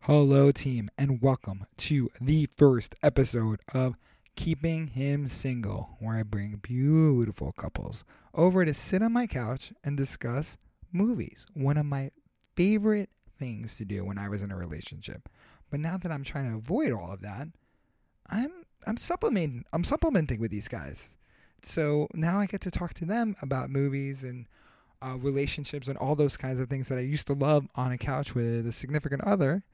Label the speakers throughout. Speaker 1: Hello, team, and welcome to the first episode of Keeping Him Single, where I bring beautiful couples over to sit on my couch and discuss movies, one of my favorite things to do when I was in a relationship. But now that I'm trying to avoid all of that, I'm I'm supplementing I'm supplementing with these guys. So now I get to talk to them about movies and uh, relationships and all those kinds of things that I used to love on a couch with a significant other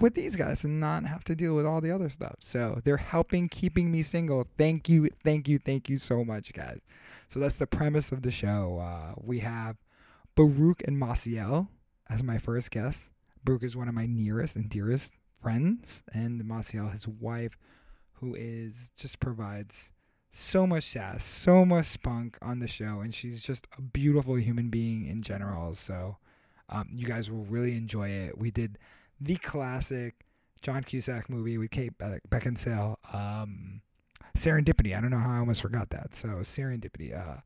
Speaker 1: with these guys and not have to deal with all the other stuff. So they're helping keeping me single. Thank you, thank you, thank you so much, guys. So that's the premise of the show. Uh, we have Baruch and Masiel as my first guest. Baruch is one of my nearest and dearest friends, and Masiel, his wife, who is just provides so much sass, so much spunk on the show, and she's just a beautiful human being in general. So um, you guys will really enjoy it. We did the classic John Cusack movie with Kate Beck- Beckinsale, um, Serendipity. I don't know how I almost forgot that. So Serendipity. Uh,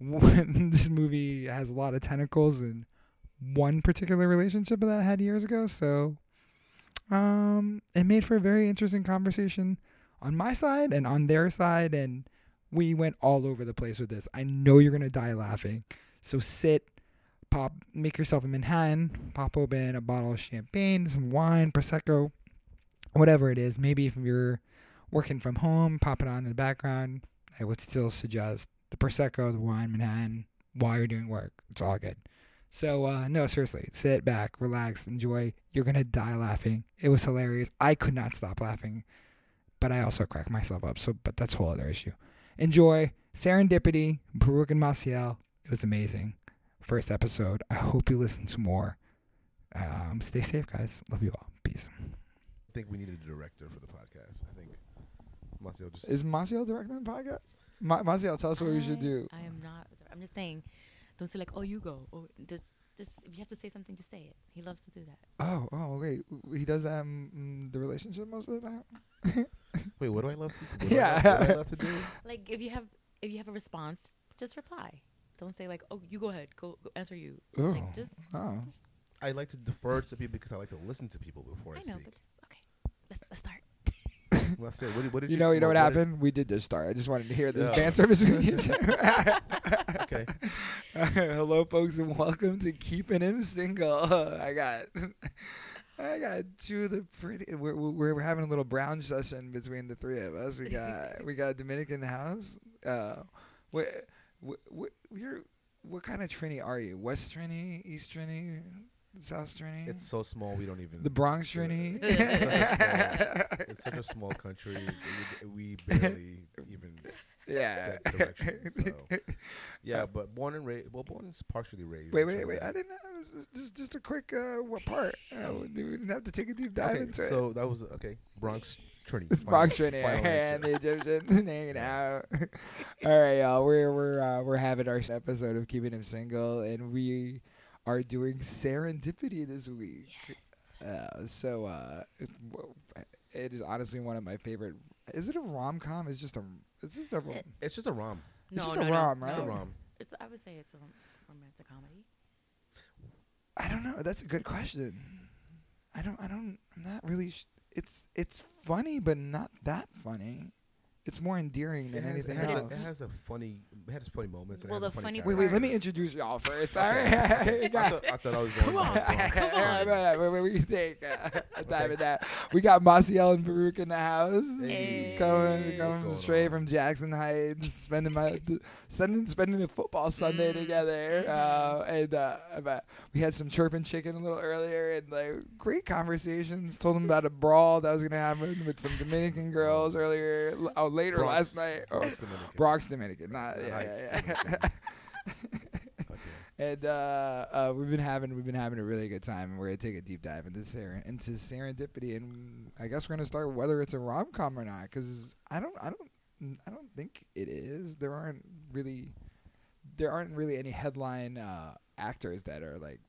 Speaker 1: this movie has a lot of tentacles in one particular relationship that I had years ago. So um, it made for a very interesting conversation on my side and on their side, and we went all over the place with this. I know you're gonna die laughing. So sit pop make yourself a Manhattan, pop open a bottle of champagne, some wine, prosecco, whatever it is. Maybe if you're working from home, pop it on in the background. I would still suggest the prosecco, the wine, Manhattan while you're doing work. It's all good. So uh, no, seriously, sit back, relax, enjoy. You're gonna die laughing. It was hilarious. I could not stop laughing, but I also cracked myself up. So, but that's a whole other issue. Enjoy Serendipity, Baruch and Maciel. It was amazing first episode. I hope you listen to more. Um, stay safe, guys. Love you all. Peace.
Speaker 2: I think we need a director for the podcast. I think Matteo just
Speaker 1: Is Maciel directing the podcast? Ma- Maciel, tell us what we should
Speaker 3: I-
Speaker 1: do.
Speaker 3: I am not. I'm just saying. Don't say like, "Oh, you go." Or just, just if you have to say something, just say it. He loves to do that.
Speaker 1: Oh, oh, wait. He does that in the relationship most of the time?
Speaker 2: wait. What do I love? To, what
Speaker 1: Yeah.
Speaker 2: do I, what do I love to do?
Speaker 3: Like if you have, if you have a response, just reply. Don't say like, "Oh, you go ahead. Go, go answer you."
Speaker 1: Oh.
Speaker 3: Like just,
Speaker 1: Oh.
Speaker 2: I like to defer to people because I like to listen to people before I,
Speaker 3: I know,
Speaker 2: speak.
Speaker 3: but just okay. Let's, let's start.
Speaker 2: Matteo, what, did- what did
Speaker 1: You know, you know what
Speaker 2: did-
Speaker 1: happened? We did this start. I just wanted to hear this
Speaker 2: Yeah.
Speaker 1: banter between you two.
Speaker 2: Okay.
Speaker 1: Hello, folks, and welcome to Keeping Him Single. I got, I got two of the pretty. We're, we're we're having a little brown session between the three of us. We got we got Dominic in the house. Uh, what what what you're what kind of Trini are you? West Trini, East Trini, South Trini,
Speaker 2: It's so small. We don't even.
Speaker 1: the Bronx Trini.
Speaker 2: it's such a small country. that We, we barely even
Speaker 1: yeah.
Speaker 2: set direction. So. Yeah, but born and raised. Well, born and partially raised.
Speaker 1: Wait,
Speaker 2: in
Speaker 1: wait, wait!
Speaker 2: Trinidad.
Speaker 1: I didn't. Have, just, just a quick uh, what part. Uh, we didn't have to take a deep dive
Speaker 2: okay,
Speaker 1: into it.
Speaker 2: so that was okay. Bronx Trinity.
Speaker 1: It's Bronx Trinity and the Egyptians hanging out. All right, y'all. We're we're uh, we're having our episode of keeping him single, and we are doing serendipity this week.
Speaker 3: Yes.
Speaker 1: Uh, so uh, it, w- it is honestly one of my favorite. Is it a rom com? It's just a. It's just a.
Speaker 3: It-
Speaker 2: It's just a rom.
Speaker 1: It's
Speaker 3: no,
Speaker 1: just a
Speaker 3: no,
Speaker 1: rom,
Speaker 3: no,
Speaker 1: right?
Speaker 2: It's
Speaker 3: No.
Speaker 2: a rom.
Speaker 3: It's, I would say it's a rom- romantic comedy.
Speaker 1: I don't know. That's a good question. I don't. I don't. I'm not really. Sh- it's it's funny, but not that funny. It's more endearing
Speaker 2: It
Speaker 1: than
Speaker 2: has, it,
Speaker 1: anything
Speaker 2: has
Speaker 1: else.
Speaker 2: a, it has a funny, it has funny moments. and it
Speaker 3: Well,
Speaker 2: has
Speaker 3: the
Speaker 2: a funny
Speaker 3: funny
Speaker 1: Wait, wait, let
Speaker 3: part-
Speaker 1: me introduce y'all first. All
Speaker 2: Okay.
Speaker 1: right.
Speaker 2: I, thought, I thought I was going.
Speaker 3: Come on,
Speaker 2: down.
Speaker 3: come
Speaker 1: All
Speaker 3: on.
Speaker 1: right, wait, wait, we can take uh, a dive at that. We got Maciel and Baruch in the house.
Speaker 2: Hey.
Speaker 1: Coming,
Speaker 3: What's
Speaker 1: coming
Speaker 2: going
Speaker 1: straight
Speaker 2: on?
Speaker 1: from Jackson Heights, spending my, th- spending, spending a football Sunday
Speaker 3: Mm.
Speaker 2: Mm-hmm.
Speaker 1: together. Uh, and uh, about, we had some chirping chicken a little earlier, and like great conversations. Told them about a brawl that was gonna happen with some Dominican girls earlier, l- oh, later last
Speaker 2: Bronx-
Speaker 1: night. Oh,
Speaker 2: Bronx Dominican.
Speaker 1: Brock's Dominican, not
Speaker 2: Not
Speaker 1: yeah, yeah,
Speaker 2: Heights
Speaker 1: yeah.
Speaker 2: Dominican. Okay.
Speaker 1: And uh, uh, we've been having we've been having a really good time, and we're gonna take a deep dive into ser- into serendipity, and I guess we're gonna start whether it's a rom com or not, because I don't I don't I don't think it is. There aren't really there aren't really any headline uh, actors that are like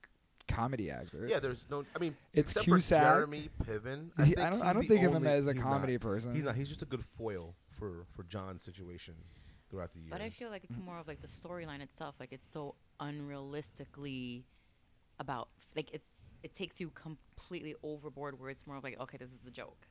Speaker 1: comedy actors.
Speaker 2: Yeah, there's no. I mean,
Speaker 1: It's
Speaker 2: except
Speaker 1: Cusack.
Speaker 2: for Jeremy Piven. I,
Speaker 1: He-
Speaker 2: think
Speaker 1: I don't I
Speaker 2: he's
Speaker 1: don't
Speaker 2: the
Speaker 1: think of him
Speaker 2: only-
Speaker 1: as a
Speaker 2: he's
Speaker 1: comedy
Speaker 2: Not,
Speaker 1: person.
Speaker 2: he's not. He's just a good foil for for John's situation throughout the years.
Speaker 3: But I feel like it's more of like the storyline itself. Like it's so unrealistically about like it's it takes you completely overboard where it's more of like, okay, this is a joke.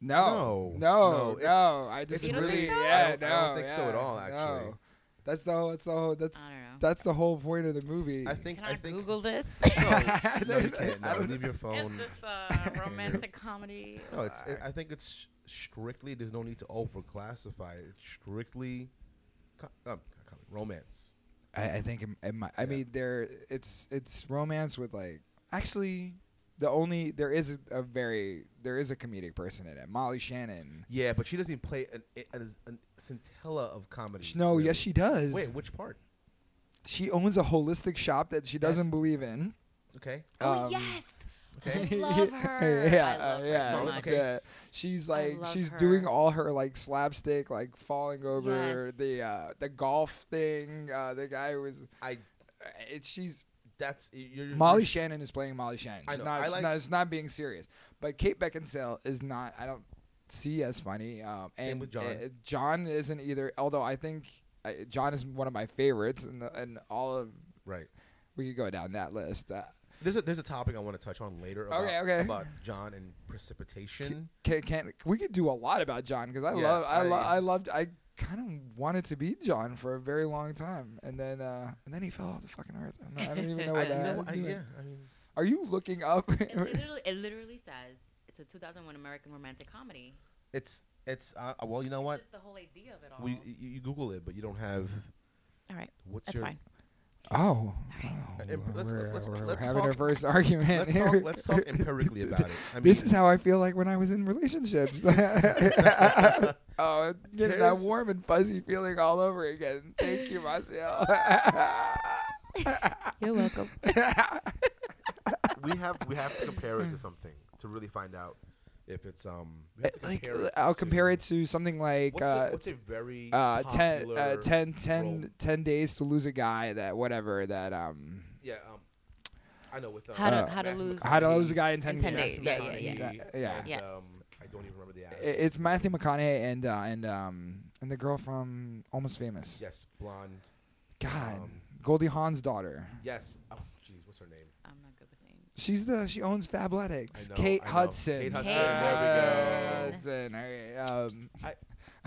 Speaker 1: No,
Speaker 2: No,
Speaker 1: no, no.
Speaker 2: no, it's-
Speaker 1: I just
Speaker 3: You don't
Speaker 1: really,
Speaker 3: think so?
Speaker 1: yeah,
Speaker 2: I don't-
Speaker 1: no,
Speaker 2: I don't think
Speaker 1: yeah,
Speaker 2: so at all, actually.
Speaker 1: no. That's the whole. That's the whole. That's
Speaker 3: I don't know.
Speaker 1: that's the whole point of the movie.
Speaker 2: I think
Speaker 3: Can
Speaker 2: I,
Speaker 3: I,
Speaker 2: think
Speaker 3: Google this?
Speaker 2: no, you can't.
Speaker 1: I
Speaker 2: No,
Speaker 1: don't-
Speaker 2: leave your
Speaker 3: is
Speaker 2: phone.
Speaker 3: this a romantic comedy?
Speaker 2: um, No, it's.
Speaker 3: or-
Speaker 2: It, I think it's strictly. There's no need to overclassify. it. It's strictly, co- um, co- romance.
Speaker 1: I, I think it, it might, I
Speaker 2: Yeah.
Speaker 1: mean there it's it's romance with like actually the only there is a, a very there is a comedic person in it Molly Shannon.
Speaker 2: Yeah, but she doesn't even play an, a- an, an scintilla of comedy.
Speaker 1: Sh- No,
Speaker 2: really.
Speaker 1: yes she does.
Speaker 2: Wait, which part?
Speaker 1: She owns a holistic shop that she doesn't
Speaker 2: That's-
Speaker 1: believe in.
Speaker 2: Okay.
Speaker 3: oh
Speaker 1: Um,
Speaker 3: yes.
Speaker 2: Okay.
Speaker 3: I love her.
Speaker 1: yeah,
Speaker 3: I love
Speaker 1: uh,
Speaker 3: her
Speaker 1: yeah,
Speaker 3: so
Speaker 2: Okay.
Speaker 3: much.
Speaker 1: yeah. She's like
Speaker 3: love
Speaker 1: she's
Speaker 3: her.
Speaker 1: doing all her like slapstick, like falling over
Speaker 3: Yes.
Speaker 1: the uh, the golf thing. Uh, the guy was.
Speaker 2: I.
Speaker 1: It's she's
Speaker 2: That's you're, you're-
Speaker 1: Molly Shannon is playing Molly Shannon.
Speaker 2: Mm-hmm. I
Speaker 1: She's
Speaker 2: know.
Speaker 1: not,
Speaker 2: I
Speaker 1: she's
Speaker 2: like-
Speaker 1: not. It's not being serious. But Kate Beckinsale is not. I don't see as funny. Um,
Speaker 2: Same
Speaker 1: and
Speaker 2: with John.
Speaker 1: uh, John isn't either. Although I think uh, John is one of my favorites, and and all of
Speaker 2: Right.
Speaker 1: we could go down that list. Uh,
Speaker 2: There's a there's a topic I want to touch on later. About,
Speaker 1: Okay, okay.
Speaker 2: About John and precipitation.
Speaker 1: can, can we could do a lot about John because I
Speaker 2: Yeah,
Speaker 1: love I, lo-
Speaker 2: I-
Speaker 1: I loved I kind of wanted to be John for a very long time, and then uh, and then he fell off the fucking earth. I'm not, I don't even know
Speaker 2: I,
Speaker 1: what
Speaker 2: you know
Speaker 1: oh, that.
Speaker 2: what, I, yeah. I mean,
Speaker 1: Are you looking up?
Speaker 3: It literally, it literally says it's a 2001 American romantic comedy.
Speaker 2: it's it's uh, well, you know what?
Speaker 3: Just the whole idea of it all.
Speaker 2: We you, you Google it, but you don't have
Speaker 3: all right,
Speaker 2: what's
Speaker 3: that's
Speaker 2: your
Speaker 3: fine.
Speaker 1: Oh,
Speaker 3: All right.
Speaker 1: wow.
Speaker 2: Uh, em- let's-
Speaker 1: we're,
Speaker 2: let's-
Speaker 1: we're
Speaker 2: let's
Speaker 1: having our
Speaker 2: talk-
Speaker 1: first argument
Speaker 2: let's
Speaker 1: here.
Speaker 2: talk, let's talk E. empirically about it. I mean,
Speaker 1: this is how I feel like when I was in relationships. oh, getting that
Speaker 2: Here's-
Speaker 1: warm and fuzzy feeling all over again. Thank you, Marcel.
Speaker 3: You're welcome.
Speaker 2: we have we have to compare it to something to really find out if it's um. We have to
Speaker 1: like,
Speaker 2: compare it
Speaker 1: I'll
Speaker 2: to-
Speaker 1: compare it to something like
Speaker 2: What's,
Speaker 1: uh,
Speaker 2: a, what's a very
Speaker 1: uh, ten,
Speaker 2: popular
Speaker 1: uh, 10, 10
Speaker 2: role-
Speaker 1: 10 days to lose a guy that whatever that um
Speaker 2: Yeah, um, I know with uh,
Speaker 3: How to-
Speaker 1: how
Speaker 3: to
Speaker 2: Matthew
Speaker 3: lose-
Speaker 1: how to lose a
Speaker 2: McConaughey-
Speaker 1: guy in 10,
Speaker 3: In 10
Speaker 1: days.
Speaker 3: days. Yeah, yeah, yeah.
Speaker 2: McConaughey
Speaker 1: That- yeah.
Speaker 2: and,
Speaker 3: Yes.
Speaker 2: Um, I don't even remember the actor.
Speaker 1: I- It's Matthew McConaughey and uh, and um and the girl from Almost Famous.
Speaker 2: Yes, blonde.
Speaker 1: God,
Speaker 2: Um,
Speaker 1: Goldie Hawn's daughter.
Speaker 2: Yes. Oh, jeez, what's her name?
Speaker 3: I'm not good with names.
Speaker 1: She's the she owns Fabletics.
Speaker 2: I know,
Speaker 1: Kate
Speaker 2: I know.
Speaker 1: Hudson.
Speaker 2: Kate
Speaker 3: Hudson, there we go.
Speaker 1: Hudson. All right. Um, I,
Speaker 2: I-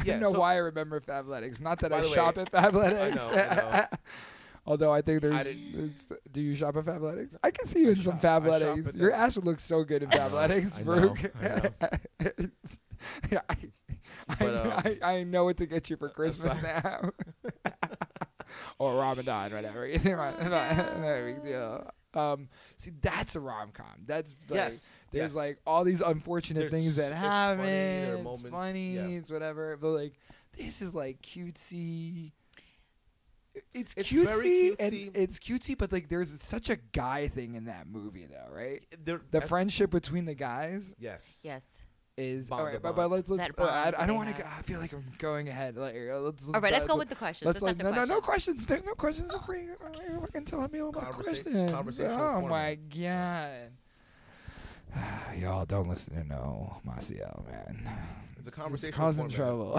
Speaker 1: don't
Speaker 2: yeah,
Speaker 1: know
Speaker 2: so-
Speaker 1: why I remember Fabletics. Not that
Speaker 2: By
Speaker 1: I
Speaker 2: the way,
Speaker 1: shop at Fabletics.
Speaker 2: I know, I
Speaker 1: Although I think there's,
Speaker 2: didn't-
Speaker 1: it's, do you shop at Fabletics? I can see you in
Speaker 2: I
Speaker 1: some
Speaker 2: shop- I shop
Speaker 1: Fabletics.
Speaker 2: at
Speaker 1: Your
Speaker 2: the-
Speaker 1: ass would look so good in
Speaker 2: I know,
Speaker 1: Fabletics,
Speaker 2: I
Speaker 1: Brooke.
Speaker 2: know,
Speaker 1: Yeah, I, I,
Speaker 2: But,
Speaker 1: know-
Speaker 2: um,
Speaker 1: I, I know what to get you for Christmas now, or Ramadan, whatever. Either one, no big deal. Um, see, that's a rom com. That's like,
Speaker 2: yes.
Speaker 1: there's
Speaker 2: yes.
Speaker 1: like all these unfortunate
Speaker 2: There's-
Speaker 1: things that
Speaker 2: it's funny,
Speaker 1: happen.
Speaker 2: there are
Speaker 1: it's
Speaker 2: moments,
Speaker 1: funny,
Speaker 2: yeah.
Speaker 1: it's whatever. But like, this is like cutesy. It's,
Speaker 2: It's
Speaker 1: cutesy,
Speaker 2: very
Speaker 1: and
Speaker 2: cutesy.
Speaker 1: it's cutesy, but like, there's such a guy thing in that movie, though, right?
Speaker 2: There-
Speaker 1: The
Speaker 2: I-
Speaker 1: friendship between the guys
Speaker 2: Yes.
Speaker 3: Yes.
Speaker 1: is
Speaker 2: Bond,
Speaker 1: all right,
Speaker 2: the
Speaker 1: but, but
Speaker 2: bond.
Speaker 1: let's let's.
Speaker 3: That
Speaker 1: Uh, I,
Speaker 3: bond
Speaker 1: I don't
Speaker 3: they
Speaker 1: want to.
Speaker 3: have.
Speaker 1: go I feel like I'm going ahead. Like, uh, let's,
Speaker 3: All right, let's go
Speaker 1: uh,
Speaker 3: with the questions.
Speaker 1: Let's
Speaker 3: Let's,
Speaker 1: like
Speaker 3: let
Speaker 1: no
Speaker 3: the
Speaker 1: no no questions.
Speaker 3: questions.
Speaker 1: There's no questions. I'm free. You're fucking telling me all my
Speaker 2: Conversa-
Speaker 1: questions.
Speaker 2: conversational
Speaker 1: Oh my
Speaker 2: format.
Speaker 1: god. Y'all don't listen to no Maciel, man.
Speaker 2: It's a
Speaker 1: It's
Speaker 2: conversation.
Speaker 1: causing trouble.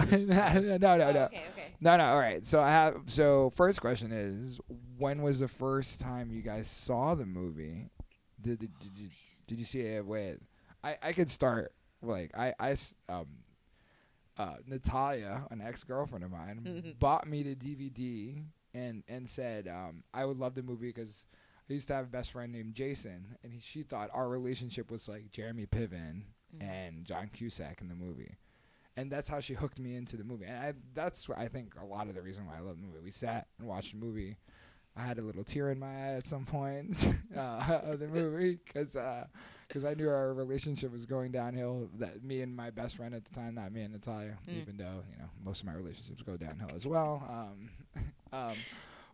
Speaker 2: format.
Speaker 1: no, no, no, no.
Speaker 3: Oh, okay, okay.
Speaker 1: No, no. All right. So I have. So first question is, when was the first time you guys saw the movie? Did did, did you did you see it with? I I could start like I I s- um. Uh, Natalia, an ex-girlfriend of mine, bought me the DVD and and said um, I would love the movie because I used to have a best friend named Jason, and he, she thought our relationship was like Jeremy Piven
Speaker 3: Mhm.
Speaker 1: and John Cusack in the movie and that's how she hooked me into the movie. And I, that's why I think a lot of the reason why I love the movie. We sat and watched the movie. I had a little tear in my eye at some point uh, of the movie because I knew our relationship was going downhill. That me and my best friend at the time, not me and Natalia,
Speaker 3: Mm.
Speaker 1: even though you know most of my relationships go downhill as well. Um, um,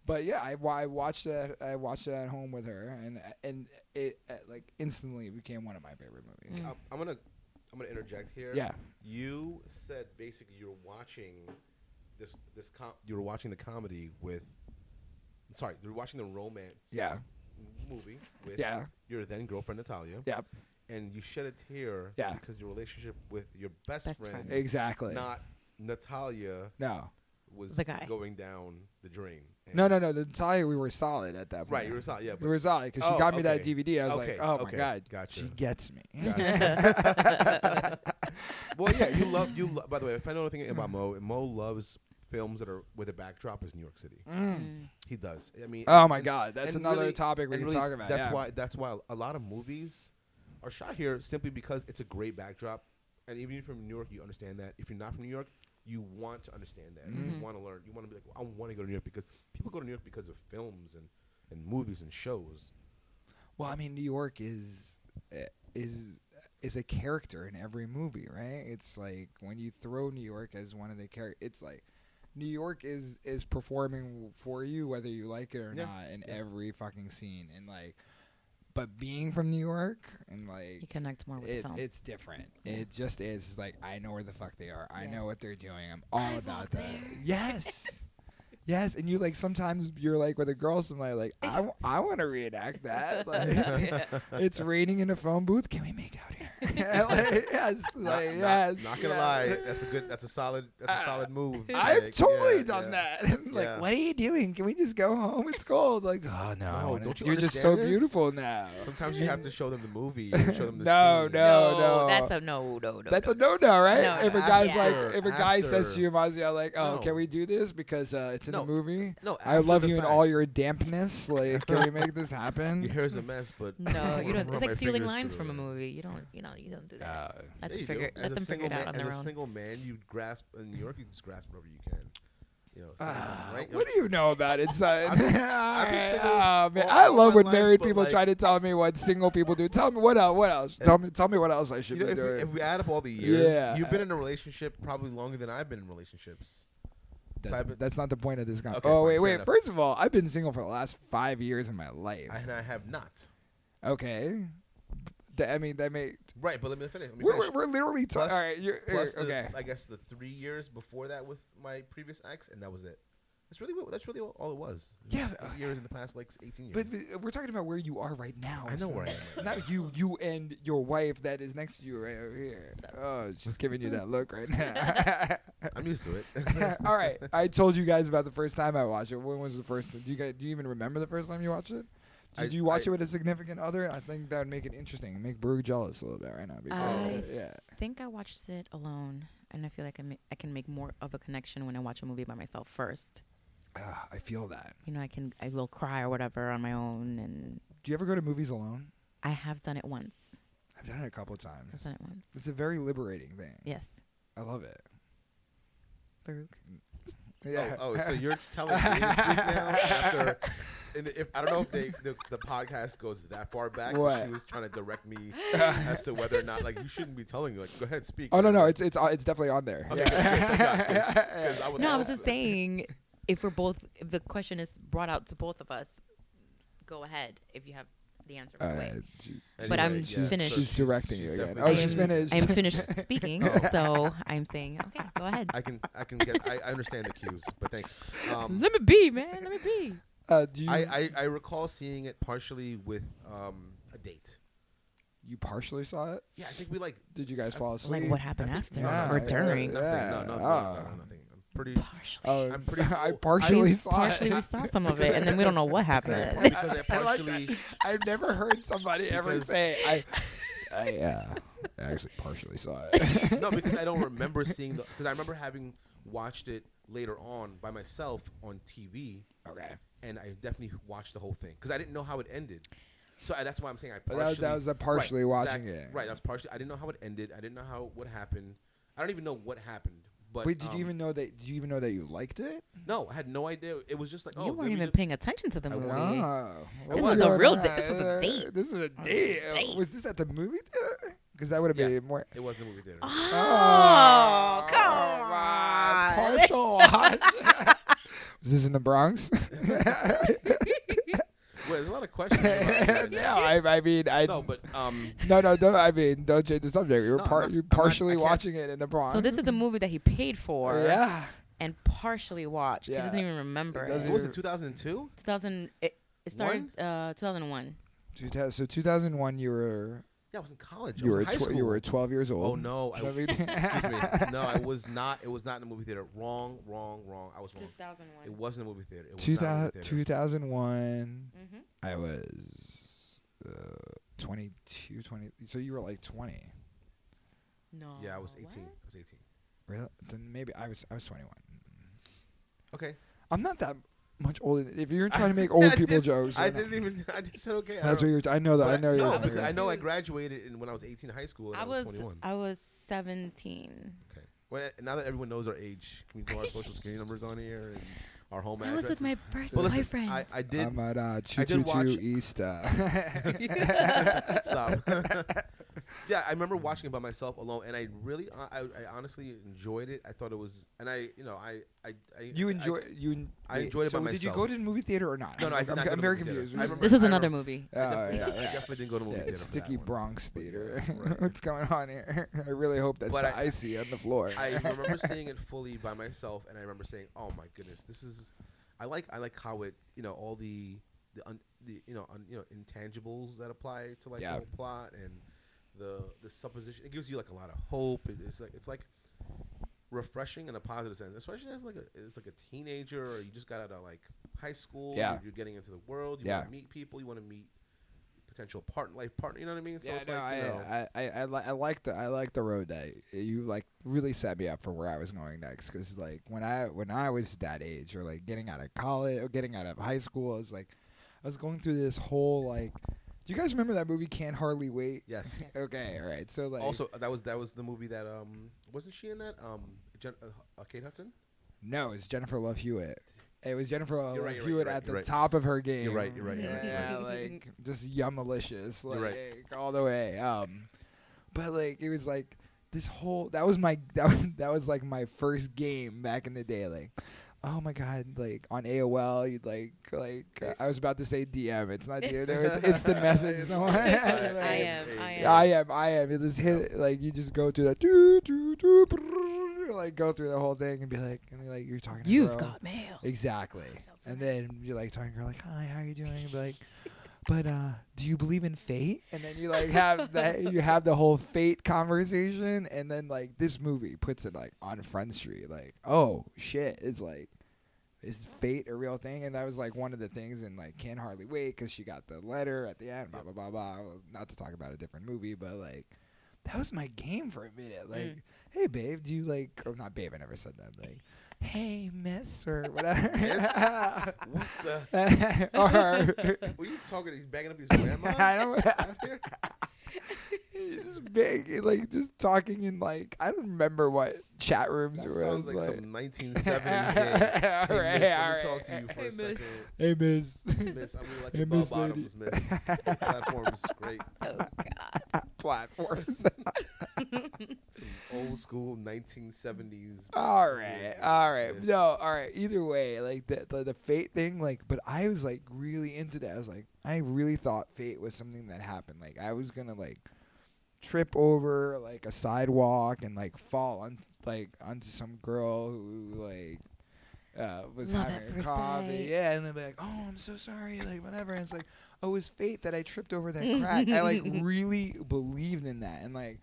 Speaker 1: but yeah, I, wa- I watched that. I watched it at home with her, and and it uh, like instantly became one of my favorite movies.
Speaker 2: Um, I'm gonna I'm gonna interject here.
Speaker 1: Yeah,
Speaker 2: You said basically you're watching this this com- you were watching the comedy with sorry, you're watching the romance
Speaker 1: yeah,
Speaker 2: movie with
Speaker 1: yeah,
Speaker 2: your then girlfriend Natalia.
Speaker 1: yeah.
Speaker 2: And you shed a tear
Speaker 1: Yeah.
Speaker 2: because your relationship with your best,
Speaker 3: Best
Speaker 2: friend,
Speaker 3: friend.
Speaker 1: Exactly.
Speaker 2: not Natalia
Speaker 1: No.
Speaker 2: was
Speaker 3: The guy.
Speaker 2: going down the drain. and-
Speaker 1: No, no, no. The entire we were solid at that point.
Speaker 2: Right, you were solid. Yeah,
Speaker 1: We
Speaker 2: but
Speaker 1: were solid because she
Speaker 2: Oh,
Speaker 1: got me that
Speaker 2: okay.
Speaker 1: DVD. I was
Speaker 2: Okay,
Speaker 1: like, oh my
Speaker 2: okay,
Speaker 1: god,
Speaker 2: gotcha.
Speaker 1: she gets me.
Speaker 2: well, yeah, you love you. Lo- by the way, if I know anything about Mo, Mo loves films that are where the backdrop is New York City.
Speaker 1: Mm.
Speaker 2: He does. I mean,
Speaker 1: Oh
Speaker 2: and-
Speaker 1: my
Speaker 2: and-
Speaker 1: god, that's
Speaker 2: and
Speaker 1: another
Speaker 2: really-
Speaker 1: topic we
Speaker 2: and
Speaker 1: can
Speaker 2: really
Speaker 1: talk about.
Speaker 2: That's
Speaker 1: yeah.
Speaker 2: why. That's why a lot of movies are shot here simply because it's a great backdrop. And even if you're from New York, you understand that. If you're not from New York, you want to understand that. You
Speaker 1: Mm-hmm.
Speaker 3: Mhm.
Speaker 2: want to learn. You want to be like, I want to go to New York because people go to New York because of films and, and movies and shows.
Speaker 1: Well, I mean, New York is eh, is is a character in every movie, right? It's like when you throw New York as one of the characters, it's like New York is is performing for you whether you like it or
Speaker 2: Yeah,
Speaker 1: not in
Speaker 2: yeah.
Speaker 1: every fucking scene, and like, but being from New York and like.
Speaker 3: You connect more with
Speaker 1: It,
Speaker 3: the film.
Speaker 1: it's different.
Speaker 3: Yeah.
Speaker 1: It just is. It's like I know where the fuck they are. I know
Speaker 3: Yes.
Speaker 1: what they're doing. I'm all
Speaker 3: I've
Speaker 1: about
Speaker 3: walked
Speaker 1: that.
Speaker 3: there.
Speaker 1: Yes, yes. And you like sometimes you're like with a girl. Somebody like I, w- I want to reenact that. Like, it's raining in a phone booth. Can we make out here? Like, yes,
Speaker 2: Not-
Speaker 1: like
Speaker 2: not,
Speaker 1: yes.
Speaker 2: Not gonna
Speaker 1: yes.
Speaker 2: lie, that's a good. That's a solid. That's a
Speaker 1: Uh,
Speaker 2: solid move.
Speaker 1: I've
Speaker 2: Like,
Speaker 1: totally
Speaker 2: yeah,
Speaker 1: done
Speaker 2: yeah.
Speaker 1: that. And like,
Speaker 2: Yeah.
Speaker 1: what are you doing? Can we just go home? It's cold. Like, oh no, I
Speaker 2: No,
Speaker 1: wanna-
Speaker 2: don't you
Speaker 1: you're just so
Speaker 2: understand this?
Speaker 1: beautiful now.
Speaker 2: Sometimes you have to show them the movie. and show them the
Speaker 1: No,
Speaker 2: scene.
Speaker 1: no, no.
Speaker 3: that's a no, no, no.
Speaker 1: That's
Speaker 3: no.
Speaker 1: a no no, right?
Speaker 3: No,
Speaker 1: if a
Speaker 3: no,
Speaker 1: guy's like,
Speaker 2: after-
Speaker 1: if a guy says
Speaker 2: after-
Speaker 1: to you, Mazia, like, oh,
Speaker 2: No.
Speaker 1: can we do this because uh, it's in
Speaker 2: No,
Speaker 1: a movie?
Speaker 2: No,
Speaker 1: I
Speaker 2: after
Speaker 1: love
Speaker 2: the
Speaker 1: you in
Speaker 2: fact.
Speaker 1: all your dampness. Like, can we make this
Speaker 2: Your
Speaker 1: happen?
Speaker 2: hair's a mess, but
Speaker 3: No, you don't.
Speaker 2: Run
Speaker 3: It's
Speaker 2: my
Speaker 3: like stealing
Speaker 2: fingers
Speaker 3: lines
Speaker 2: through
Speaker 3: from a
Speaker 2: it.
Speaker 3: movie. You don't. You know. You don't do that.
Speaker 1: Uh,
Speaker 3: Let
Speaker 2: Yeah,
Speaker 3: them
Speaker 2: you do.
Speaker 3: figure.
Speaker 2: As
Speaker 3: Let
Speaker 2: a
Speaker 3: them figure
Speaker 2: single
Speaker 3: it out
Speaker 2: man-
Speaker 3: on their
Speaker 2: As a
Speaker 3: own.
Speaker 2: single man, you grasp in New York. You just grasp whatever you can. You know, single
Speaker 1: ah,
Speaker 2: man, right?
Speaker 1: What do you know about it, son?
Speaker 2: I've been-
Speaker 1: All right,
Speaker 2: single
Speaker 1: oh, man.
Speaker 2: all
Speaker 1: I love
Speaker 2: my
Speaker 1: when
Speaker 2: life,
Speaker 1: married
Speaker 2: but,
Speaker 1: people
Speaker 2: like-
Speaker 1: try to tell me what single people do. Tell me what else. What else? Tell me. Tell me what else I should
Speaker 2: You know,
Speaker 1: be
Speaker 2: if, we,
Speaker 1: doing.
Speaker 2: if we add up all the years,
Speaker 1: Yeah.
Speaker 2: you've been in a relationship probably longer than I've been in relationships.
Speaker 1: that's,
Speaker 2: type it-
Speaker 1: that's not the point of this conversation.
Speaker 2: Okay,
Speaker 1: oh
Speaker 2: fine,
Speaker 1: wait,
Speaker 2: fair
Speaker 1: wait.
Speaker 2: enough.
Speaker 1: First of all, I've been single for the last five years of my life.
Speaker 2: I, and I have not.
Speaker 1: okay. Th- I mean, that may
Speaker 2: Right, but let me finish. Let me
Speaker 1: We're, we're,
Speaker 2: finish.
Speaker 1: we're literally
Speaker 2: Plus-
Speaker 1: talking. All right, you're,
Speaker 2: Plus the-
Speaker 1: okay.
Speaker 2: I guess the three years before that with my previous ex, and that was it. That's really what, that's really all it was.
Speaker 1: Yeah,
Speaker 2: Three
Speaker 1: but-
Speaker 2: years in the past like eighteen years.
Speaker 1: but th- we're talking about where you are right now.
Speaker 2: I know where I am. right now.
Speaker 1: Not you, you and your wife that is next to you right over here. Oh, she's giving you that look right now.
Speaker 2: I'm used to it.
Speaker 1: All right, I told you guys about the first time I watched it. When was the first? Do you guys do you even remember the first time you watched it?
Speaker 2: I-
Speaker 1: Did you watch
Speaker 2: I-
Speaker 1: it with a significant other? I think that would make it interesting. Make Berg jealous a little bit right now. Because,
Speaker 3: I-
Speaker 1: yeah.
Speaker 3: I think I watched it alone, and I feel like I, ma- I can make more of a connection when I watch a movie by myself first.
Speaker 1: Ah, I feel that.
Speaker 3: You know, I can I will cry or whatever on my own, and
Speaker 1: Do you ever go to movies alone?
Speaker 3: I have done it once.
Speaker 1: I've done it a couple times.
Speaker 3: I've done it once.
Speaker 1: It's a very liberating thing.
Speaker 3: Yes,
Speaker 1: I love it.
Speaker 3: Farouk.
Speaker 1: Yeah.
Speaker 2: Oh, oh, so you're telling me this week now after, and if I don't know if they, the the podcast goes that far back. but
Speaker 1: What?
Speaker 2: She was trying to direct me as to whether or not like you shouldn't be telling. Like, go ahead, speak.
Speaker 1: Oh no
Speaker 2: And
Speaker 1: no,
Speaker 2: I'm
Speaker 1: it's it's uh, it's definitely on there.
Speaker 2: Okay, good, good, good,
Speaker 1: Yeah.
Speaker 2: like, 'cause I was
Speaker 3: No, I
Speaker 2: all-
Speaker 3: was just saying, if we're both, if the question is brought out to both of us, go ahead if you have the answer right away.
Speaker 1: Uh, she-
Speaker 2: And
Speaker 3: But
Speaker 2: she's
Speaker 3: I'm
Speaker 2: like,
Speaker 1: she's,
Speaker 3: finished.
Speaker 1: She's directing you
Speaker 2: She's
Speaker 1: again. Oh,
Speaker 2: definitely-
Speaker 3: I
Speaker 1: she's
Speaker 3: am-
Speaker 1: finished.
Speaker 3: I am finished speaking,
Speaker 2: Oh.
Speaker 3: so I'm saying, okay, go ahead.
Speaker 2: I can I can get I, I understand the cues, but thanks. Um,
Speaker 3: Let me be, man. Let me be.
Speaker 1: Uh, do you,
Speaker 2: I, I I recall seeing it partially with um a date.
Speaker 1: you partially saw it?
Speaker 2: Yeah, I think we like
Speaker 1: Did you guys
Speaker 2: I-
Speaker 1: fall
Speaker 2: like,
Speaker 1: asleep?
Speaker 3: Like what happened
Speaker 2: I think-
Speaker 3: after
Speaker 2: no, no,
Speaker 1: Yeah,
Speaker 2: no,
Speaker 3: or
Speaker 2: I think-
Speaker 3: during?
Speaker 2: Uh, Nothing, no, no, no, no,
Speaker 1: Yeah. Ah.
Speaker 2: no, nothing. I'm pretty.
Speaker 3: Partially.
Speaker 1: Oh,
Speaker 2: I'm pretty
Speaker 1: I
Speaker 2: cool.
Speaker 1: partially
Speaker 3: We
Speaker 1: saw
Speaker 3: partially we
Speaker 1: it.
Speaker 3: saw some of it, and then we don't know
Speaker 2: Because
Speaker 3: what happened.
Speaker 2: because I
Speaker 1: I like
Speaker 2: partially.
Speaker 1: that. I've never heard somebody ever
Speaker 2: Because-
Speaker 1: say I. I uh, actually partially saw it.
Speaker 2: no, because I don't remember seeing the. Because I remember having watched it later on by myself on TV,
Speaker 1: okay.
Speaker 2: and I definitely watched the whole thing because I didn't know how it ended. So I, that's why I'm saying I
Speaker 1: But
Speaker 2: partially.
Speaker 1: that, was- that was a partially
Speaker 2: right,
Speaker 1: watching
Speaker 2: exact-
Speaker 1: it.
Speaker 2: Right, that was partially. I didn't know how it ended. I didn't know how what happened. I don't even know what happened. But
Speaker 1: Wait, did
Speaker 2: um,
Speaker 1: you even know that? Did you even know that you liked it?
Speaker 2: No, I had no idea. It was just like oh,
Speaker 3: you
Speaker 2: let
Speaker 3: weren't
Speaker 2: me
Speaker 3: even
Speaker 2: just-
Speaker 3: paying attention to the
Speaker 2: I
Speaker 3: movie.
Speaker 1: Oh,
Speaker 2: This
Speaker 1: What's
Speaker 2: was a
Speaker 1: going
Speaker 3: real
Speaker 1: on?
Speaker 3: date. This was a date.
Speaker 1: This is a date. Was this at the movie theater? Because that would have
Speaker 2: Yeah.
Speaker 1: made it more.
Speaker 2: It was the movie theater.
Speaker 3: Oh, come
Speaker 1: my.
Speaker 3: on.
Speaker 1: Partial watch. was this in the Bronx?
Speaker 2: Well, there's a lot of questions. about it
Speaker 1: no,
Speaker 2: now.
Speaker 1: I, I mean, I
Speaker 2: no, but um,
Speaker 1: no, no, don't. I mean, don't change the subject. You're
Speaker 2: No, I'm
Speaker 1: par-
Speaker 2: not-
Speaker 1: you're
Speaker 2: I'm not- I
Speaker 1: partially
Speaker 2: can't-
Speaker 1: watching it in the Bronx.
Speaker 3: So this is the movie that he paid for
Speaker 1: yeah.
Speaker 3: and partially watched.
Speaker 1: Yeah.
Speaker 3: He doesn't even remember.
Speaker 1: It
Speaker 3: It
Speaker 1: doesn't
Speaker 2: what was it? 2002.
Speaker 3: 2000. It, it started uh, 2001.
Speaker 1: Two thou- So 2001, you were
Speaker 2: Yeah, I was in college. I
Speaker 1: You
Speaker 2: was
Speaker 1: were
Speaker 2: in high
Speaker 1: tw-
Speaker 2: school.
Speaker 1: you were 12 years old.
Speaker 2: Oh no! I,
Speaker 1: Whatever you
Speaker 2: excuse
Speaker 1: did.
Speaker 2: me. No, I was not. It was not in the movie theater. Wrong, wrong, wrong. I was wrong. It
Speaker 3: 2001.
Speaker 2: wasn't a movie theater. It was not a
Speaker 1: 2000,
Speaker 2: movie theater.
Speaker 1: 2001
Speaker 3: Mm-hmm.
Speaker 1: I was uh, 22, 20. So you were like 20.
Speaker 3: No.
Speaker 2: Yeah, I was 18. I
Speaker 3: what?
Speaker 2: was 18.
Speaker 1: Really? Then maybe I was I was 21.
Speaker 2: Okay.
Speaker 1: I'm not that much older. If you're
Speaker 2: I-
Speaker 1: trying to make
Speaker 2: I
Speaker 1: old people
Speaker 2: did-
Speaker 1: jokes,
Speaker 2: I
Speaker 1: you're not-
Speaker 2: didn't even. I just said okay. I
Speaker 1: That's what
Speaker 2: don't-
Speaker 1: you're. I know that.
Speaker 2: but
Speaker 1: I know
Speaker 2: No,
Speaker 1: you're.
Speaker 2: because I know I
Speaker 3: confused.
Speaker 2: graduated in, when I was 18 in high school. And I,
Speaker 3: I
Speaker 2: was,
Speaker 3: was uh,
Speaker 2: 21.
Speaker 3: I was 17.
Speaker 2: okay. Well, now that everyone knows our age, can we throw our social security numbers on here and our home
Speaker 3: I
Speaker 2: address?
Speaker 3: was with my first
Speaker 2: Well, listen,
Speaker 3: boyfriend.
Speaker 2: I, I did.
Speaker 1: I'm at uh, two
Speaker 2: I
Speaker 1: two
Speaker 2: did watch-
Speaker 1: two Easter.
Speaker 2: Stop. yeah, I remember watching it by myself alone, and I really, uh, I, I honestly enjoyed it. I thought it was, and I, you know, I, I, I
Speaker 1: you
Speaker 2: I-
Speaker 1: enjoy you.
Speaker 2: I
Speaker 1: wait,
Speaker 2: enjoyed it
Speaker 1: so
Speaker 2: by
Speaker 1: Did you
Speaker 2: myself.
Speaker 1: go to the movie theater or not?
Speaker 2: No, no, I
Speaker 1: I'm,
Speaker 2: did not go to
Speaker 1: I'm
Speaker 2: the
Speaker 1: very
Speaker 2: movie theater.
Speaker 1: confused.
Speaker 2: I
Speaker 1: This-
Speaker 2: remember-
Speaker 3: this was
Speaker 2: I
Speaker 3: another
Speaker 2: remember-
Speaker 3: movie.
Speaker 2: I definitely,
Speaker 1: Oh, yeah,
Speaker 2: I
Speaker 1: yeah.
Speaker 2: definitely didn't go to the movie
Speaker 1: Yeah,
Speaker 2: theater. for that
Speaker 1: sticky
Speaker 2: one.
Speaker 1: Bronx theater.
Speaker 2: Right.
Speaker 1: What's going on here? I really hope that's
Speaker 2: But
Speaker 1: the
Speaker 2: I-
Speaker 1: I see on the floor.
Speaker 2: I remember seeing it fully by myself, and I remember saying, "Oh my goodness, this is." I like I like how it you know all the the, un, the you know un, you know intangibles that apply to like
Speaker 1: Yeah.
Speaker 2: the whole plot and the the supposition. It gives you like a lot of hope. It, it's like it's like refreshing in a positive sense, especially as like a as like a teenager or you just got out of like high school.
Speaker 1: Yeah.
Speaker 2: you're, you're getting into the world. You
Speaker 1: Yeah.
Speaker 2: want to meet people. You want to meet potential part life partner. You know what I mean?
Speaker 1: yeah,
Speaker 2: it's
Speaker 1: no,
Speaker 2: like, you know,
Speaker 1: I, I, I, I, li- I like the I like the road that you like really set me up for where I was going next. Because like when I when I was that age, or like getting out of college or getting out of high school, I was like, I was going through this whole like. Do you guys remember that movie Can't Hardly Wait?
Speaker 2: yes.
Speaker 3: Yes.
Speaker 1: Okay, all right. So like,
Speaker 2: also, that was that was the movie that um wasn't she in that um Jen, uh, uh, Kate Hudson?
Speaker 1: no, it's Jennifer Love Hewitt. It was Jennifer Love
Speaker 2: You're right, you're right,
Speaker 1: Hewitt
Speaker 2: you're right,
Speaker 1: at the
Speaker 2: you're right.
Speaker 1: top of her game.
Speaker 2: right, you're right,
Speaker 3: you're right, you're
Speaker 1: yeah,
Speaker 3: right.
Speaker 1: like just yummalicious, like
Speaker 2: You're right.
Speaker 1: all the way. Um, but like it was like this whole that was my that was, that was like my first game back in the day. Like, oh my god, like on AOL, you'd like like uh, I was about to say DM. It's not DM. no, it's, it's the message.
Speaker 2: I-
Speaker 3: I
Speaker 1: I
Speaker 3: am, I am.
Speaker 1: I am. I am. It just hit it, like you just go through that doo, doo, doo, brrrr, like go through the whole thing and be like and you're like you're talking. to a
Speaker 3: You've
Speaker 1: girl.
Speaker 3: got mail.
Speaker 1: Exactly.
Speaker 3: That's
Speaker 1: And
Speaker 3: nice.
Speaker 1: then you're like talking to her like, "Hi, how you doing?" Be Like, but uh, do you believe in fate? And then you like have that you have the whole fate conversation, and then like this movie puts it like on Front Street, like, oh shit, it's like. Is fate a real thing? And that was like one of the things, and like can hardly wait because she got the letter at the end. Blah blah blah blah. Well, Not to talk about a different movie, but like that was my game for a minute. Like,
Speaker 3: Mm.
Speaker 1: hey babe, do you like? Or not babe, I never said that. Like, hey miss or whatever
Speaker 2: What the?
Speaker 1: or
Speaker 2: Were you talking? He's bagging up these grandmas.
Speaker 1: I don't-
Speaker 2: out here?
Speaker 1: it's just big like just talking in like i don't remember what chat rooms
Speaker 2: That
Speaker 1: were I was
Speaker 2: sounds like,
Speaker 1: like,
Speaker 2: some 1970s game. Hey,
Speaker 1: all right, all
Speaker 2: miss, let me
Speaker 1: right.
Speaker 2: talk to you for
Speaker 3: Hey,
Speaker 2: a
Speaker 3: miss.
Speaker 2: second.
Speaker 1: hey miss
Speaker 2: Miss, I'm really like
Speaker 1: Hey,
Speaker 2: your
Speaker 1: miss
Speaker 2: bell
Speaker 1: lady.
Speaker 2: bottoms, miss. Platforms, great.
Speaker 3: Oh God.
Speaker 1: platforms
Speaker 2: Some old school 1970s.
Speaker 1: all right all right
Speaker 2: Miss.
Speaker 1: no all right either way like the, the the fate thing like but i was like really into that i was like i really thought fate was something that happened like i was gonna like trip over like a sidewalk and like fall on like onto some girl who like uh, was
Speaker 3: Love at
Speaker 1: having a
Speaker 3: first
Speaker 1: coffee,
Speaker 3: sight.
Speaker 1: yeah, and then be like, "Oh, I'm so sorry," like whatever. And it's like, "Oh, it was fate that I tripped over that crack." I like really believed in that, and like,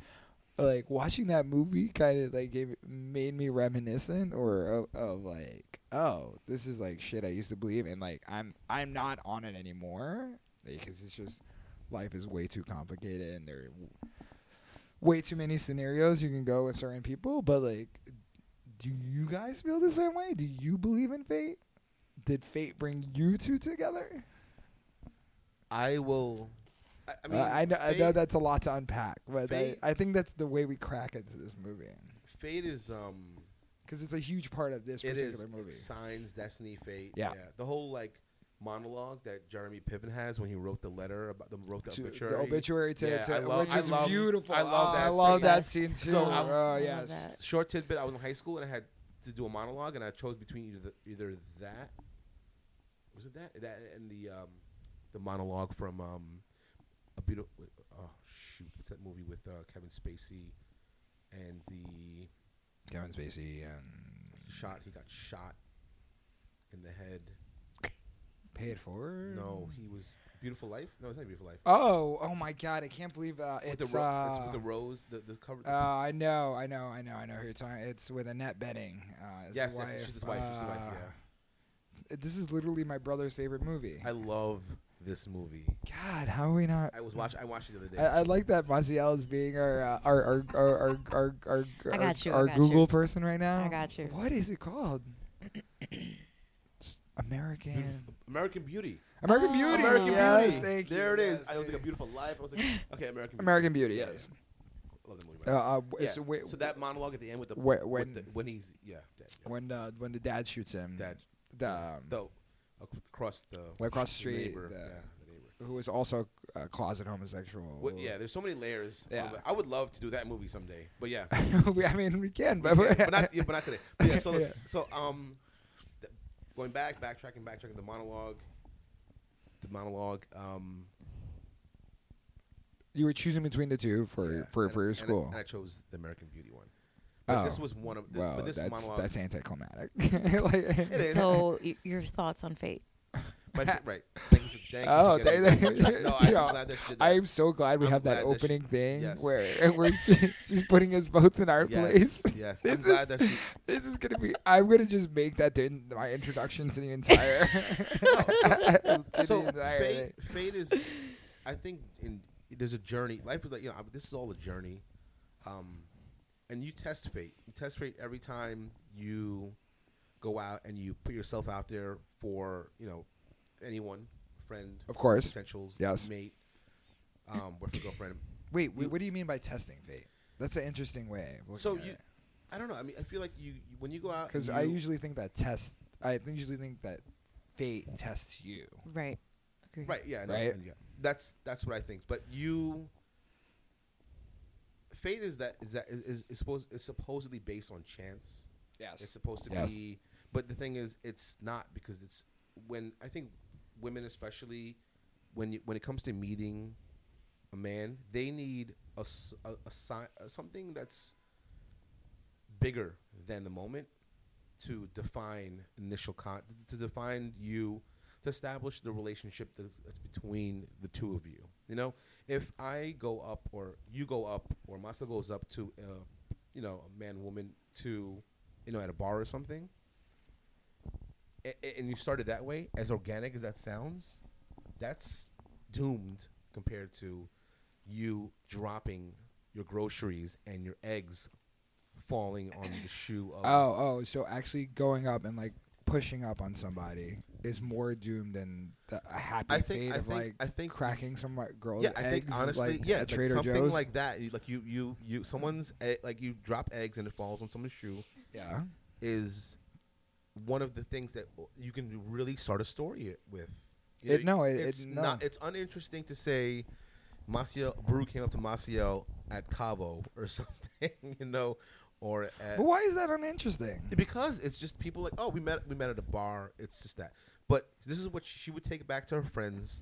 Speaker 1: like watching that movie kind of like gave, made me reminiscent or of, of like, "Oh, this is like shit I used to believe," in. like I'm I'm not on it anymore because it's just life is way too complicated and there are w- way too many scenarios you can go with certain people but like do you guys feel the same way do you believe in fate did fate bring you two together
Speaker 2: I will. I, I
Speaker 1: i,
Speaker 2: mean,
Speaker 1: Uh, I, know, I know
Speaker 2: fate-
Speaker 1: that's a lot to unpack but I,
Speaker 2: Fate-
Speaker 1: I think that's the way we crack into this movie
Speaker 2: Fate is um.
Speaker 1: because it's a huge part of this
Speaker 2: It is
Speaker 1: particular movie
Speaker 2: signs, destiny, fate.
Speaker 1: Yeah.
Speaker 2: the whole like monologue that Jeremy Piven has when he wrote the letter about the wrote the
Speaker 1: To-
Speaker 2: obituary.
Speaker 1: the obituary to,
Speaker 2: Yeah,
Speaker 1: to-
Speaker 2: I love-
Speaker 1: which
Speaker 2: I
Speaker 1: is
Speaker 2: love-
Speaker 1: beautiful
Speaker 2: I love
Speaker 1: Oh,
Speaker 2: that
Speaker 1: I love
Speaker 2: scene.
Speaker 1: that scene too
Speaker 2: So, um, I'm-
Speaker 1: oh
Speaker 3: I love
Speaker 1: yes
Speaker 3: that.
Speaker 2: Short tidbit: I was in high school and I had to do a monologue, and I chose between either, either that, was it that, that and the um, the monologue from um, a beautiful. Oh shoot! What's that movie with uh, Kevin Spacey and the
Speaker 1: kevin spacey um, and
Speaker 2: shot? He got shot in the head.
Speaker 1: pay it forward
Speaker 2: No, he was Beautiful Life? No, it's not Beautiful Life.
Speaker 1: Oh, oh my God! I can't believe uh,
Speaker 2: With
Speaker 1: it's.
Speaker 2: the ro-
Speaker 1: uh,
Speaker 2: it's with the rose, the, the cover.
Speaker 1: uh, I know, I know, I know, I know. Who you're talking. It's with Annette Bening. Uh, is
Speaker 2: yes,
Speaker 1: the
Speaker 2: yes,
Speaker 1: wife.
Speaker 2: she's his wife. She's his wife.
Speaker 1: Uh,
Speaker 2: Yeah.
Speaker 1: This is literally my brother's favorite movie.
Speaker 2: I love this movie.
Speaker 1: God, how are we not?
Speaker 2: I was watch. I watched it the other day.
Speaker 1: I, I like that Maciel is being our uh, our our our our our, our,
Speaker 3: I got you, I
Speaker 1: our
Speaker 3: got
Speaker 1: Google
Speaker 3: you.
Speaker 1: person right now.
Speaker 3: I got you.
Speaker 1: What is it called? It's American
Speaker 2: American Beauty.
Speaker 1: American
Speaker 3: Oh.
Speaker 1: Beauty.
Speaker 2: American
Speaker 1: yes,
Speaker 2: Beauty.
Speaker 1: Thank you.
Speaker 2: there it is.
Speaker 1: yes,
Speaker 2: I was like a
Speaker 1: thank you.
Speaker 2: Beautiful Life. I was like, okay, American.
Speaker 1: American Beauty.
Speaker 2: Yeah, yeah.
Speaker 1: Yes.
Speaker 2: I love that movie. man.
Speaker 1: Uh, uh, w-
Speaker 2: yeah.
Speaker 1: So, wait,
Speaker 2: so that monologue at the end with the
Speaker 1: wh-
Speaker 2: with
Speaker 1: when-
Speaker 2: the- when he's yeah dead, yeah.
Speaker 1: when uh, when the dad shoots him,
Speaker 2: Dad.
Speaker 1: the, um,
Speaker 2: Though ac- across the
Speaker 1: Like across the street,
Speaker 2: neighbor,
Speaker 1: the-
Speaker 2: yeah, the neighbor.
Speaker 1: who is also a closet homosexual.
Speaker 2: What- yeah, there's so many layers.
Speaker 1: Oh, Yeah.
Speaker 2: of it. I would love to do that movie someday, but yeah,
Speaker 1: We- I mean, we can,
Speaker 2: but,
Speaker 1: but,
Speaker 2: but not yeah, but not today. But yeah, so
Speaker 1: Yeah.
Speaker 2: so um, th- going back, backtracking, backtracking the monologue, the monologue. Um,
Speaker 1: you were choosing between the two for
Speaker 2: yeah,
Speaker 1: for,
Speaker 2: and-
Speaker 1: for your
Speaker 2: and I-
Speaker 1: school.
Speaker 2: and I chose the American Beauty one. But this
Speaker 1: Oh.
Speaker 2: was one of the,
Speaker 1: well,
Speaker 2: but this
Speaker 1: that's
Speaker 2: monologue.
Speaker 1: that's anticlimactic. like,
Speaker 2: It is.
Speaker 3: So y- your thoughts on fate?
Speaker 2: but th- right. Thank you for, thank
Speaker 1: Oh,
Speaker 2: you for
Speaker 1: thank-
Speaker 2: getting that. no, I,
Speaker 1: yeah.
Speaker 2: am glad that you did that.
Speaker 1: I'm so glad we
Speaker 2: I'm
Speaker 1: have that
Speaker 2: glad that she-
Speaker 1: opening thing
Speaker 2: yes.
Speaker 1: where where she, she's putting us both in our
Speaker 2: Yes,
Speaker 1: place.
Speaker 2: yes.
Speaker 1: This
Speaker 2: I'm glad
Speaker 1: is-
Speaker 2: that she
Speaker 1: This is gonna be. I'm gonna just make that the, my introduction to the entire. to
Speaker 2: so
Speaker 1: the entire
Speaker 2: fate,
Speaker 1: thing.
Speaker 2: fate is i think in there's a journey life is like you know this is all a journey um and you test fate you test fate every time you go out and you put yourself out there for you know anyone friend
Speaker 1: Of course.
Speaker 2: potentials
Speaker 1: Yes.
Speaker 2: mate um boyfriend girlfriend
Speaker 1: Wait, wait,
Speaker 2: you-
Speaker 1: what do you mean by testing fate? That's an interesting way. Of looking
Speaker 2: so
Speaker 1: at
Speaker 2: you
Speaker 1: it.
Speaker 2: i don't know i mean i feel like you, you when you go out
Speaker 1: Because
Speaker 2: and
Speaker 1: I
Speaker 2: you-
Speaker 1: usually think that test. I th- usually think that fate tests you.
Speaker 3: Right. Agree.
Speaker 2: Right. Yeah. I know,
Speaker 1: Right?
Speaker 2: and yeah. That's that's what I think. But you, fate is that is that is, is, is supposed is supposedly based on chance.
Speaker 1: Yes.
Speaker 2: It's supposed to
Speaker 1: Yes.
Speaker 2: be, but the thing is, it's not because it's when I think women, especially when you, when it comes to meeting a man, they need a s- a, a sign uh, something that's bigger than the moment to define initial con to define you to establish the relationship that's, that's between the two of you. You know, if I go up or you go up or Masa goes up to, uh, you know, a man woman to, you know, at a bar or something, a- a- and you started that way, as organic as that sounds, that's doomed compared to you dropping your groceries and your eggs falling on the shoe of
Speaker 1: Oh, oh, so actually going up and like pushing up on somebody is more doomed than the, a happy
Speaker 2: I think-
Speaker 1: fate
Speaker 2: I
Speaker 1: of
Speaker 2: think-
Speaker 1: like
Speaker 2: I think-
Speaker 1: cracking some like girl's
Speaker 2: yeah, I
Speaker 1: eggs,
Speaker 2: think honestly,
Speaker 1: like
Speaker 2: yeah,
Speaker 1: at
Speaker 2: like
Speaker 1: Trader
Speaker 2: something
Speaker 1: Joe's.
Speaker 2: like that. You, like you, you, you, someone's e- like you drop eggs and it falls on someone's shoe
Speaker 1: yeah,
Speaker 2: is one of the things that w- you can really start a story i- with. You
Speaker 1: It- no, it-
Speaker 2: it's
Speaker 1: it-
Speaker 2: not.
Speaker 1: no.
Speaker 2: It's uninteresting to say, Maciel Brew came up to Maciel at Cabo or something, you know, or at,
Speaker 1: but why is that uninteresting?
Speaker 2: because it's just people like, oh, we met, we met at a bar. It's just that. But this is what she would take back to her friends.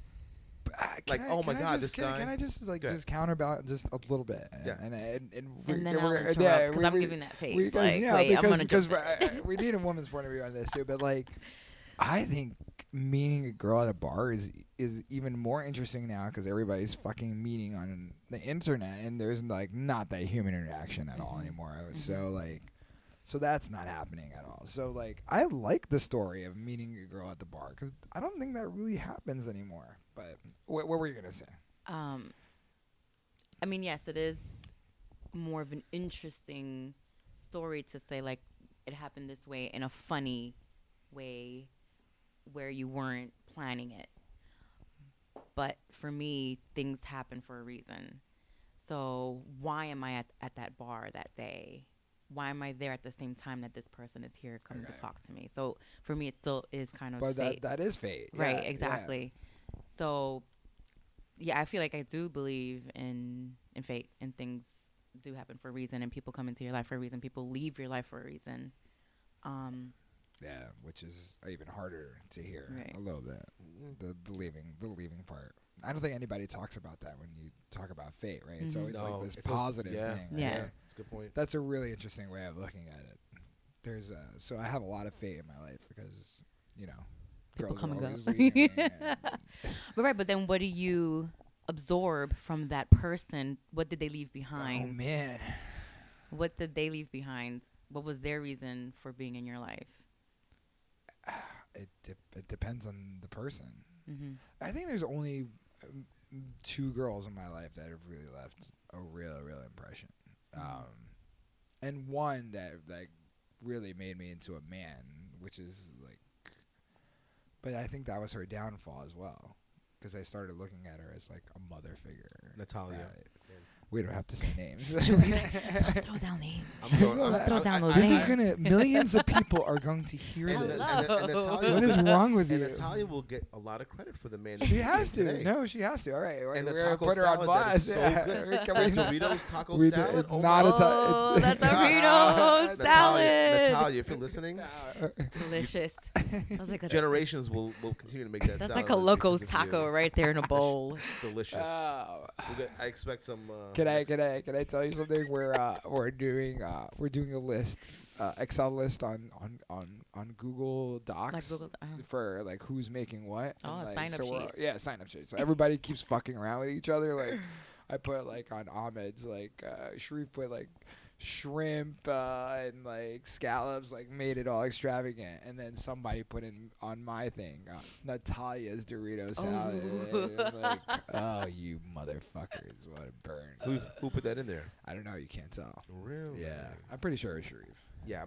Speaker 1: But, uh, can
Speaker 2: like,
Speaker 1: I-
Speaker 2: oh my
Speaker 1: can I just,
Speaker 2: God, this
Speaker 1: can, I-
Speaker 2: guy-
Speaker 1: Can I just like
Speaker 2: Go ahead.
Speaker 1: just counterbalance just a little bit? And,
Speaker 2: Yeah.
Speaker 1: and and, and, we,
Speaker 3: And then I'll
Speaker 1: we're,
Speaker 3: interrupt
Speaker 1: yeah,
Speaker 3: because
Speaker 1: we-
Speaker 3: I'm
Speaker 1: we-
Speaker 3: giving that face.
Speaker 1: we- 'cause,
Speaker 3: like,
Speaker 1: yeah,
Speaker 3: wait,
Speaker 1: because,
Speaker 3: I'm gonna
Speaker 1: because
Speaker 3: jump
Speaker 1: we- I- I- we need a woman's point of view on this too. But like, I think meeting a girl at a bar is is even more interesting now because everybody's fucking meeting on the internet and there's like not that human interaction at all
Speaker 3: Mhm.
Speaker 1: anymore. So like. So that's not happening at all. So like, I like the story of meeting a girl at the bar because I don't think that really happens anymore. But wh- what were you gonna say?
Speaker 3: Um, I mean, yes, it is more of an interesting story to say like it happened this way in a funny way where you weren't planning it. But for me, things happen for a reason. So why am I at, at that bar that day? Why am I there at the same time that this person is here coming
Speaker 1: Okay.
Speaker 3: to talk to me? So for me, it still is kind of
Speaker 1: But
Speaker 3: fate.
Speaker 1: that, that is fate. Yeah,
Speaker 3: Right,
Speaker 1: yeah.
Speaker 3: exactly. So yeah, I feel like I do believe in in fate and things do happen for a reason and people come into your life for a reason, people leave your life for a reason. Um
Speaker 1: Yeah, which is even harder to hear
Speaker 3: Right.
Speaker 1: a little bit.
Speaker 2: Mm,
Speaker 1: The, the leaving the leaving part. I don't think anybody talks about that when you talk about fate, right? It's
Speaker 3: Mhm.
Speaker 1: always
Speaker 2: No,
Speaker 1: like this
Speaker 2: it feels-
Speaker 1: positive
Speaker 2: yeah,
Speaker 1: thing. right?
Speaker 3: Yeah.
Speaker 2: It's a good point.
Speaker 1: That's a really interesting way of looking at it. There's uh so I have a lot of fate in my life because, you know,
Speaker 3: People
Speaker 1: Girls
Speaker 3: come
Speaker 1: are
Speaker 3: and go.
Speaker 1: always leaving, man.
Speaker 3: But right, but then what do you absorb from that person? What did they leave
Speaker 1: oh
Speaker 3: behind?
Speaker 1: man.
Speaker 3: What did they leave behind? What was their reason for being in your life?
Speaker 1: It de- it depends on the person.
Speaker 3: Mm-hmm.
Speaker 1: I think there's only um, two girls in my life that have really left a real, real impression, um, and one that like really made me into a man, which is like. But I think that was her downfall as well, because I started looking at her as like a mother figure.
Speaker 2: Natalia.
Speaker 1: Right. We don't have to say names.
Speaker 3: Throw down names.
Speaker 2: I'm going.
Speaker 1: Throw
Speaker 2: I- I-
Speaker 3: down
Speaker 2: I-
Speaker 3: those
Speaker 1: this is
Speaker 3: names.
Speaker 1: gonna millions of people are going to hear
Speaker 2: And,
Speaker 1: this.
Speaker 3: Hello.
Speaker 2: and- and Natalia-
Speaker 1: What is wrong with
Speaker 2: and
Speaker 1: you?
Speaker 2: Natalia will get a lot of credit for the man.
Speaker 1: She has to.
Speaker 2: today.
Speaker 1: No, she has to. All right, we're
Speaker 2: And the
Speaker 1: gonna
Speaker 2: taco
Speaker 1: put her on
Speaker 2: salad that
Speaker 1: blast.
Speaker 2: is so
Speaker 1: Yeah.
Speaker 2: good.
Speaker 1: Can we-
Speaker 2: And Doritos taco
Speaker 1: We did-
Speaker 2: salad.
Speaker 1: it's
Speaker 2: Oh
Speaker 1: not
Speaker 2: my
Speaker 1: a ta-
Speaker 3: Oh,
Speaker 1: it's-
Speaker 3: that's a
Speaker 2: God.
Speaker 3: burrito
Speaker 2: Natalia,
Speaker 3: salad.
Speaker 2: Natalia, if you're listening,
Speaker 3: Delicious. Sounds like a
Speaker 2: generations will will continue to make that.
Speaker 3: That's
Speaker 2: salad
Speaker 3: like a
Speaker 2: and
Speaker 3: loco's
Speaker 2: give you-
Speaker 3: taco right there in a bowl.
Speaker 2: Delicious.
Speaker 1: Oh.
Speaker 2: We'll get- I expect some. Uh,
Speaker 1: Can I
Speaker 2: next-
Speaker 1: can I can I tell you something? We're uh, we're doing uh, we're doing a list, uh, Excel list on on on on Google Docs.
Speaker 3: like Google. uh,
Speaker 1: for like who's making what.
Speaker 3: Oh, a
Speaker 1: like,
Speaker 3: sign-up
Speaker 1: so we're-
Speaker 3: sheet.
Speaker 1: Yeah, sign up sheet. So everybody keeps fucking around with each other. Like I put like on Ahmed's like uh, Sharif put like shrimp uh, and like scallops, like made it all extravagant. And then somebody put in on my thing uh, Natalia's Dorito salad. And I'm like, oh, you motherfuckers, what a burn!
Speaker 2: Who, Oh, who put that in there?
Speaker 1: I don't know. You can't tell.
Speaker 2: Really?
Speaker 1: Yeah, I'm pretty sure it's Sharif.
Speaker 2: Yeah.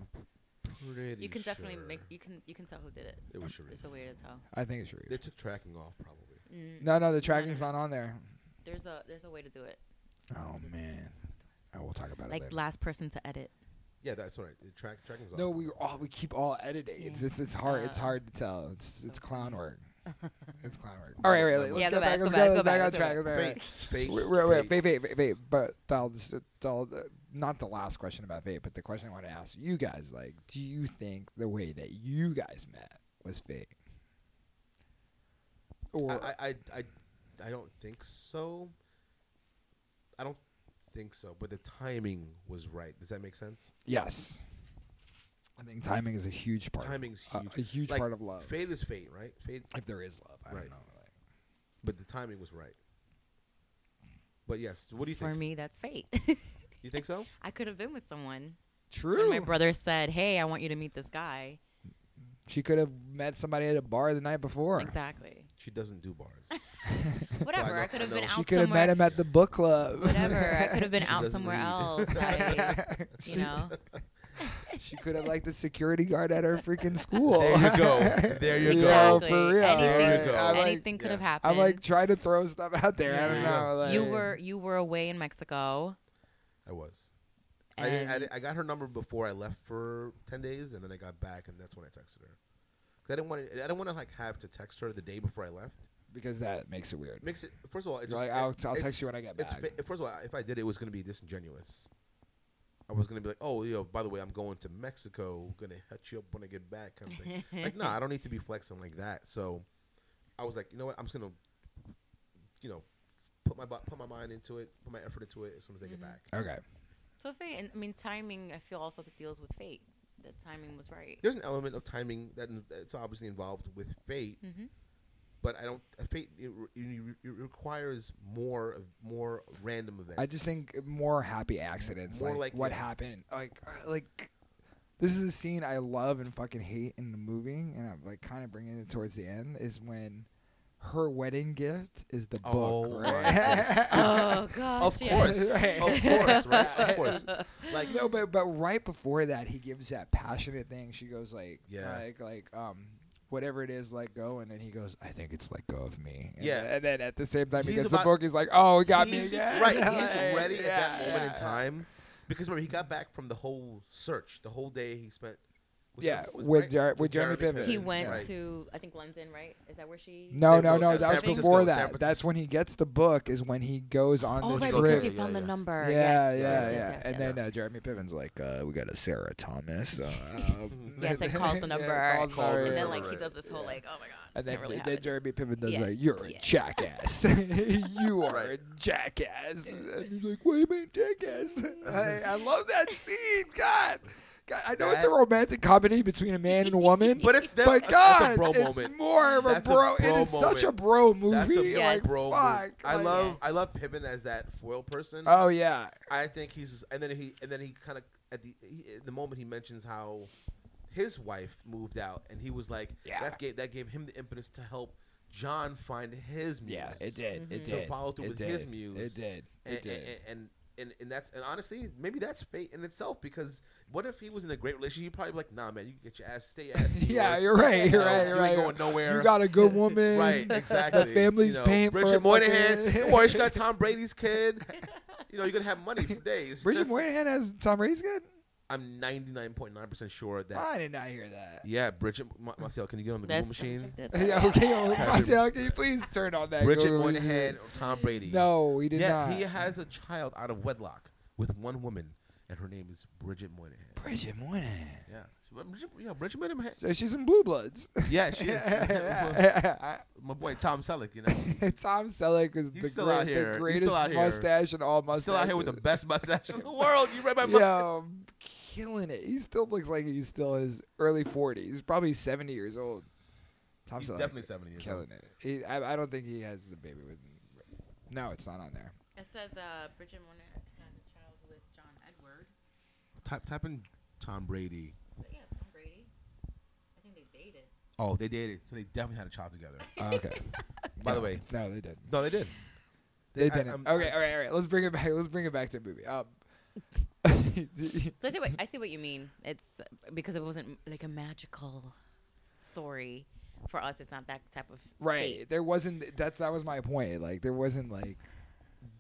Speaker 2: I'm pretty.
Speaker 3: You can definitely
Speaker 2: sure
Speaker 3: make. You can. You can tell who did it.
Speaker 2: It was Sharif.
Speaker 3: It's a way to tell.
Speaker 1: I think it's Sharif.
Speaker 2: They took tracking off probably.
Speaker 3: Mm.
Speaker 1: no, no, the tracking's not on there.
Speaker 3: There's a there's a way to do it.
Speaker 1: Oh man, I will talk about it
Speaker 3: Like
Speaker 1: later.
Speaker 3: last person to edit.
Speaker 2: Yeah, that's all right. The track tracking's off.
Speaker 1: No, we all we keep all editing.
Speaker 3: Yeah.
Speaker 1: It's, it's it's hard. it's
Speaker 3: Uh,
Speaker 1: hard to tell. It's it's
Speaker 3: okay.
Speaker 1: clown work. it's clown work. All right, all right. Let's
Speaker 3: Yeah,
Speaker 1: go
Speaker 3: go
Speaker 1: back.
Speaker 3: back,
Speaker 1: Let's
Speaker 3: go back,
Speaker 1: go
Speaker 3: go
Speaker 1: back
Speaker 3: back,
Speaker 1: on
Speaker 3: go
Speaker 1: track.
Speaker 3: back.
Speaker 1: Go
Speaker 2: Fake,
Speaker 1: back.
Speaker 2: fake,
Speaker 1: Wait, wait, wait,
Speaker 2: fake.
Speaker 1: vape, vape, vape, vape. But that'll just, that'll, uh, not the last question about vape, but the question I want to ask you guys: like, do you think the way that you guys met was fake? Or
Speaker 2: I, I, I, I don't think so. I don't think so. But the timing was right. Does that make sense?
Speaker 1: yes, I think timing is a huge part.
Speaker 2: Timing's
Speaker 1: a,
Speaker 2: huge.
Speaker 1: a huge
Speaker 2: Like,
Speaker 1: part of love.
Speaker 2: Fate is fate, right? Fate,
Speaker 1: if there is love, I
Speaker 2: Right.
Speaker 1: don't know. Like,
Speaker 2: but the timing was right. But yes, what do you
Speaker 3: For
Speaker 2: think?
Speaker 3: me, that's fate.
Speaker 2: You think so?
Speaker 3: I could have been with someone.
Speaker 1: True.
Speaker 3: And my brother said, "Hey, I want you to meet this guy."
Speaker 1: She could have met somebody at a bar the night before.
Speaker 3: Exactly.
Speaker 2: She doesn't do bars.
Speaker 3: Whatever.
Speaker 2: know-
Speaker 3: I could have
Speaker 2: I
Speaker 3: been
Speaker 2: know.
Speaker 3: out
Speaker 1: She could have
Speaker 3: somewhere.
Speaker 1: met him at the book club.
Speaker 3: Whatever. I could have been out
Speaker 2: doesn't
Speaker 3: somewhere
Speaker 2: read.
Speaker 3: else. I,
Speaker 1: She-
Speaker 3: you know.
Speaker 1: She could have liked the security guard at her freaking school.
Speaker 2: There you go. There you
Speaker 1: Yo,
Speaker 2: go.
Speaker 3: Exactly.
Speaker 1: for real.
Speaker 2: There you
Speaker 3: Anything,
Speaker 2: go.
Speaker 1: I'm like,
Speaker 3: anything could
Speaker 2: yeah.
Speaker 3: have happened.
Speaker 1: I'm like trying to throw stuff out there. I don't
Speaker 3: Yeah.
Speaker 1: know. Like,
Speaker 3: you were you were away in Mexico.
Speaker 2: I was. I, didn't- I,
Speaker 3: and-
Speaker 2: didn't- I got her number before I left for ten days, and then I got back, and that's when I texted her. 'Cause I didn't want to. I didn't want to like have to text her the day before I left.
Speaker 1: because that makes it weird.
Speaker 2: Makes it. First of all, it
Speaker 1: You're like,
Speaker 2: just- it-
Speaker 1: I'll, I'll text
Speaker 2: it's-
Speaker 1: you when I get
Speaker 2: It's
Speaker 1: back.
Speaker 2: fa- first of all, if I did, it was going to be disingenuous. I was going to be like, "Oh, yo, by the way, I'm going to Mexico. Gonna hit you up when I get back." Kind of thing. like, no, I don't need to be flexing like that. So, I was like, you know what? I'm just gonna, you know, put my bu- put my mind into it, put my effort into it as soon as I
Speaker 3: Mhm.
Speaker 2: get back.
Speaker 1: okay.
Speaker 3: So fate, and I mean timing. I feel also deals with fate. The timing was right.
Speaker 2: There's an element of timing that in- that's obviously involved with fate,
Speaker 3: Mm-hmm.
Speaker 2: but I don't. uh, Fate it, re- it, re- it requires more of more random events.
Speaker 1: I just think more happy accidents.
Speaker 2: More
Speaker 1: like,
Speaker 2: like,
Speaker 1: what
Speaker 2: yeah.
Speaker 1: happened. Like uh, like this is a scene I love and fucking hate in the movie, and I'm like kind of bringing it towards the end is when her wedding gift is the book.
Speaker 2: Oh,
Speaker 1: Right?
Speaker 3: oh gosh.
Speaker 2: of
Speaker 3: yeah.
Speaker 2: course,
Speaker 1: Right.
Speaker 2: of course, right? Of course. Like
Speaker 1: no, but but right before that, he gives that passionate thing. She goes like
Speaker 2: Yeah.
Speaker 1: like like um. Whatever it is, let go, and then he goes. I think it's let go of me. And
Speaker 2: Yeah.
Speaker 1: then- and then at the same time, he
Speaker 2: He's
Speaker 1: gets the
Speaker 2: about-
Speaker 1: book. He's like, "Oh, he got me
Speaker 2: He's-
Speaker 1: again."
Speaker 2: Right,
Speaker 1: Like,
Speaker 2: he's ready at that
Speaker 1: yeah,
Speaker 2: moment
Speaker 1: yeah.
Speaker 2: in time. Because remember, he got back from the whole search, the whole day he spent. was it-
Speaker 1: Yeah,
Speaker 2: was it
Speaker 1: with
Speaker 2: right?
Speaker 1: Jer- with Jeremy Piven.
Speaker 3: He
Speaker 1: Yeah.
Speaker 3: went
Speaker 2: Right.
Speaker 3: to I think London, right? Is that where she?
Speaker 1: No,
Speaker 2: They
Speaker 1: no,
Speaker 2: both
Speaker 1: no.
Speaker 2: have
Speaker 1: That was
Speaker 2: San
Speaker 1: before
Speaker 2: Francisco, San
Speaker 1: that. That's
Speaker 2: Francisco.
Speaker 1: when he gets the book. Is when he goes on
Speaker 3: Oh,
Speaker 1: the
Speaker 3: right,
Speaker 2: trip.
Speaker 3: because he
Speaker 2: Yeah,
Speaker 3: found
Speaker 2: yeah.
Speaker 3: the number.
Speaker 1: Yeah, yeah,
Speaker 3: yes,
Speaker 1: yeah.
Speaker 3: yes, yes, yes,
Speaker 1: and
Speaker 3: yes.
Speaker 1: then uh, Jeremy Piven's like, uh, "We got a Sarah Thomas." Uh,
Speaker 3: Yes, I called the number.
Speaker 1: calls
Speaker 2: Called the
Speaker 1: number.
Speaker 3: And then
Speaker 2: Right, right,
Speaker 3: like he
Speaker 2: right.
Speaker 3: does this whole
Speaker 1: Yeah.
Speaker 3: like, oh my god,
Speaker 1: And
Speaker 3: this
Speaker 1: then,
Speaker 3: can't really
Speaker 1: then
Speaker 3: happen.
Speaker 1: Jeremy Piven does
Speaker 3: Yeah.
Speaker 1: like, "You're a
Speaker 3: Yeah.
Speaker 1: jackass. you are a
Speaker 2: Right.
Speaker 1: jackass." And he's like, "What do you mean, jackass?" I, I love that scene. God, God, I know it's a
Speaker 2: That-
Speaker 1: romantic comedy between a man and a woman,
Speaker 2: But it's
Speaker 1: but
Speaker 2: that's
Speaker 1: God,
Speaker 2: a bro
Speaker 1: it's
Speaker 2: moment.
Speaker 1: more of a
Speaker 2: That's a
Speaker 1: bro.
Speaker 2: bro
Speaker 1: it is such a
Speaker 2: moment.
Speaker 1: bro
Speaker 2: That's
Speaker 1: movie.
Speaker 2: a
Speaker 3: Yes.
Speaker 1: Like,
Speaker 2: bro
Speaker 1: fuck.
Speaker 2: move. I
Speaker 1: like-
Speaker 2: love I love Pippin as that foil person.
Speaker 1: Oh yeah,
Speaker 2: I think he's and then he and then he kind of at the he, at the moment he mentions how his wife moved out and he was like
Speaker 1: Yeah.
Speaker 2: that gave that gave him the impetus to help John find his muse.
Speaker 1: yeah. It did. It did.
Speaker 3: Mhm.
Speaker 2: To follow through
Speaker 1: it
Speaker 2: with
Speaker 1: did.
Speaker 2: his muse.
Speaker 1: It did.
Speaker 2: and
Speaker 1: It did.
Speaker 2: and, and, and and that's and honestly maybe that's fate in itself because what if he was in a great relationship he'd probably be like nah man you can get your ass stay ass
Speaker 1: yeah,
Speaker 2: moving.
Speaker 1: you're right. You're
Speaker 2: You know,
Speaker 1: right. You're
Speaker 2: you
Speaker 1: right.
Speaker 2: ain't Oh, going nowhere
Speaker 1: You got a good woman.
Speaker 2: right exactly
Speaker 1: The family's
Speaker 2: you know,
Speaker 1: paying for
Speaker 2: Richard
Speaker 1: a
Speaker 2: Moynihan
Speaker 1: fucking-
Speaker 2: don't worry she got Tom Brady's kid you know you're gonna have money for days
Speaker 1: Bridget Moynihan has Tom Brady's good.
Speaker 2: I'm 99.9% sure that.
Speaker 1: I did not hear that.
Speaker 2: Yeah, Bridget Ma- Marcel, can you get on the
Speaker 3: That's
Speaker 2: Google machine?
Speaker 3: that's-
Speaker 1: Yeah, okay, okay,
Speaker 2: Tyler-
Speaker 1: Marcel, can you please turn on that?
Speaker 2: Bridget
Speaker 1: Google machine?
Speaker 2: Moynihan or Tom Brady?
Speaker 1: No, we did
Speaker 2: yeah,
Speaker 1: not.
Speaker 2: he has a child out of wedlock with one woman, and her name is Bridget Moynihan.
Speaker 1: Bridget Moynihan.
Speaker 2: Yeah, She- Bridget, yeah, Bridget Moynihan.
Speaker 1: So she's in Blue Bloods.
Speaker 2: Yeah, she is. my boy Tom Selleck, you know,
Speaker 1: Tom Selleck is
Speaker 2: He's
Speaker 1: the,
Speaker 2: still
Speaker 1: great-
Speaker 2: out
Speaker 1: the
Speaker 2: here. He's
Speaker 1: greatest
Speaker 2: still out here.
Speaker 1: mustache in all mustaches.
Speaker 2: still out here with the best mustache in the world. You read my mind.
Speaker 1: Yo, killing it. He still looks like he's still in his early 40s. He's probably 70 years old. Tom
Speaker 2: He's
Speaker 1: Selleck,
Speaker 2: definitely 70 years
Speaker 1: killing
Speaker 2: old.
Speaker 1: it. He, I, I don't think he has a baby with. No, it's not on there.
Speaker 3: It says uh, Bridget Moynihan had a child with John Edward.
Speaker 2: Type, type in Tom Brady.
Speaker 3: But yeah, Tom Brady. I think they dated.
Speaker 2: Oh, they dated, so they definitely had a child together.
Speaker 1: okay.
Speaker 2: Uh, By the
Speaker 1: No.
Speaker 2: way,
Speaker 1: no, they did.
Speaker 2: no, they did.
Speaker 1: They
Speaker 2: I- um,
Speaker 1: didn't.
Speaker 2: I'm-
Speaker 1: okay, all right, all right. Let's bring it back. Let's bring it back to the movie. Um,
Speaker 3: So I see what I see what you mean. It's because it wasn't like a magical story for us. It's not that type of
Speaker 1: right.
Speaker 3: fate.
Speaker 1: There wasn't. That's that was my point. Like there wasn't like.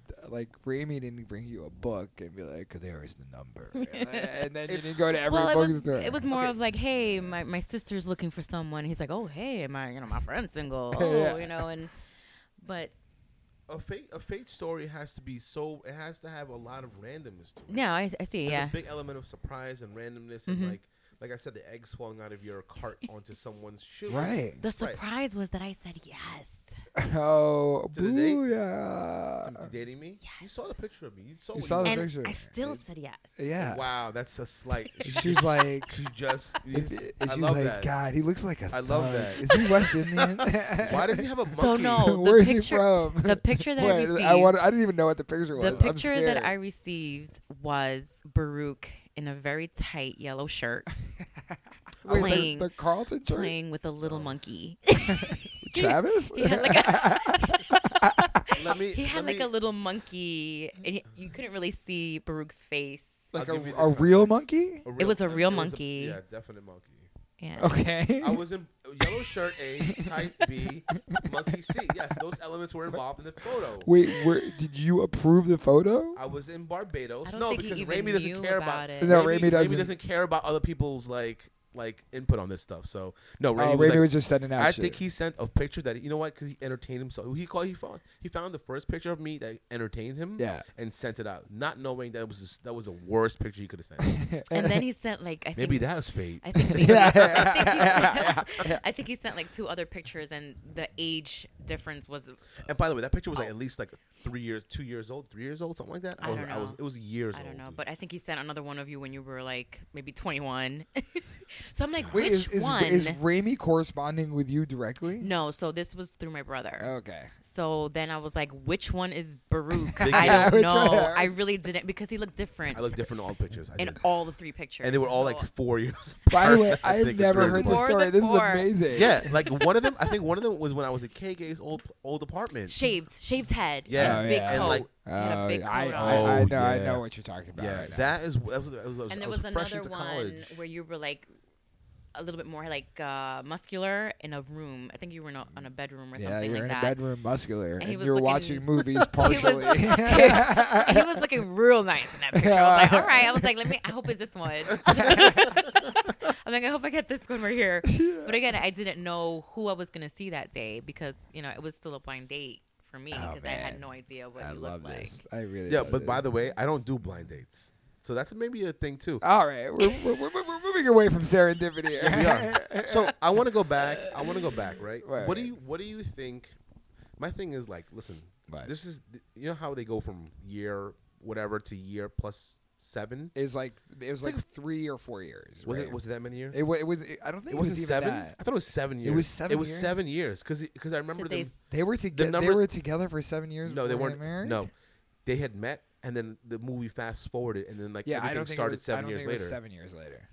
Speaker 1: th- Like Raimi didn't bring you a book and be like, "There is the number," and then you
Speaker 2: If-
Speaker 1: didn't go to every
Speaker 3: Well, it was,
Speaker 1: bookstore.
Speaker 3: it was more
Speaker 2: Okay.
Speaker 3: of like, hey, my, my sister's looking for someone. He's like, oh, hey, my you know my friend's single. Oh,
Speaker 1: Yeah.
Speaker 3: you know, and but
Speaker 2: a fate a fate story has to be so it has to have a lot of randomness to it.
Speaker 3: no, I, I see,
Speaker 2: There's
Speaker 3: yeah,
Speaker 2: a big element of surprise and randomness
Speaker 3: Mhm.
Speaker 2: and like like I said, the eggs falling out of your cart onto someone's shoe.
Speaker 1: right.
Speaker 3: The surprise was that I said yes.
Speaker 1: Oh,
Speaker 2: To the date?
Speaker 1: booyah!
Speaker 2: To dating me? You saw the picture of me. You saw.
Speaker 1: You
Speaker 2: what
Speaker 1: saw the
Speaker 3: and
Speaker 1: picture.
Speaker 3: I still
Speaker 1: It-
Speaker 3: said yes.
Speaker 1: yeah.
Speaker 2: Wow, that's a slight. she
Speaker 1: She's like,
Speaker 2: she just. you
Speaker 1: if-
Speaker 2: just-
Speaker 1: if
Speaker 2: I
Speaker 1: she's
Speaker 2: love
Speaker 1: like,
Speaker 2: that.
Speaker 1: God, he looks like a.
Speaker 2: I love
Speaker 1: thug.
Speaker 2: that.
Speaker 1: Is he West Indian?
Speaker 2: Why does he have a monkey?
Speaker 3: So no, the
Speaker 1: Where's he
Speaker 3: picture,
Speaker 1: from?
Speaker 3: the picture that I
Speaker 1: Wait,
Speaker 3: received,
Speaker 1: I, wanna- I didn't even know what the picture was.
Speaker 3: the
Speaker 1: I'm
Speaker 3: picture
Speaker 1: scared.
Speaker 3: that I received was Baruch in a very tight yellow shirt
Speaker 1: Wait, the-
Speaker 3: playing-
Speaker 1: the, Carlton shirt?
Speaker 3: playing with a little monkey.
Speaker 1: Travis?
Speaker 3: he had like a,
Speaker 2: Let me.
Speaker 3: he had
Speaker 2: let
Speaker 3: like
Speaker 2: me-
Speaker 3: a little monkey, and he- you couldn't really see Baruch's face.
Speaker 1: Like
Speaker 2: I'll
Speaker 1: a,
Speaker 2: give you the
Speaker 1: a real
Speaker 2: context.
Speaker 1: monkey?
Speaker 2: a
Speaker 3: was a
Speaker 2: it
Speaker 3: real
Speaker 2: a-
Speaker 3: monkey.
Speaker 2: yeah, definite monkey.
Speaker 3: Yeah.
Speaker 1: Okay.
Speaker 2: I was in yellow shirt A, type B, monkey C. Yes, those elements were involved in the photo.
Speaker 1: Wait, were, did you approve the photo? Oh,
Speaker 2: I was in Barbados.
Speaker 3: I don't
Speaker 2: no,
Speaker 3: think he
Speaker 2: because
Speaker 3: even
Speaker 2: Raimi doesn't
Speaker 3: knew
Speaker 2: care
Speaker 3: about
Speaker 2: about,
Speaker 3: it.
Speaker 1: No, Raimi
Speaker 2: Raimi,
Speaker 1: doesn't.
Speaker 2: care about other people's like like input on this stuff. So no, Raimi,
Speaker 1: oh,
Speaker 2: was,
Speaker 1: Raimi
Speaker 2: like-
Speaker 1: was just sending out
Speaker 2: I
Speaker 1: shit.
Speaker 2: think he sent a picture that you know what? Because he entertained himself. He called. He found. He found the first picture of me that entertained him.
Speaker 1: Yeah.
Speaker 2: And sent it out, not knowing that it was just, that was the worst picture he could have sent.
Speaker 3: And then he sent like I think
Speaker 2: Maybe that was fate.
Speaker 3: I think, we-
Speaker 1: Yeah.
Speaker 3: I, think he, I think he sent like two other pictures, and the age difference was
Speaker 2: and by the way, that picture was like at least like three years, two years old, three years old, something like that.
Speaker 3: I
Speaker 2: was,
Speaker 3: don't
Speaker 2: I was.
Speaker 3: know.
Speaker 2: It was years
Speaker 3: I
Speaker 2: old.
Speaker 3: don't know, but I think he sent another one of you when you were like maybe 21. so I'm like,
Speaker 1: Wait, is,
Speaker 3: which
Speaker 1: is,
Speaker 3: one?
Speaker 1: is Raimi corresponding with you directly?
Speaker 3: no, so this was through my brother.
Speaker 1: Okay.
Speaker 3: So then I was like, which one is Baruch?
Speaker 2: Big
Speaker 3: I
Speaker 1: deal.
Speaker 3: don't
Speaker 1: Which
Speaker 3: know.
Speaker 1: one?
Speaker 3: I really didn't because he looked different
Speaker 2: I looked different in all pictures. I
Speaker 3: in
Speaker 2: did.
Speaker 3: all the three pictures.
Speaker 2: and they were all
Speaker 3: So
Speaker 2: like four years.
Speaker 1: By the way,
Speaker 2: apart.
Speaker 1: I
Speaker 2: think
Speaker 1: have
Speaker 2: it's
Speaker 1: never
Speaker 2: really
Speaker 1: heard this
Speaker 2: important.
Speaker 3: More
Speaker 1: story.
Speaker 3: than
Speaker 1: This is
Speaker 3: four.
Speaker 1: amazing.
Speaker 2: Yeah, like one of them. I think one of them was when I was at KK's old old apartment.
Speaker 3: shaved, shaved head.
Speaker 2: Yeah.
Speaker 3: and
Speaker 1: Oh,
Speaker 3: big
Speaker 1: yeah.
Speaker 3: coat.
Speaker 1: And,
Speaker 2: like-
Speaker 3: had a big
Speaker 1: Oh, I, I,
Speaker 3: coat
Speaker 2: on.
Speaker 1: I know, I
Speaker 2: Oh, yeah.
Speaker 1: know what you're talking about.
Speaker 2: yeah,
Speaker 1: right now.
Speaker 2: that is. That was, that was,
Speaker 3: and there
Speaker 2: I
Speaker 3: was,
Speaker 2: was, fresh
Speaker 3: another
Speaker 2: into
Speaker 3: one
Speaker 2: college.
Speaker 3: where you were like a little bit more like uh, muscular in a room. I think you were in a, on a bedroom or
Speaker 1: Yeah,
Speaker 3: something
Speaker 1: you're
Speaker 3: like
Speaker 1: in
Speaker 3: that.
Speaker 1: a bedroom muscular, and,
Speaker 3: he was
Speaker 1: you're
Speaker 3: looking-
Speaker 1: watching movies
Speaker 3: was-
Speaker 1: partially.
Speaker 3: he was looking real nice in that picture. I was like, all right. I was like, let me. I hope it's this one. I'm like, I hope I get this one right here. But again, I didn't know who I was gonna see that day because you know it was still a blind date for me
Speaker 1: Oh,
Speaker 3: because I had
Speaker 1: man.
Speaker 3: no idea what
Speaker 1: I
Speaker 3: he
Speaker 1: love
Speaker 3: looked like.
Speaker 1: this. I really.
Speaker 2: yeah,
Speaker 1: love
Speaker 2: but by
Speaker 1: this.
Speaker 2: the way, I don't do blind dates, so that's maybe a thing too.
Speaker 1: all right, we're, we're, we're, we're moving away from serendipity. Here.
Speaker 2: Yeah, we are. so I want to go back. I want to go back. Right?
Speaker 1: Right.
Speaker 2: What do you What do you think? My thing is like, listen,
Speaker 1: Right.
Speaker 2: this is you know how they go from year whatever to year plus seven.
Speaker 1: It was like it was
Speaker 2: It's
Speaker 1: like
Speaker 2: like
Speaker 1: three or four years.
Speaker 2: Was
Speaker 1: right?
Speaker 2: it was it that many years?
Speaker 1: It, wa- it was. It, I don't think it,
Speaker 2: wasn't
Speaker 1: was even
Speaker 2: seven.
Speaker 1: that.
Speaker 2: I thought it was seven years.
Speaker 1: was seven
Speaker 2: It was
Speaker 1: years?
Speaker 2: seven years because I remember
Speaker 3: Did
Speaker 2: them.
Speaker 3: they
Speaker 1: They were together. they
Speaker 2: number-
Speaker 1: were together for seven years.
Speaker 2: no, they
Speaker 1: before
Speaker 2: weren't.
Speaker 1: married?
Speaker 2: No, they had met, and then the movie fast forwarded, and then like
Speaker 1: Yeah, I
Speaker 2: everything
Speaker 1: don't think
Speaker 2: started
Speaker 1: it was, I
Speaker 2: seven
Speaker 1: don't
Speaker 2: years
Speaker 1: think It
Speaker 2: later.
Speaker 1: was seven years later.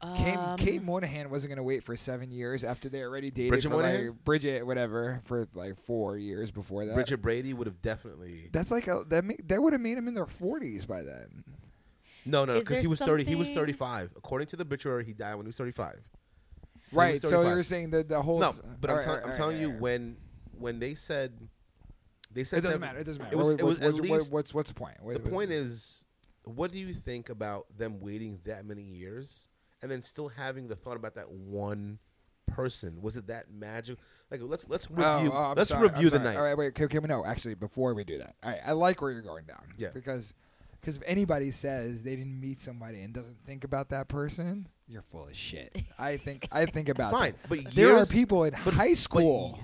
Speaker 3: um,
Speaker 1: Kate, Kate Moynihan wasn't going to wait for seven years after they already dated
Speaker 2: Bridget
Speaker 1: for
Speaker 2: Moynihan?
Speaker 1: like Bridget, whatever, for like four years before that.
Speaker 2: Richard Brady would have definitely
Speaker 1: That's like a that make, that would have made him in their forties by then.
Speaker 2: no no
Speaker 3: Is
Speaker 2: because
Speaker 3: there
Speaker 2: he was thirty. He was
Speaker 3: something-
Speaker 2: thirty five. According to the obituary, he died when he was thirty five.
Speaker 1: Right. So you
Speaker 2: 35.
Speaker 1: were saying that the whole
Speaker 2: No, but I'm,
Speaker 1: Alright,
Speaker 2: tell-
Speaker 1: alright,
Speaker 2: I'm
Speaker 1: alright,
Speaker 2: telling you
Speaker 1: alright.
Speaker 2: when when they said they said
Speaker 1: it doesn't
Speaker 2: seven-
Speaker 1: matter. It doesn't matter.
Speaker 2: was-
Speaker 1: What-
Speaker 2: it was
Speaker 1: what-
Speaker 2: at
Speaker 1: what-
Speaker 2: least-
Speaker 1: what's what's the point?
Speaker 2: The point is, what do you think about them waiting that many years and then still having the thought about that one person? Was it that magic? Like let's let's review
Speaker 1: oh, I'm
Speaker 2: let's
Speaker 1: sorry, I'm
Speaker 2: review the
Speaker 1: sorry.
Speaker 2: night.
Speaker 1: All right, wait. Okay, okay, no. Actually, before we do that, all right, I like where you're going down.
Speaker 2: Yeah.
Speaker 1: Because, because if anybody says they didn't meet somebody and doesn't think about that person, you're full of shit. I think I think about
Speaker 2: Fine,
Speaker 1: them.
Speaker 2: but
Speaker 1: There are
Speaker 2: years-
Speaker 1: people in
Speaker 2: but-
Speaker 1: high
Speaker 2: but-
Speaker 1: school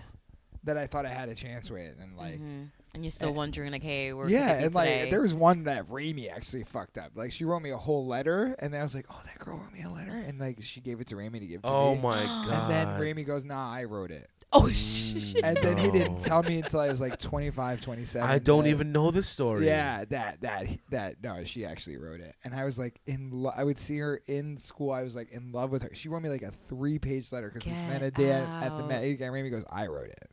Speaker 1: that I thought I had a chance with, and like.
Speaker 3: mhm. And you're still
Speaker 1: eh,
Speaker 3: wondering, like, hey, where
Speaker 1: yeah,
Speaker 3: could it be
Speaker 1: and like
Speaker 3: today?
Speaker 1: there was one that Raimi actually fucked up. Like she wrote me a whole letter, and then I was like, "Oh, that girl wrote me a letter," and like she gave it to Raimi to give to
Speaker 2: Oh
Speaker 1: me.
Speaker 2: my
Speaker 3: And
Speaker 2: god!
Speaker 1: And then Raimi goes, "Nah, I wrote it."
Speaker 3: oh shit.
Speaker 1: and then he didn't
Speaker 2: No.
Speaker 1: tell me until I was like 25, 27.
Speaker 2: I don't
Speaker 1: that-
Speaker 2: even know the story.
Speaker 1: Yeah, that that that no, she actually wrote it, and I was like in. Lo- I would see her in school. I was like in love with her. She wrote me like a three-page letter because we
Speaker 3: Get
Speaker 1: spent a day at, at the
Speaker 3: out.
Speaker 1: Met. And Remy goes, "I wrote it."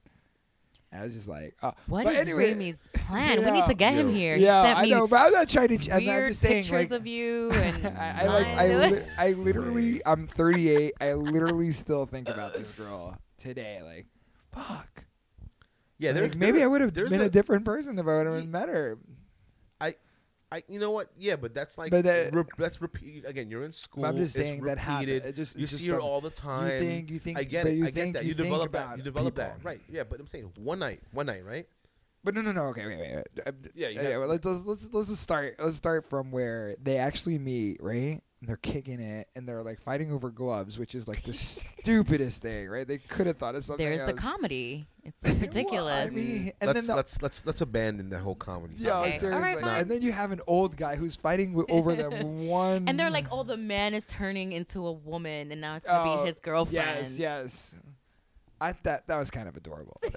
Speaker 1: And I was just like, oh.
Speaker 3: What
Speaker 1: but
Speaker 3: is
Speaker 1: anyway,
Speaker 3: Raimi's plan? we
Speaker 1: Yeah.
Speaker 3: need to get him
Speaker 1: Yeah,
Speaker 2: Yeah.
Speaker 3: here. he sent
Speaker 1: I
Speaker 3: me
Speaker 1: know, but I'm not trying to. ch- I'm not
Speaker 3: weird
Speaker 1: just saying
Speaker 3: pictures
Speaker 1: like.
Speaker 3: of you and
Speaker 1: I, I like I,
Speaker 3: mine.
Speaker 1: li- I literally I'm 38. I literally still think about this girl today. Like, fuck.
Speaker 2: yeah. There,
Speaker 1: Like, maybe
Speaker 2: there-
Speaker 1: I would have
Speaker 2: there's
Speaker 1: been a,
Speaker 2: a-
Speaker 1: different person if I would have
Speaker 2: Ye-
Speaker 1: met her.
Speaker 2: I, you know what? Yeah, but that's like
Speaker 1: But that-
Speaker 2: re- that's repeat again. You're in school.
Speaker 1: I'm just
Speaker 2: it's
Speaker 1: saying that happened.
Speaker 2: repeated.
Speaker 1: It just,
Speaker 2: You
Speaker 1: it's just
Speaker 2: see her
Speaker 1: something-
Speaker 2: all the time.
Speaker 1: You think you think
Speaker 2: I get
Speaker 1: but
Speaker 2: it.
Speaker 1: You
Speaker 2: I
Speaker 1: think,
Speaker 2: get that. You,
Speaker 1: You,
Speaker 2: develop
Speaker 1: think about
Speaker 2: that. You develop
Speaker 1: people.
Speaker 2: that. Right. Yeah, but I'm saying one night. One night, right?
Speaker 1: But no, no, no. Okay, wait, wait. wait. Uh,
Speaker 2: Yeah, you
Speaker 1: uh,
Speaker 2: got-
Speaker 1: well, let's, let's let's let's just start. Let's start from where they actually meet, right? And they're kicking it, and they're like fighting over gloves, which is like the stupidest thing, right? They could have thought of something.
Speaker 3: There's
Speaker 1: else.
Speaker 3: the comedy. It's
Speaker 1: Well, I
Speaker 3: ridiculous.
Speaker 1: mean, and
Speaker 2: let's,
Speaker 1: then the-
Speaker 2: let's let's let's abandon that whole comedy.
Speaker 1: Yeah,
Speaker 3: Okay.
Speaker 1: seriously.
Speaker 3: All right, fine.
Speaker 1: and then you have an old guy who's fighting wi- over them one.
Speaker 3: and they're like, "Oh, the man is turning into a woman, and now it's gonna
Speaker 1: Oh,
Speaker 3: be his girlfriend."
Speaker 1: Yes, yes. I that that was kind of adorable.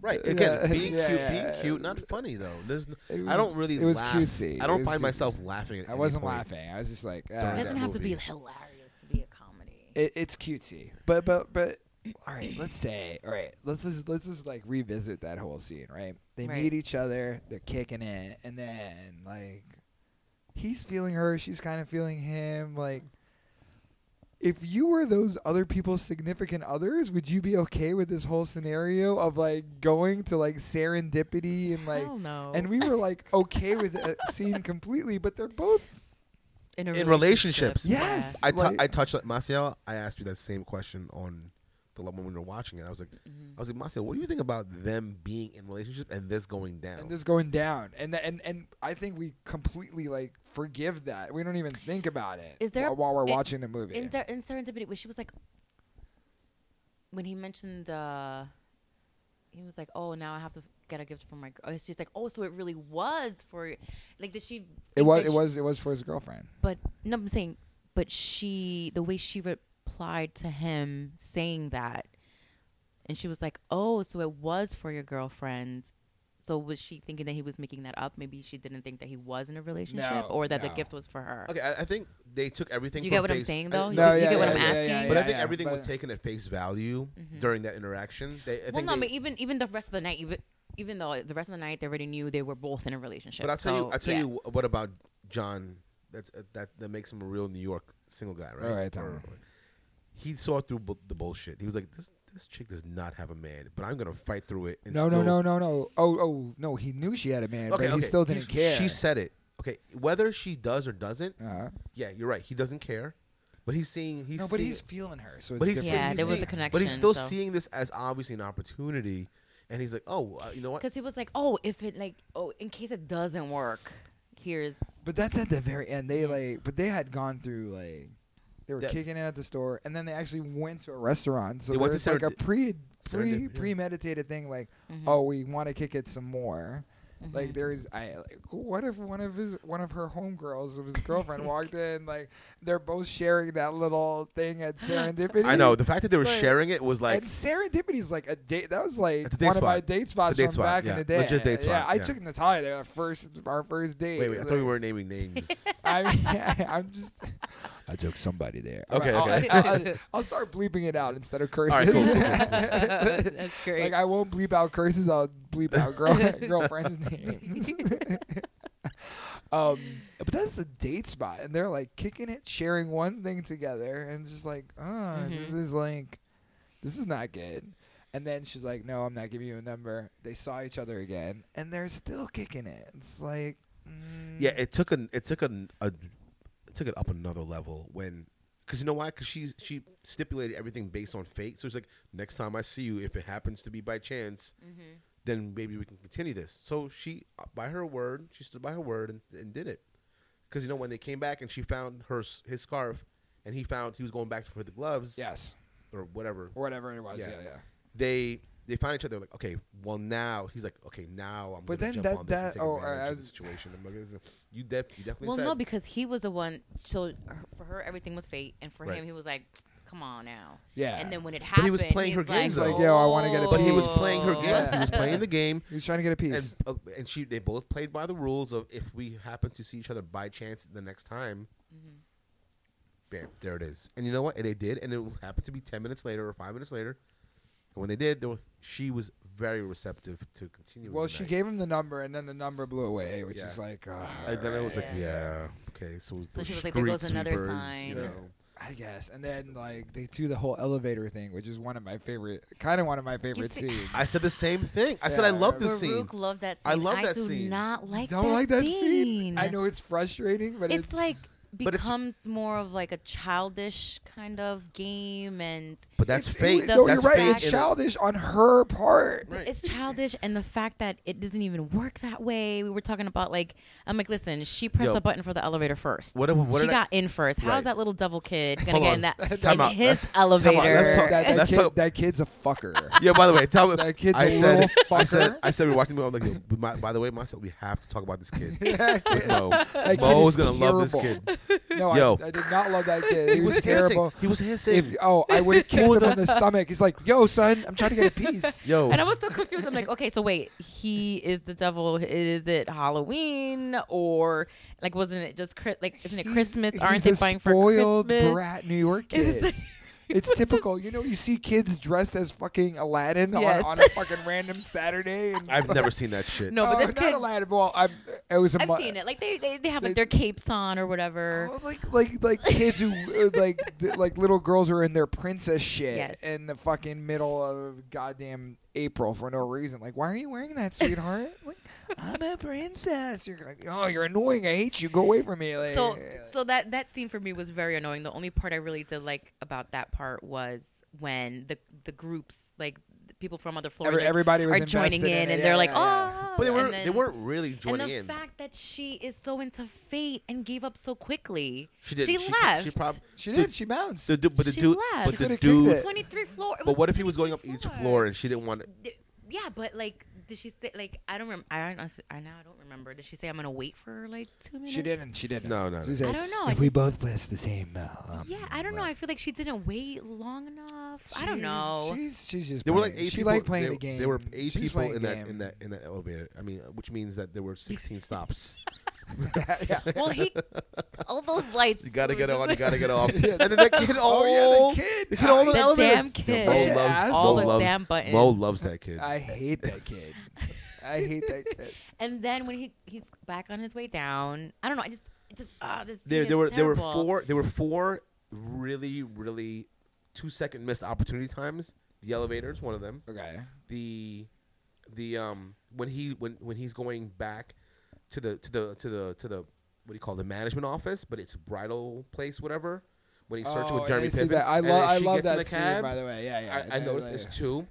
Speaker 2: Right
Speaker 1: Yeah,
Speaker 2: again, being
Speaker 1: yeah,
Speaker 2: cute,
Speaker 1: yeah.
Speaker 2: being cute, not funny though. There's, n-
Speaker 1: It was-
Speaker 2: I don't really.
Speaker 1: It was
Speaker 2: laugh.
Speaker 1: cutesy.
Speaker 2: I
Speaker 1: It
Speaker 2: don't
Speaker 1: was
Speaker 2: find
Speaker 1: cutesy.
Speaker 2: myself laughing. At
Speaker 1: I
Speaker 2: any
Speaker 1: wasn't
Speaker 2: point.
Speaker 1: laughing. I was just like,
Speaker 2: During
Speaker 1: ah,
Speaker 3: It
Speaker 2: that
Speaker 3: doesn't have to be
Speaker 2: movie.
Speaker 3: hilarious to be a comedy.
Speaker 1: it, it's cutesy. But but but all right, let's say all right, let's just let's just like revisit that whole scene, right? They
Speaker 3: Right.
Speaker 1: meet each other, they're kicking it, and then like he's feeling her, she's kind of feeling him, like if you were those other people's significant others, would you be okay with this whole scenario of like going to like serendipity and like
Speaker 3: Hell no.
Speaker 1: and we were like okay with that scene completely, but they're both
Speaker 3: in, a
Speaker 2: In relationships.
Speaker 1: Yes.
Speaker 3: yeah.
Speaker 2: I tou-
Speaker 1: Like-
Speaker 2: I touched like Maciel. I asked you that same question on the level when we were watching it. I was like,
Speaker 1: Mm-hmm.
Speaker 3: Mhm.
Speaker 2: I was like, Maciel, what do you think about them being in relationship and this going down?
Speaker 1: and this going down and th- and and I think we completely like forgive that. We don't even think about it.
Speaker 3: Is there a-
Speaker 1: wh- while, we're
Speaker 3: i-
Speaker 1: watching the movie?
Speaker 3: in, Ser- in serendipity, where she was like, when he mentioned, uh, he was like, "Oh, now I have to get a gift for my." Girl. She's like, "Oh, so it really was for," like, did she?
Speaker 1: it was
Speaker 3: that
Speaker 1: it
Speaker 3: she-
Speaker 1: was it was for his girlfriend.
Speaker 3: But no, I'm saying, but she, the way she replied to him saying that, and she was like, "Oh, so it was for your girlfriend." So was she thinking that he was making that up? Maybe she didn't think that he was in a relationship,
Speaker 1: No,
Speaker 3: or that
Speaker 1: no.
Speaker 3: the gift was for her.
Speaker 2: okay, I, I think they took everything.
Speaker 3: Do you
Speaker 2: from
Speaker 3: get what I'm
Speaker 2: face-
Speaker 3: saying,
Speaker 2: I-
Speaker 3: though? You
Speaker 1: No,
Speaker 3: get- you
Speaker 1: yeah,
Speaker 3: get what
Speaker 1: yeah,
Speaker 3: I'm
Speaker 1: yeah,
Speaker 3: asking?
Speaker 1: yeah, yeah,
Speaker 2: But I think
Speaker 1: yeah,
Speaker 2: everything was
Speaker 1: but-
Speaker 2: taken at face value
Speaker 3: Mhm.
Speaker 2: during that interaction. They, I
Speaker 3: well,
Speaker 2: think
Speaker 3: no,
Speaker 2: they-
Speaker 3: but even even the rest of the night, even even though the rest of the night they already knew they were both in a relationship.
Speaker 2: But I'll tell you,
Speaker 3: so,
Speaker 2: I'll tell
Speaker 3: yeah.
Speaker 2: you wh- what about John? That's uh, that that makes him a real New York single guy, right?
Speaker 1: All right, tell me.
Speaker 2: he saw through bu- the bullshit. He was like, this this chick does not have a man, but I'm gonna fight through it. And
Speaker 1: No, no,
Speaker 2: still-
Speaker 1: no, no, no. Oh, oh, no. He knew she had a man,
Speaker 2: Okay,
Speaker 1: but he
Speaker 2: okay.
Speaker 1: still didn't care.
Speaker 2: She said it. Okay, whether she does or doesn't,
Speaker 1: uh
Speaker 2: yeah, you're right. He doesn't care, but he's seeing. He's
Speaker 1: no, but
Speaker 2: seeing-
Speaker 1: he's feeling her, so it's
Speaker 2: But he's
Speaker 1: different.
Speaker 3: yeah,
Speaker 2: he's
Speaker 3: there was
Speaker 2: seeing-
Speaker 3: a
Speaker 2: But
Speaker 3: connection.
Speaker 2: he's still
Speaker 3: so.
Speaker 2: seeing this as obviously an opportunity, and he's like, oh, uh, you know what?
Speaker 3: because he was like, "Oh, if it like, oh, in case it doesn't work, here's."
Speaker 1: But that's at the very end. They like, but they had gone through like. They were
Speaker 2: That-
Speaker 1: kicking it at the store, and then they actually went to a restaurant. So
Speaker 2: They went to
Speaker 1: there's like a
Speaker 2: serendip-
Speaker 1: pre, pre,
Speaker 2: serendip- yeah. Mm-hmm.
Speaker 1: premeditated thing. Like,
Speaker 3: Mhm.
Speaker 1: oh, we want to kick it some more. Like there's I like what if one of his one of her homegirls of his girlfriend walked in like they're both sharing that little thing at serendipity.
Speaker 2: I know the fact that they were
Speaker 1: Like-
Speaker 2: sharing it was like
Speaker 1: and serendipity is like a date. That was like
Speaker 2: It's a
Speaker 1: one
Speaker 2: date
Speaker 1: of my
Speaker 2: spot.
Speaker 1: date spots
Speaker 2: It's a date
Speaker 1: from
Speaker 2: spot,
Speaker 1: back in
Speaker 2: yeah.
Speaker 1: the day.
Speaker 2: Legit date
Speaker 1: yeah,
Speaker 2: spot,
Speaker 1: I
Speaker 2: yeah.
Speaker 1: took Natalia there our first our first date.
Speaker 2: wait wait I thought we
Speaker 1: Like,
Speaker 2: weren't naming names.
Speaker 1: I mean, I'm just. I took somebody there.
Speaker 2: Okay,
Speaker 1: I'll,
Speaker 2: okay.
Speaker 1: I'll, I'll, I'll start bleeping it out instead of curses.
Speaker 2: right, cool, cool,
Speaker 3: That's great.
Speaker 1: Like I won't bleep out curses. I'll bleep out girl girlfriends' names. um, but that's a date spot, and they're like kicking it, sharing one thing together, and it's just like, oh, this
Speaker 3: Mhm.
Speaker 2: Mm-hmm.
Speaker 1: is like, this is not good. And then she's like, no, I'm not giving you a number. They saw each other again, and they're still kicking it. It's like, mm,
Speaker 2: yeah, it took an it took an a, it took it up another level when because you know why? Because she she stipulated everything based on fate. So it's like next time I see you, if it happens to be by chance,
Speaker 3: Mm-hmm.
Speaker 2: then maybe we can continue this. So she uh, by her word, she stood by her word and, and did it. Because you know when they came back and she found her s- his scarf, and he found he was going back for the gloves,
Speaker 1: yes,
Speaker 2: or whatever.
Speaker 1: or whatever it was. Yeah,
Speaker 2: Yeah.
Speaker 1: yeah.
Speaker 2: They they found each other like okay, well now he's like okay now I'm
Speaker 1: But then
Speaker 2: gonna jump
Speaker 1: that-
Speaker 2: on this
Speaker 1: that-
Speaker 2: and take
Speaker 1: oh,
Speaker 2: advantage
Speaker 1: I
Speaker 2: of the
Speaker 1: was-
Speaker 2: situation. I'm like, you def- you definitely
Speaker 3: well,
Speaker 2: said
Speaker 3: no, because he was the one. So for her, everything was fate, and for
Speaker 2: Right.
Speaker 3: him, he was like, "Come on now."
Speaker 1: Yeah.
Speaker 3: And then when it
Speaker 2: But
Speaker 3: happened,
Speaker 2: he was playing her
Speaker 3: he's like, "Oh,
Speaker 2: games, though.
Speaker 1: Like, yo, I wanna get a
Speaker 2: But he was
Speaker 1: Oh.
Speaker 2: playing her game. He was playing the game,
Speaker 1: he was trying to get a piece.
Speaker 2: and uh, and she they both played by the rules of if we happen to see each other by chance the next time, bam, there it is. And you know what? And they did, and it happened to be ten minutes later or five minutes later. And when they did, they were, she was very receptive to continuing.
Speaker 1: well,
Speaker 2: the
Speaker 1: she
Speaker 2: night.
Speaker 1: gave him the number, and then the number blew away, which
Speaker 2: Yeah.
Speaker 1: is like, uh,
Speaker 2: And then I was like,
Speaker 3: Yeah.
Speaker 2: yeah, okay. So,
Speaker 3: So
Speaker 2: those
Speaker 3: she was like, there
Speaker 2: street
Speaker 3: goes another
Speaker 2: sweepers,
Speaker 3: sign.
Speaker 2: You
Speaker 1: Yeah.
Speaker 2: know.
Speaker 1: I guess. And then like they do the whole elevator thing, which is one of my favorite, kind of one of my favorite
Speaker 3: see-
Speaker 1: scenes.
Speaker 2: I said the same thing. I said I
Speaker 1: Yeah.
Speaker 2: love this scene.
Speaker 3: Farouk loved that
Speaker 2: I
Speaker 3: scene.
Speaker 2: love that
Speaker 3: do
Speaker 2: scene.
Speaker 3: not like
Speaker 1: Don't
Speaker 3: that
Speaker 1: like that
Speaker 3: scene.
Speaker 1: I know it's frustrating, but it's,
Speaker 3: it's, like
Speaker 2: but it's-
Speaker 3: becomes more of like a childish kind of game, and
Speaker 2: But that's
Speaker 1: it's-
Speaker 2: fate.
Speaker 1: it-
Speaker 3: though
Speaker 1: no,
Speaker 2: that's
Speaker 1: you're right.
Speaker 2: fate
Speaker 1: It's
Speaker 2: in a-
Speaker 1: childish on her part.
Speaker 2: Right.
Speaker 3: it's childish. And the fact that it doesn't even work that way. We were talking about like I'm like, listen, she pressed
Speaker 2: Yo.
Speaker 3: the button for the elevator first.
Speaker 2: What if- what
Speaker 3: she
Speaker 2: did I-
Speaker 3: got in first. How's
Speaker 2: Right.
Speaker 3: that little devil kid gonna
Speaker 2: Hold
Speaker 3: get
Speaker 2: on.
Speaker 3: in that
Speaker 2: Time
Speaker 3: in
Speaker 2: out.
Speaker 3: his
Speaker 2: Let's-
Speaker 3: elevator?
Speaker 2: time out. Let's talk-
Speaker 1: That, that
Speaker 2: That's
Speaker 1: kid,
Speaker 2: so-
Speaker 1: that kid's a fucker.
Speaker 2: Yeah, by the way, tell me.
Speaker 1: That kid's
Speaker 2: I
Speaker 1: a
Speaker 2: said,
Speaker 1: little
Speaker 2: I said,
Speaker 1: fucker.
Speaker 2: I said, we watched the movie. I'm like, yo, but my, by the way, myself, we have to talk about this kid.
Speaker 1: That kid-
Speaker 2: Mo,
Speaker 1: kid
Speaker 2: Mo's
Speaker 1: is
Speaker 2: gonna love this
Speaker 1: terrible.
Speaker 2: kid.
Speaker 1: no, I,
Speaker 2: Yo.
Speaker 1: I did not love that kid. He was terrible.
Speaker 2: He was hissing.
Speaker 1: If, oh, I would have kicked him in the stomach. He's like, "Yo, son, I'm trying to get a piece."
Speaker 2: yo,
Speaker 3: And I was so confused. I'm like, okay, so wait, he is the devil. Is it Halloween or like wasn't it just Chri- like isn't it
Speaker 1: He's-
Speaker 3: Christmas?
Speaker 1: he's
Speaker 3: Aren't they
Speaker 1: a
Speaker 3: buying for
Speaker 1: spoiled
Speaker 3: Christmas?
Speaker 1: brat New York
Speaker 3: It's
Speaker 1: kid.
Speaker 3: like-
Speaker 1: It's typical. You know, you see kids dressed as fucking Aladdin
Speaker 3: Yes.
Speaker 1: on, on a fucking random Saturday. And
Speaker 2: I've never seen that shit.
Speaker 3: No, but
Speaker 1: Oh,
Speaker 3: this
Speaker 1: not
Speaker 3: kid-
Speaker 1: Aladdin. Well, I'm, it was a
Speaker 3: I've
Speaker 1: mu-
Speaker 3: seen it. Like they they, they have like
Speaker 1: They-
Speaker 3: their capes on or whatever.
Speaker 1: Oh, like like like kids who uh, like th- like little girls who are in their princess shit
Speaker 3: Yes.
Speaker 1: in the fucking middle of goddamn April for no reason. Like, why are you wearing that, sweetheart? like, I'm a princess. You're like, oh, you're annoying. I hate you. Go away from me. Like, uh,
Speaker 3: So so that that scene for me was very annoying. The only part I really did like about that part was when the the groups like the people from other floors
Speaker 1: Every-
Speaker 3: like,
Speaker 1: everybody was
Speaker 3: are joining
Speaker 1: invested
Speaker 3: in,
Speaker 1: it.
Speaker 3: and
Speaker 1: Yeah,
Speaker 3: they're like,
Speaker 1: yeah, yeah.
Speaker 3: oh,
Speaker 2: but they
Speaker 3: and
Speaker 2: weren't.
Speaker 3: then-
Speaker 2: they weren't really
Speaker 3: And
Speaker 2: joining
Speaker 3: the
Speaker 2: in.
Speaker 3: fact that she is so into fate and gave up so quickly,
Speaker 2: she did.
Speaker 3: She,
Speaker 2: She,
Speaker 3: left.
Speaker 2: She probably.
Speaker 1: She did. She bounced.
Speaker 2: The, du- but the
Speaker 3: She
Speaker 2: dude.
Speaker 3: left. She
Speaker 2: But the
Speaker 1: could've kicked
Speaker 2: dude.
Speaker 1: it.
Speaker 3: Twenty three floor. it
Speaker 2: But
Speaker 3: was
Speaker 2: what if he was going up
Speaker 3: 23
Speaker 2: each floor and she didn't want?
Speaker 3: Th- Yeah, but like, did she say like I don't remember? I, honestly- I now I don't remember. Did she say I'm gonna wait for like two minutes?
Speaker 1: She didn't. She didn't.
Speaker 2: No, no,
Speaker 1: She
Speaker 2: no.
Speaker 1: said,
Speaker 3: I don't know. I
Speaker 1: If we
Speaker 3: just-
Speaker 1: both bless the same. uh, Um,
Speaker 3: Yeah, I don't know. I feel like she didn't wait long enough. I don't
Speaker 1: She's-
Speaker 3: know.
Speaker 1: She's she's just.
Speaker 2: There were like
Speaker 1: playing.
Speaker 2: eight
Speaker 1: she
Speaker 2: people.
Speaker 1: liked playing
Speaker 2: there,
Speaker 1: the game.
Speaker 2: There were eight
Speaker 1: She's
Speaker 2: people
Speaker 1: playing
Speaker 2: in
Speaker 1: the
Speaker 2: that
Speaker 1: game.
Speaker 2: in that in that elevator. I mean, which means that there were 16 stops.
Speaker 1: yeah.
Speaker 3: well, he all those lights.
Speaker 2: You gotta get
Speaker 3: were
Speaker 2: on.
Speaker 3: just-
Speaker 2: You gotta get off. and then that kid all.
Speaker 1: Oh yeah, the kid.
Speaker 2: Look at all
Speaker 1: I-
Speaker 2: the
Speaker 3: The
Speaker 2: elevators.
Speaker 3: damn kid.
Speaker 2: Mo
Speaker 1: Bunch of
Speaker 2: loves,
Speaker 1: assholes.
Speaker 2: Mo
Speaker 3: All the
Speaker 2: loves,
Speaker 3: damn buttons.
Speaker 2: Mo loves that kid.
Speaker 1: I hate that kid. I hate that kid.
Speaker 3: And then when he he's back on his way down, I don't know. I just it just ah this.
Speaker 2: there,
Speaker 3: scene
Speaker 2: there were
Speaker 3: is
Speaker 2: there were
Speaker 3: terrible.
Speaker 2: four there were four really really two second missed opportunity times. The elevators, one of them.
Speaker 1: Okay.
Speaker 2: The the um when he when when he's going back to the to the to the to the what do you call it, the management office, but it's a bridal place, whatever. When he's searching
Speaker 1: Oh,
Speaker 2: with
Speaker 1: and
Speaker 2: Jeremy
Speaker 1: I see
Speaker 2: Piven,
Speaker 1: that. I,
Speaker 2: and
Speaker 1: lo-
Speaker 2: then
Speaker 1: I
Speaker 2: she
Speaker 1: love
Speaker 2: gets
Speaker 1: that
Speaker 2: in the
Speaker 1: scene,
Speaker 2: cab.
Speaker 1: by the way. Yeah, yeah.
Speaker 2: I, I noticed
Speaker 1: like-
Speaker 2: there's two.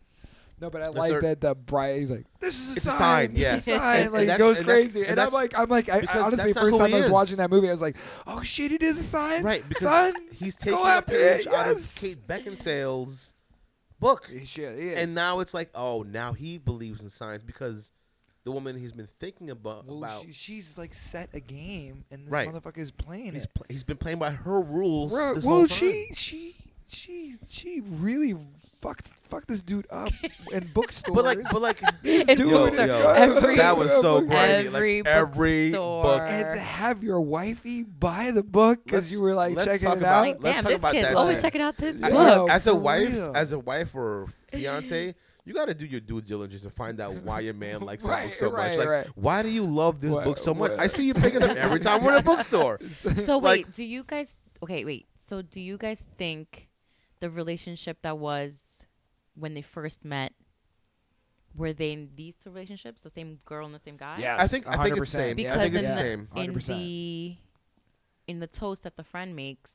Speaker 1: No, but I
Speaker 2: the
Speaker 1: like
Speaker 2: third-
Speaker 1: that the bride is like, "This is a
Speaker 2: It's a
Speaker 1: sign."
Speaker 2: sign,
Speaker 1: this is
Speaker 2: yeah.
Speaker 1: a sign.
Speaker 2: And-
Speaker 1: Like
Speaker 2: and
Speaker 1: it
Speaker 2: that's-
Speaker 1: goes
Speaker 2: and that's-
Speaker 1: crazy.
Speaker 2: and
Speaker 1: And, I'm
Speaker 2: that's-
Speaker 1: like, I'm like, I, I
Speaker 2: because
Speaker 1: honestly,
Speaker 2: that's not
Speaker 1: first
Speaker 2: who
Speaker 1: time
Speaker 2: he
Speaker 1: I was
Speaker 2: is.
Speaker 1: watching that movie, I was like, "Oh shit, it is a sign."
Speaker 2: Right, because
Speaker 1: son,
Speaker 2: he's taking
Speaker 1: go
Speaker 2: a
Speaker 1: after it.
Speaker 2: page out of
Speaker 1: yes.
Speaker 2: Kate Beckinsale's book.
Speaker 1: He- Shit, he is.
Speaker 2: And now it's like, oh, now he believes in science because the woman he's been thinking about.
Speaker 1: Well,
Speaker 2: about
Speaker 1: she, she's like set a game, and this
Speaker 2: Right.
Speaker 1: motherfucker is playing
Speaker 2: he's,
Speaker 1: it.
Speaker 2: pl- he's been playing by her rules.
Speaker 1: Bro,
Speaker 2: this
Speaker 1: well,
Speaker 2: whole time.
Speaker 1: she she she she really fucked fucked this dude up in bookstores.
Speaker 2: But like, but like,
Speaker 1: This
Speaker 3: In
Speaker 1: dude-
Speaker 3: bookstore.
Speaker 1: Yo,
Speaker 3: Every-
Speaker 2: that was so
Speaker 1: every-
Speaker 2: grimy.
Speaker 3: every
Speaker 2: like, every
Speaker 3: bookstore.
Speaker 2: book.
Speaker 1: and to have your wifey buy the book because
Speaker 2: Let's-
Speaker 1: you were like
Speaker 2: let's
Speaker 1: checking
Speaker 2: talk
Speaker 1: it
Speaker 2: about-
Speaker 1: out.
Speaker 3: Like,
Speaker 2: let's
Speaker 3: damn,
Speaker 2: talk
Speaker 3: this
Speaker 2: about
Speaker 3: kid's
Speaker 2: that
Speaker 3: always
Speaker 2: shit.
Speaker 3: checking out this
Speaker 1: I-
Speaker 2: I-
Speaker 1: Yo,
Speaker 3: book.
Speaker 2: as
Speaker 1: for
Speaker 2: a wife,
Speaker 1: real.
Speaker 2: as a wife or fiance, you got to do your due diligence and find out why your man likes the
Speaker 1: Right,
Speaker 2: book so
Speaker 1: right,
Speaker 2: much. Like,
Speaker 1: right.
Speaker 2: why do you love this
Speaker 1: Wha-
Speaker 2: book so much?
Speaker 1: wha-
Speaker 2: I see you picking them every time we're in a bookstore.
Speaker 3: so
Speaker 2: like-
Speaker 3: wait, do you guys? Okay, wait. So do you guys think the relationship that was when they first met? Were they in these two relationships? The same girl and the same guy?
Speaker 1: Yes,
Speaker 2: I think I think it's the
Speaker 1: 100%.
Speaker 2: same.
Speaker 3: Because
Speaker 2: I think
Speaker 3: in
Speaker 2: it's the
Speaker 3: the-
Speaker 2: same.
Speaker 3: in
Speaker 1: 100%.
Speaker 3: the in the toast that the friend makes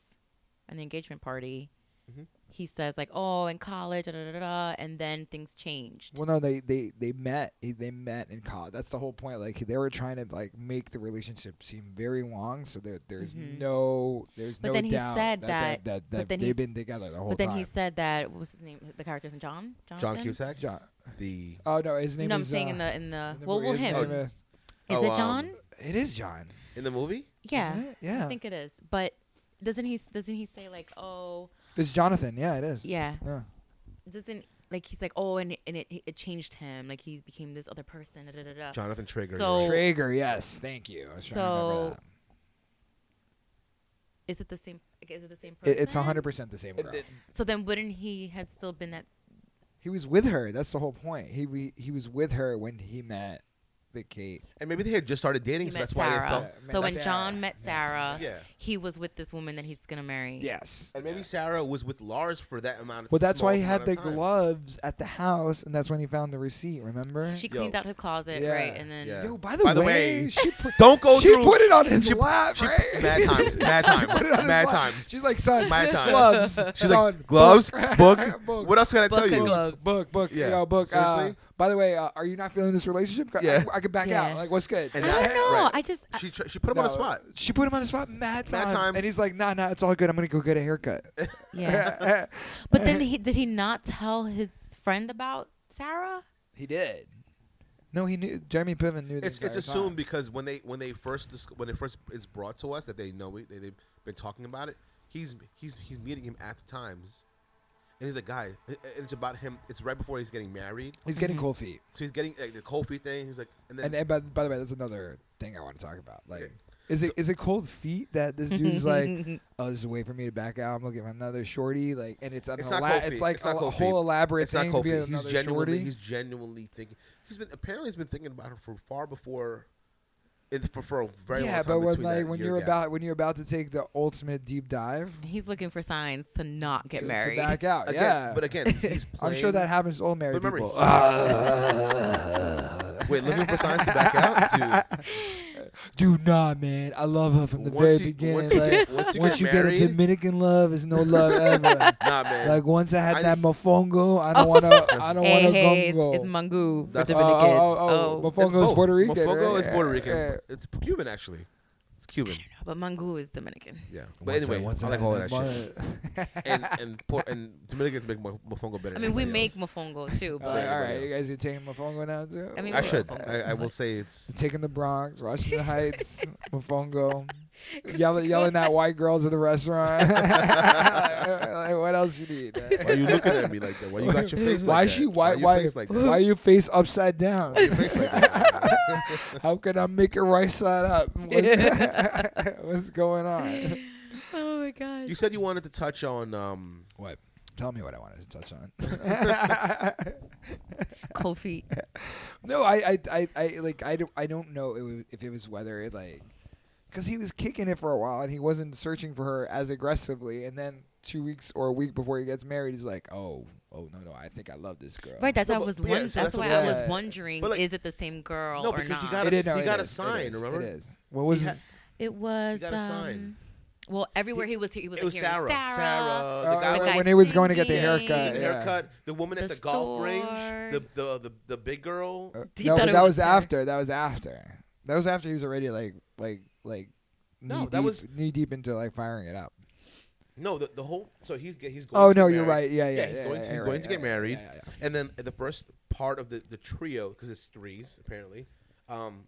Speaker 3: an engagement party
Speaker 2: Mhm.
Speaker 3: he says like oh in college da, da, da, da, and then things changed
Speaker 1: Well, no, they they they met eh, they met in college. That's the whole point. Like they were trying to like make the relationship seem very long, so that there's
Speaker 3: Mhm.
Speaker 1: no there's
Speaker 3: But
Speaker 1: no
Speaker 3: then he
Speaker 1: doubt
Speaker 3: said
Speaker 1: that
Speaker 3: that-
Speaker 1: that, that,
Speaker 3: but then
Speaker 1: they've
Speaker 3: he's-
Speaker 1: been together the whole
Speaker 3: but then
Speaker 1: time.
Speaker 3: he said that what was his name the character's name john
Speaker 2: John
Speaker 3: Jonathan?
Speaker 2: Cusack.
Speaker 1: John.
Speaker 2: The
Speaker 1: Oh no, his
Speaker 3: no
Speaker 1: name
Speaker 3: i'm
Speaker 1: is.
Speaker 3: saying
Speaker 1: uh,
Speaker 3: in the in the,
Speaker 1: in the
Speaker 3: well
Speaker 1: movie,
Speaker 3: well
Speaker 1: his
Speaker 3: him
Speaker 1: name
Speaker 3: is
Speaker 1: is-
Speaker 2: Oh,
Speaker 3: it
Speaker 2: um,
Speaker 3: john
Speaker 1: it is John.
Speaker 2: in the movie.
Speaker 3: yeah
Speaker 1: isn't it? yeah.
Speaker 3: i think it is but doesn't he doesn't he say like oh
Speaker 1: it's Jonathan. Yeah, it is.
Speaker 3: yeah
Speaker 1: Yeah.
Speaker 3: doesn't like he's like oh and and it, it changed him like he became this other person da, da, da, da.
Speaker 2: Jonathan Traeger.
Speaker 3: So-
Speaker 2: you're right.
Speaker 1: Traeger. Yes, thank you. I was trying to remember
Speaker 3: So,
Speaker 1: that.
Speaker 3: is it the same like, is it the same person
Speaker 1: It, it's hundred percent the same girl.
Speaker 3: So then, wouldn't he had still been that?
Speaker 1: He was with her. That's the whole point. He we, he was with her when he met the Kate.
Speaker 2: And maybe they had just started
Speaker 3: He
Speaker 2: dating, so
Speaker 3: met
Speaker 2: that's why they
Speaker 3: Sarah.
Speaker 2: felt.
Speaker 1: Yeah,
Speaker 3: so
Speaker 1: met
Speaker 3: when
Speaker 1: Sarah.
Speaker 3: John met
Speaker 1: Yes.
Speaker 3: Sarah,
Speaker 2: Yeah.
Speaker 3: he was with this woman that he's gonna marry.
Speaker 1: Yes.
Speaker 2: And maybe Sarah was with Lars for that amount of
Speaker 1: Well, that's
Speaker 2: small
Speaker 1: why he had
Speaker 2: amount
Speaker 1: the
Speaker 2: of time.
Speaker 1: gloves at the house, and that's when he found the receipt. Remember?
Speaker 3: She
Speaker 2: Yo.
Speaker 3: cleaned out his closet,
Speaker 1: Yeah.
Speaker 3: right? And then
Speaker 2: Yeah.
Speaker 1: Yo, by the,
Speaker 2: By the
Speaker 1: way,
Speaker 2: way,
Speaker 1: she put,
Speaker 2: Don't go
Speaker 1: she
Speaker 2: through.
Speaker 1: put it on his
Speaker 2: she-
Speaker 1: lap,
Speaker 2: she-
Speaker 1: right?
Speaker 2: mad times, mad
Speaker 1: She
Speaker 2: times,
Speaker 1: put it on his
Speaker 2: mad
Speaker 1: lap.
Speaker 2: times.
Speaker 1: She's like, son,
Speaker 2: Mad times.
Speaker 1: gloves.
Speaker 2: She's
Speaker 1: son,
Speaker 2: like gloves,
Speaker 1: book,
Speaker 2: book.
Speaker 1: book,
Speaker 2: What else can I
Speaker 3: Book
Speaker 2: tell
Speaker 3: and
Speaker 2: you?
Speaker 3: gloves.
Speaker 1: book, book,
Speaker 2: Yeah.
Speaker 1: yo, book. uh,
Speaker 2: Seriously?
Speaker 1: by the way, uh, are you not feeling this relationship? I-
Speaker 2: Yeah.
Speaker 1: I, could back out.
Speaker 3: Yeah.
Speaker 1: Like, what's good?
Speaker 2: And
Speaker 3: I
Speaker 2: that-
Speaker 3: don't know.
Speaker 2: right.
Speaker 3: I just I,
Speaker 2: She tr- she put him on the
Speaker 1: No,
Speaker 2: spot.
Speaker 1: She put him on the spot mad time.
Speaker 2: Mad time.
Speaker 1: And he's like, nah, nah, it's all good. I'm going to go get a haircut.
Speaker 3: yeah. but then he did he not tell his friend about Sarah?
Speaker 1: he did. No, he knew. Jeremy Piven knew this.
Speaker 2: It's, it's assumed because when they when they first dis- when it first is brought to us that they know it, they, they've been talking about it. He's he's he's meeting him at the times, and he's a guy. and It's about him. It's right before he's getting married,
Speaker 1: He's getting
Speaker 3: Mm-hmm.
Speaker 1: cold feet.
Speaker 2: so he's getting like the cold feet thing. He's like, and then
Speaker 1: And, and by, by the way, that's another thing I want to talk about. Like,
Speaker 2: Okay.
Speaker 1: is it is it cold feet that this dude's like, oh, this is a way for me to back out. I'm looking at another shorty. Like, and it's an
Speaker 2: It's not
Speaker 1: ela-
Speaker 2: cold
Speaker 1: it's
Speaker 2: feet.
Speaker 1: like
Speaker 2: It's
Speaker 1: a,
Speaker 2: not cold
Speaker 1: whole
Speaker 2: feet.
Speaker 1: elaborate
Speaker 2: it's
Speaker 1: thing
Speaker 2: not cold
Speaker 1: to be
Speaker 2: feet. He's
Speaker 1: another
Speaker 2: genuinely
Speaker 1: shorty.
Speaker 2: he's genuinely thinking. He's been apparently he's been thinking about her for far before, it, for for a very
Speaker 1: yeah,
Speaker 2: long time.
Speaker 1: but when
Speaker 2: between that
Speaker 1: like when
Speaker 2: year
Speaker 1: you're
Speaker 2: gap.
Speaker 1: about when you're about to take the ultimate deep dive,
Speaker 3: He's looking for signs to not get
Speaker 1: to- to
Speaker 3: married.
Speaker 1: back out.
Speaker 2: again,
Speaker 1: yeah,
Speaker 2: but again, he's
Speaker 1: I'm sure
Speaker 2: playing-
Speaker 1: that happens to all married
Speaker 2: But remember-
Speaker 1: people.
Speaker 2: Wait, looking for signs to back out. Dude.
Speaker 1: Do not, man. I love her from the very
Speaker 2: Once you-
Speaker 1: beginning.
Speaker 2: once you
Speaker 1: like,
Speaker 2: get- once you get
Speaker 1: a
Speaker 2: married-
Speaker 1: Dominican love, is no love ever.
Speaker 2: Nah, man.
Speaker 1: like once I had
Speaker 2: I-
Speaker 1: that mofongo, I don't wanna, I don't
Speaker 3: Oh. hey,
Speaker 1: wanna
Speaker 3: hey, it's,
Speaker 1: gongo.
Speaker 3: it's mango for
Speaker 2: That's-
Speaker 3: Dominicans.
Speaker 1: oh, oh, oh,
Speaker 3: Oh.
Speaker 1: Mofongo is
Speaker 2: both.
Speaker 1: Puerto Rican,
Speaker 2: Mofongo
Speaker 1: right?
Speaker 2: is Puerto Rican.
Speaker 1: Yeah.
Speaker 2: It's Cuban actually. It's Cuban.
Speaker 3: but mango is Dominican.
Speaker 2: Yeah. But anyway, I like all that shit. And and Puer- and Dominicans make mo- mofongo better.
Speaker 3: I
Speaker 2: than
Speaker 3: mean, we
Speaker 2: anybody
Speaker 3: make
Speaker 2: else.
Speaker 3: mofongo too,
Speaker 1: all right,
Speaker 3: but
Speaker 1: all
Speaker 2: everybody
Speaker 1: right, you
Speaker 2: else.
Speaker 1: guys are taking mofongo now too. Uh,
Speaker 3: I mean,
Speaker 2: I
Speaker 3: we-
Speaker 2: should. I, I will say it's.
Speaker 1: Taking the Bronx, Washington Heights, Mofongo, yelling, yelling at white girls at the restaurant. Like, what else you need?
Speaker 2: Why are you looking at me like that? Why you got your face?
Speaker 1: Why
Speaker 2: like
Speaker 1: is she
Speaker 2: that?
Speaker 1: white?
Speaker 2: Why,
Speaker 1: Why,
Speaker 2: your face like that?
Speaker 1: why your face upside down?
Speaker 2: Why your face like that?
Speaker 1: How can I make it right side up? What's, what's going on?
Speaker 3: oh my gosh.
Speaker 2: You said you wanted to touch on um.
Speaker 1: What? Tell me what I wanted to touch on.
Speaker 3: Cold feet.
Speaker 1: no, I, I, I, I like, I don't, I don't know it was, if it was whether it like, because he was kicking it for a while and he wasn't searching for her as aggressively, and then two weeks or a week before he gets married, he's like, oh, oh no, no, I think I love this girl.
Speaker 3: Right, that's
Speaker 2: No,
Speaker 3: why I
Speaker 2: but-
Speaker 3: was
Speaker 2: but yeah,
Speaker 3: won-
Speaker 2: so
Speaker 3: that's,
Speaker 2: that's
Speaker 3: why
Speaker 1: what-
Speaker 3: I was
Speaker 1: Yeah.
Speaker 3: wondering
Speaker 2: But, like-
Speaker 3: is it the same girl
Speaker 2: No,
Speaker 3: or
Speaker 2: because
Speaker 3: not?
Speaker 2: he got
Speaker 1: It is, no,
Speaker 2: he
Speaker 1: it
Speaker 2: got a
Speaker 1: is, it
Speaker 2: sign,
Speaker 1: is,
Speaker 2: remember?
Speaker 1: It is. What was?
Speaker 2: He had-
Speaker 3: it was
Speaker 2: got a sign.
Speaker 3: um, well everywhere he, was he was
Speaker 2: It was
Speaker 3: like hearing
Speaker 2: Sarah. Sarah.
Speaker 3: Sarah,
Speaker 1: Uh,
Speaker 2: Oh, the guy
Speaker 3: the
Speaker 2: with
Speaker 3: guy
Speaker 1: when he was going to get the
Speaker 3: singing.
Speaker 1: haircut,
Speaker 2: the
Speaker 1: yeah.
Speaker 2: haircut, the woman at
Speaker 3: The
Speaker 2: the golf range,
Speaker 3: store.
Speaker 2: the the the, the big girl.
Speaker 1: Uh,
Speaker 3: He
Speaker 1: no,
Speaker 3: thought
Speaker 1: but
Speaker 3: it
Speaker 1: that was,
Speaker 3: was her.
Speaker 1: after. That was after. That was after he was already like like like
Speaker 2: No,
Speaker 1: knee
Speaker 2: that
Speaker 1: deep,
Speaker 2: was-
Speaker 1: knee deep into like firing it up.
Speaker 2: No, the, the whole so he's ge- he's going.
Speaker 1: Oh
Speaker 2: to
Speaker 1: no,
Speaker 2: get
Speaker 1: you're
Speaker 2: married.
Speaker 1: right. Yeah, yeah,
Speaker 2: Yeah, he's going to- he's
Speaker 1: right,
Speaker 2: going to
Speaker 1: yeah,
Speaker 2: get
Speaker 1: yeah,
Speaker 2: married.
Speaker 1: yeah, yeah, yeah.
Speaker 2: And then the first part of the the trio because it's threes apparently. um,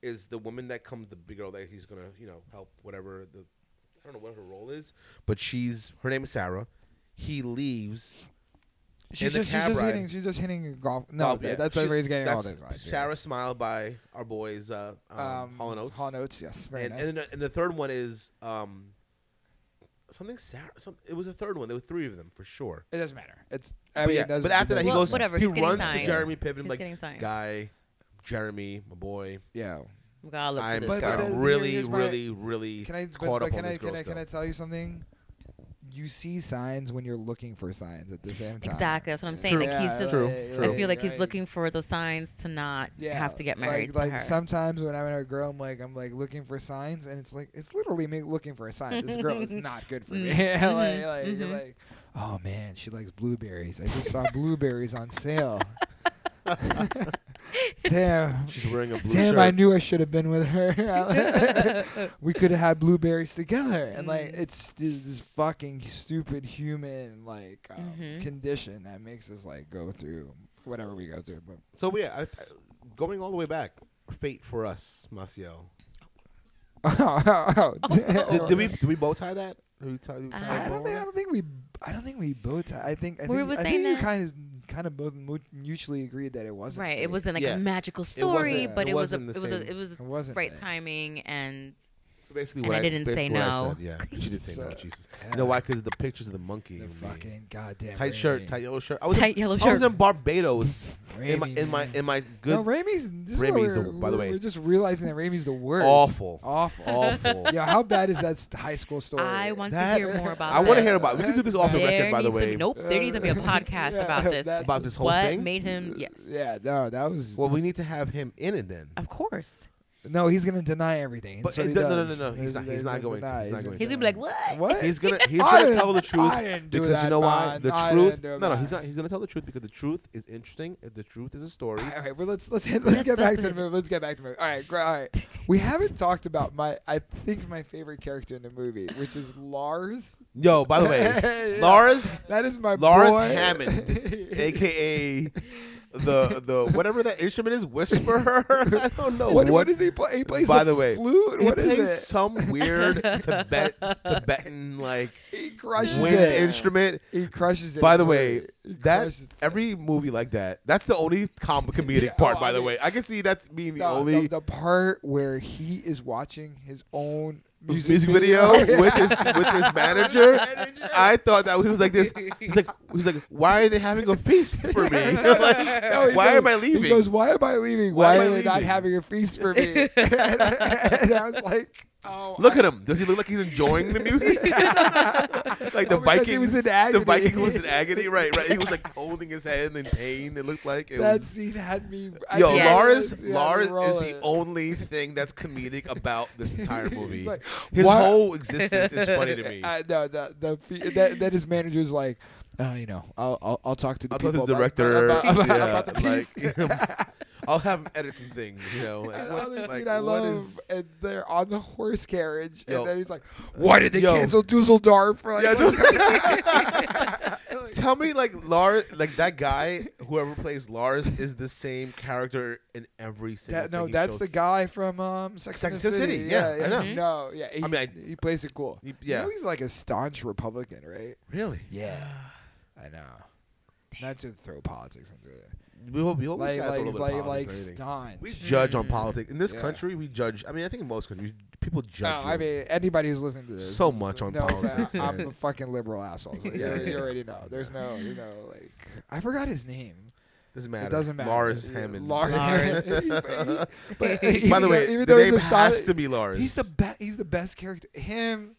Speaker 2: is the woman that comes, the big girl that he's gonna, you know, help whatever the, I don't know what her role is, but she's her name is Sarah. He leaves.
Speaker 1: She's
Speaker 2: the
Speaker 1: just, she's
Speaker 2: cab
Speaker 1: just
Speaker 2: ride.
Speaker 1: hitting. She's just hitting a golf. No,
Speaker 2: Oh, yeah.
Speaker 1: that's what
Speaker 2: She-
Speaker 1: everybody's getting all
Speaker 2: that's
Speaker 1: this. idea.
Speaker 2: Sarah Smile by our boys uh, um, Hall and Oates.
Speaker 1: Hall Oates, yes, very
Speaker 2: and,
Speaker 1: nice.
Speaker 2: and, the- and the third one is um, something Sarah. Some, it was a third one. There were three of them for sure.
Speaker 1: it doesn't matter. It's. I
Speaker 2: But
Speaker 1: mean,
Speaker 2: yeah,
Speaker 1: it doesn't-
Speaker 2: but after
Speaker 1: it
Speaker 2: that he
Speaker 1: doesn't
Speaker 3: Well,
Speaker 2: goes.
Speaker 1: matter.
Speaker 3: whatever,
Speaker 2: He
Speaker 3: he's getting
Speaker 2: runs
Speaker 3: signs.
Speaker 2: to Jeremy Piven
Speaker 3: He's
Speaker 2: like,
Speaker 3: getting signs.
Speaker 2: guy, Jeremy, my boy.
Speaker 1: Yeah.
Speaker 3: We gotta look for
Speaker 2: I'm,
Speaker 3: this
Speaker 1: But- but
Speaker 3: girl.
Speaker 1: the-
Speaker 2: I'm really,
Speaker 1: here's my-
Speaker 2: really, really
Speaker 1: Can I?
Speaker 2: caught
Speaker 1: But, but
Speaker 2: up
Speaker 1: can
Speaker 2: on
Speaker 1: I?
Speaker 2: this girl
Speaker 1: Can I?
Speaker 2: still.
Speaker 1: Can I tell you something? You see signs when you're looking for signs at the same time.
Speaker 3: Exactly, that's what I'm saying.
Speaker 2: True.
Speaker 3: Like he's just,
Speaker 2: True.
Speaker 3: I
Speaker 2: True.
Speaker 3: feel like he's
Speaker 1: right.
Speaker 3: looking for the signs to not have to get married
Speaker 1: Like, like
Speaker 3: to her.
Speaker 1: sometimes when I'm in a girl, I'm like, I'm like looking for signs, and it's like it's literally me looking for a sign. This girl is not good for me. like,
Speaker 3: Mhm,
Speaker 1: like, you're
Speaker 3: mhm.
Speaker 1: like, oh man, she likes blueberries. I just saw blueberries on sale. Damn.
Speaker 2: She's wearing a blue
Speaker 1: Damn,
Speaker 2: shirt.
Speaker 1: I knew I should have been with her. we could have had blueberries together, and like
Speaker 3: Mm.
Speaker 1: it's th- this fucking stupid human like um,
Speaker 3: Mhm.
Speaker 1: condition that makes us like go through whatever we go through. But
Speaker 2: So yeah, I, I, going all the way back, fate for us, Maciel.
Speaker 1: oh, oh, oh.
Speaker 2: Did, did we did we bow tie that? Did we tie, did we tie
Speaker 1: I
Speaker 2: a bow
Speaker 1: don't
Speaker 2: on
Speaker 1: think I
Speaker 2: that?
Speaker 1: don't think we I don't think we both. I think I
Speaker 3: We
Speaker 1: think,
Speaker 3: were
Speaker 1: I
Speaker 3: saying
Speaker 1: think you
Speaker 3: that-
Speaker 1: kind of kind of both mu- mutually agreed that it wasn't
Speaker 3: right,
Speaker 1: fake.
Speaker 3: it wasn't like
Speaker 2: Yeah.
Speaker 3: a magical story,
Speaker 1: wasn't-
Speaker 3: but
Speaker 2: it
Speaker 3: it was a,
Speaker 2: wasn't
Speaker 3: it
Speaker 2: the
Speaker 3: was a,
Speaker 2: same.
Speaker 3: it was
Speaker 1: It wasn't
Speaker 3: right
Speaker 1: fake.
Speaker 3: timing and
Speaker 2: So basically,
Speaker 3: And
Speaker 2: what
Speaker 3: I didn't say
Speaker 2: basically what I
Speaker 3: no.
Speaker 2: said, yeah, she did say no.
Speaker 1: So-
Speaker 2: Jesus.
Speaker 1: Yeah.
Speaker 2: You know why? Because the pictures of the monkey.
Speaker 1: The
Speaker 2: and me.
Speaker 1: fucking goddamn
Speaker 2: tight
Speaker 1: Raimi.
Speaker 2: shirt, tight yellow shirt. I was
Speaker 3: tight
Speaker 2: in,
Speaker 3: yellow
Speaker 2: I was
Speaker 3: shirt.
Speaker 2: in Barbados in my
Speaker 1: Raimi,
Speaker 2: in my
Speaker 1: man.
Speaker 2: in my
Speaker 1: No,
Speaker 2: good
Speaker 1: Raimi's. This
Speaker 2: Raimi's
Speaker 1: is
Speaker 2: the-
Speaker 1: what we're,
Speaker 2: by the way.
Speaker 1: we're just realizing that Raimi's the worst.
Speaker 2: awful,
Speaker 1: Awful.
Speaker 2: awful.
Speaker 1: yeah, how bad is that st- high school story?
Speaker 3: I want
Speaker 2: That-
Speaker 3: to hear more about.
Speaker 2: I
Speaker 3: want to
Speaker 2: hear about. It. We can do this off the record,
Speaker 3: there
Speaker 2: by the
Speaker 3: needs to-
Speaker 2: way.
Speaker 3: nope, there needs to be a podcast
Speaker 1: Yeah,
Speaker 3: about this.
Speaker 1: that-
Speaker 2: About this whole
Speaker 3: what
Speaker 2: thing.
Speaker 3: made him? Yes.
Speaker 1: Yeah, no, that was
Speaker 2: Well, we need to have him in it then.
Speaker 3: Of course.
Speaker 1: no. He's gonna deny everything.
Speaker 2: But
Speaker 1: so
Speaker 2: it
Speaker 1: he
Speaker 2: do- no, no,
Speaker 1: does.
Speaker 2: no, no, he's not- he's not going to,
Speaker 1: deny,
Speaker 2: he's not going to.
Speaker 3: He's gonna be like, what?
Speaker 1: What?
Speaker 2: He's gonna he's
Speaker 1: I
Speaker 2: gonna
Speaker 1: didn't-
Speaker 2: tell the truth.
Speaker 1: I didn't do
Speaker 2: Because
Speaker 1: that,
Speaker 2: you know why?
Speaker 1: man.
Speaker 2: The
Speaker 1: I
Speaker 2: truth.
Speaker 1: didn't do
Speaker 2: no, no,
Speaker 1: that.
Speaker 2: he's not. He's gonna tell the truth because the truth is interesting. If the truth is a story.
Speaker 1: All right, well, let's let's hit, let's
Speaker 3: Let's-
Speaker 1: get back to
Speaker 3: let's
Speaker 1: the
Speaker 3: hit it.
Speaker 1: movie. Let's get back to the movie. All right, great. All right, we haven't talked about my I think my favorite character in the movie, which is Lars.
Speaker 2: Yo, by the way,
Speaker 1: Yeah.
Speaker 2: Lars,
Speaker 1: That is my
Speaker 2: Lars
Speaker 1: boy.
Speaker 2: Hammond, aka the the whatever that instrument is, whisperer. I don't know
Speaker 1: what, what is he play? He plays
Speaker 2: By
Speaker 1: the
Speaker 2: the way,
Speaker 1: flute.
Speaker 2: He
Speaker 1: What is
Speaker 2: plays
Speaker 1: it?
Speaker 2: some weird Tibet, Tibetan like
Speaker 1: he crushes
Speaker 2: wind
Speaker 1: it.
Speaker 2: instrument.
Speaker 1: he crushes it.
Speaker 2: By
Speaker 1: in
Speaker 2: the
Speaker 1: movie.
Speaker 2: way,
Speaker 1: He
Speaker 2: that
Speaker 1: crushes it.
Speaker 2: every movie like that, that's the only com- comedic
Speaker 1: Yeah,
Speaker 2: part.
Speaker 1: oh,
Speaker 2: by
Speaker 1: I
Speaker 2: the
Speaker 1: mean-
Speaker 2: way, I can see that being the
Speaker 1: No,
Speaker 2: only
Speaker 1: the, the part where he is watching his own
Speaker 2: music, video, with his with his manager. I thought that he was like this. He's like he's like, why are they having a feast for me? Like,
Speaker 1: No, he
Speaker 2: why
Speaker 1: goes-
Speaker 2: am I
Speaker 1: He
Speaker 2: leaving?
Speaker 1: goes, "Why am I leaving?
Speaker 2: Why
Speaker 1: Why,
Speaker 2: am
Speaker 1: are
Speaker 2: I
Speaker 1: they not
Speaker 2: leaving?"
Speaker 1: having a feast for me?" and, I, and I was like, "Oh,
Speaker 2: Look
Speaker 1: I-
Speaker 2: at him. Does he look like he's enjoying the music? like the
Speaker 1: Oh, because
Speaker 2: Vikings.
Speaker 1: he was in
Speaker 2: The
Speaker 1: agony.
Speaker 2: Viking was in agony. Right, right. He was like holding his head in pain. It looked like it
Speaker 1: that
Speaker 2: was.
Speaker 1: scene had me."
Speaker 2: Yo,
Speaker 3: Yes.
Speaker 2: Lars,
Speaker 1: Lars,
Speaker 2: Lars is the only thing that's comedic about this entire movie.
Speaker 1: It's like,
Speaker 2: His
Speaker 1: why-
Speaker 2: whole existence is funny to me.
Speaker 1: I, no, the, the fe- that that his manager's like, uh, you know, I'll I'll, I'll talk to the
Speaker 2: I'll talk
Speaker 1: people
Speaker 2: to the
Speaker 1: about-
Speaker 2: director.
Speaker 1: about, about-
Speaker 2: yeah,
Speaker 1: about the feast.
Speaker 2: Like, I'll have him edit some things, you know. and what-
Speaker 1: Another
Speaker 2: like,
Speaker 1: scene I
Speaker 2: what
Speaker 1: love,
Speaker 2: is-
Speaker 1: and they're on the horse carriage,
Speaker 2: Yo.
Speaker 1: and then he's like, "Why did they
Speaker 2: Yo.
Speaker 1: cancel Dusseldorf?" We're Like,
Speaker 2: Yeah,
Speaker 1: what-
Speaker 2: dude. Tell me, like Lars, like that guy, whoever plays Lars, is the same character in every single.
Speaker 1: that, no,
Speaker 2: thing he
Speaker 1: that's
Speaker 2: shows.
Speaker 1: the guy from um, Sex,
Speaker 2: Sex
Speaker 1: and the
Speaker 2: and the
Speaker 1: City.
Speaker 2: City,
Speaker 1: Yeah,
Speaker 2: yeah, I know.
Speaker 3: Mhm.
Speaker 1: No, yeah, he,
Speaker 2: I mean, I-
Speaker 1: he plays it cool.
Speaker 2: He-
Speaker 1: You
Speaker 2: yeah,
Speaker 1: know he's like a staunch Republican, right?
Speaker 2: really.
Speaker 1: Yeah, I know. Not to throw politics into it.
Speaker 2: We, al- we
Speaker 1: Like,
Speaker 2: always gotta throw a
Speaker 1: like,
Speaker 2: little bit
Speaker 1: like,
Speaker 2: of
Speaker 1: like
Speaker 2: politics in everything.
Speaker 1: staunch.
Speaker 2: We judge on
Speaker 3: Mm.
Speaker 2: politics in this
Speaker 1: Yeah.
Speaker 2: country. We judge. I mean, I think in most countries people
Speaker 1: no,
Speaker 2: judge.
Speaker 1: I
Speaker 2: you.
Speaker 1: mean anybody who's listening to this
Speaker 2: So much on
Speaker 1: knows that
Speaker 2: politics,
Speaker 1: I'm
Speaker 2: man.
Speaker 1: a fucking liberal asshole. So you,
Speaker 2: Yeah,
Speaker 1: already- you
Speaker 2: yeah.
Speaker 1: already know. There's no, you know, like I forgot his name.
Speaker 2: doesn't matter.
Speaker 1: It doesn't matter.
Speaker 2: Lars
Speaker 1: Yeah,
Speaker 2: Hammond.
Speaker 1: Lars
Speaker 3: Lars.
Speaker 1: Hammond. But
Speaker 2: By
Speaker 1: even
Speaker 2: the
Speaker 1: though-
Speaker 2: way,
Speaker 1: even
Speaker 2: the
Speaker 1: though he's
Speaker 2: name
Speaker 1: a star-
Speaker 2: has to be Lars.
Speaker 1: He's the best. He's the best character. Him.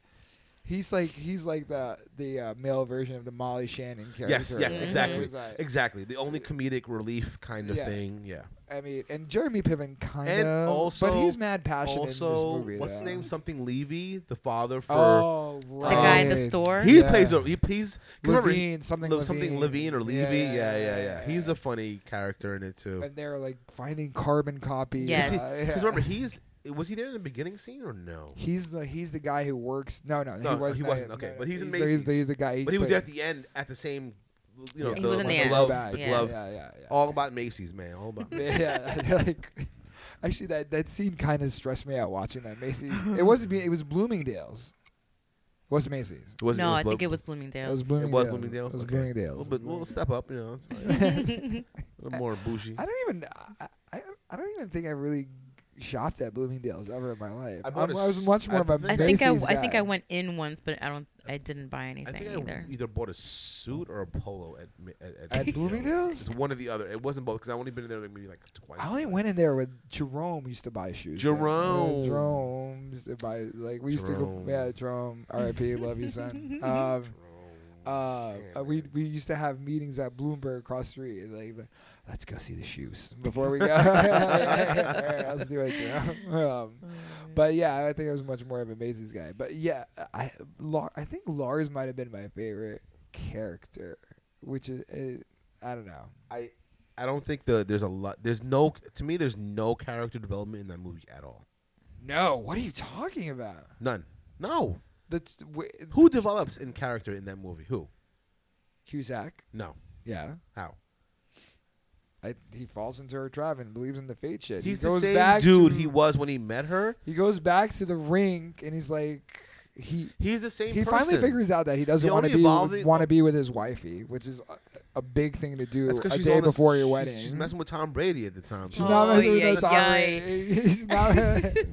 Speaker 1: He's like he's like the the uh, male version of the Molly Shannon character.
Speaker 2: Yes, yes,
Speaker 3: Mm-hmm.
Speaker 1: Like,
Speaker 2: exactly.
Speaker 1: he's like-
Speaker 2: Exactly. The only comedic relief kind of
Speaker 1: Yeah.
Speaker 2: thing. Yeah.
Speaker 1: I mean, and Jeremy Piven kind
Speaker 2: And
Speaker 1: of,
Speaker 2: also-
Speaker 1: but he's mad passionate in this
Speaker 2: Also,
Speaker 1: movie.
Speaker 2: what's his
Speaker 1: though.
Speaker 2: name? Something Levy, the father for.
Speaker 1: Oh,
Speaker 2: The
Speaker 1: right.
Speaker 2: guy in
Speaker 3: the store?
Speaker 2: He
Speaker 1: Yeah.
Speaker 2: plays a he plays remember he-
Speaker 1: Levine, something
Speaker 2: Lev-
Speaker 1: Levine.
Speaker 2: something Levine or Levy. Yeah, yeah, yeah. He's
Speaker 1: yeah.
Speaker 2: a funny character in it too.
Speaker 1: And they're like finding carbon copies.
Speaker 3: Yes.
Speaker 1: Uh, yeah.
Speaker 2: Because remember he's was he there in the beginning scene or no?
Speaker 1: He's the he's the guy who works. No, no,
Speaker 2: No,
Speaker 1: he wasn't.
Speaker 2: he
Speaker 1: no,
Speaker 2: wasn't,
Speaker 1: no,
Speaker 2: okay,
Speaker 1: no,
Speaker 2: but he's in
Speaker 1: the- he's
Speaker 2: Macy's.
Speaker 1: the, he's the guy.
Speaker 2: But he was
Speaker 1: played-
Speaker 2: there at the end at the same, you know,
Speaker 1: Yeah.
Speaker 2: the,
Speaker 3: He was in
Speaker 2: like
Speaker 3: the
Speaker 2: the
Speaker 3: end.
Speaker 2: glove,
Speaker 1: Back,
Speaker 2: the
Speaker 3: yeah.
Speaker 2: glove.
Speaker 1: Yeah, yeah, yeah.
Speaker 2: All about Macy's, man. All about.
Speaker 1: yeah, they're like, Actually, that, that scene kind of stressed me out watching that Macy's. It wasn't. Be- It was Bloomingdale's. It wasn't Macy's.
Speaker 2: Was
Speaker 3: no, I think it
Speaker 2: Blo-
Speaker 3: was
Speaker 1: It
Speaker 3: Bloomingdale's.
Speaker 1: was
Speaker 2: It
Speaker 1: Bloomingdale's.
Speaker 2: was Bloomingdale's.
Speaker 1: It was
Speaker 2: Okay. A
Speaker 1: Bloomingdale's.
Speaker 2: little bit. We'll step up. You know, it's fine. a little more bougie.
Speaker 1: I don't even. I, I I don't even think I really shopped at Bloomingdale's ever in my life.
Speaker 2: I
Speaker 1: I'm,
Speaker 2: bought a
Speaker 1: I was
Speaker 2: s-
Speaker 1: much more
Speaker 2: I
Speaker 1: of a
Speaker 2: think-
Speaker 3: I
Speaker 1: Macy's
Speaker 3: think I, I think
Speaker 1: guy.
Speaker 3: I went in once, but I don't. I didn't buy
Speaker 2: I
Speaker 3: anything
Speaker 2: think I
Speaker 3: either.
Speaker 2: either bought a suit or a polo at Mi- at,
Speaker 1: At Bloomingdale's?
Speaker 2: It's one or the other. It wasn't both because I only been in there like maybe like twice.
Speaker 1: I only went in there with Jerome used to buy shoes. there.
Speaker 2: Jerome.
Speaker 1: Uh, Jerome used to buy like we used to
Speaker 2: Jerome.
Speaker 1: go yeah, Jerome. R.I.P. love you, son. Um uh,
Speaker 2: Damn,
Speaker 1: uh, we
Speaker 2: man.
Speaker 1: we used to have meetings at Bloomberg across the street. and, Like, like, let's go see the shoes before we go. Alright, let's do it. you know? Um, but yeah, I think I was much more of a Macy's guy. But yeah, I Lar- I think Lars might have been my favorite character, which is uh, I don't know.
Speaker 2: I I don't think the there's a lot. There's no to me. There's no character development in that movie at all.
Speaker 1: No, what are you talking about?
Speaker 2: None. No.
Speaker 1: That's w-
Speaker 2: Who develops in character in that movie? Who?
Speaker 1: Cusack.
Speaker 2: No.
Speaker 1: Yeah.
Speaker 2: How?
Speaker 1: I, he falls into her trap and believes in the fate shit.
Speaker 2: He's
Speaker 1: he goes
Speaker 2: the same
Speaker 1: back
Speaker 2: dude
Speaker 1: to-
Speaker 2: he was when he met her.
Speaker 1: He goes back to the rink and he's like, he
Speaker 2: He's the same.
Speaker 1: he
Speaker 2: person.
Speaker 1: finally figures out that he doesn't
Speaker 2: The
Speaker 1: want to
Speaker 2: only
Speaker 1: be
Speaker 2: evolving-
Speaker 1: want to be with his wifey, which is a, a big thing to do
Speaker 2: That's 'cause
Speaker 1: a
Speaker 2: she's
Speaker 1: day
Speaker 2: on this-
Speaker 1: before your
Speaker 2: she's-
Speaker 1: wedding.
Speaker 2: She's messing with Tom Brady at the time.
Speaker 1: She's
Speaker 2: so-
Speaker 1: not
Speaker 3: Oh,
Speaker 1: messing with
Speaker 3: yay,
Speaker 1: no Tom
Speaker 3: yay.
Speaker 1: Brady. She's not,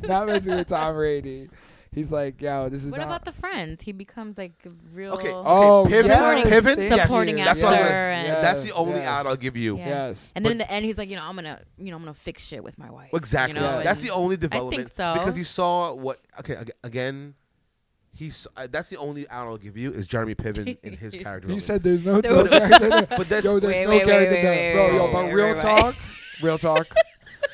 Speaker 1: not messing with Tom Brady. He's like, yo, this is
Speaker 3: What
Speaker 1: not.
Speaker 3: about the friends? He becomes like a real.
Speaker 2: Okay.
Speaker 1: oh,
Speaker 2: Pivot,
Speaker 1: yes,
Speaker 2: pivot,
Speaker 1: thank
Speaker 3: supporting
Speaker 1: you.
Speaker 2: That's
Speaker 1: yes,
Speaker 2: what I was-
Speaker 1: yes,
Speaker 3: and-
Speaker 2: That's the only
Speaker 1: yes,
Speaker 2: out I'll give you.
Speaker 3: Yeah.
Speaker 1: Yes.
Speaker 3: And then in the end, he's like, you know, I'm gonna, you know, I'm gonna fix shit with my wife. you
Speaker 2: Exactly.
Speaker 1: know,
Speaker 2: That's
Speaker 3: and-
Speaker 2: the only
Speaker 3: think
Speaker 2: development.
Speaker 3: so.
Speaker 2: Because he saw what. Okay, ag- again, he's. Uh, that's the only out I'll give you is Jeremy Piven in his character.
Speaker 1: You
Speaker 2: development.
Speaker 1: said there's no,
Speaker 3: There
Speaker 1: no
Speaker 3: was-
Speaker 1: character. there.
Speaker 2: but that's.
Speaker 1: Yo, there's
Speaker 3: Wait,
Speaker 1: no
Speaker 3: wait, wait,
Speaker 1: character
Speaker 3: wait,
Speaker 1: there,
Speaker 3: wait,
Speaker 1: bro.
Speaker 2: wait,
Speaker 1: yo,
Speaker 2: wait,
Speaker 1: but
Speaker 2: wait,
Speaker 1: real
Speaker 3: wait.
Speaker 1: talk, real talk.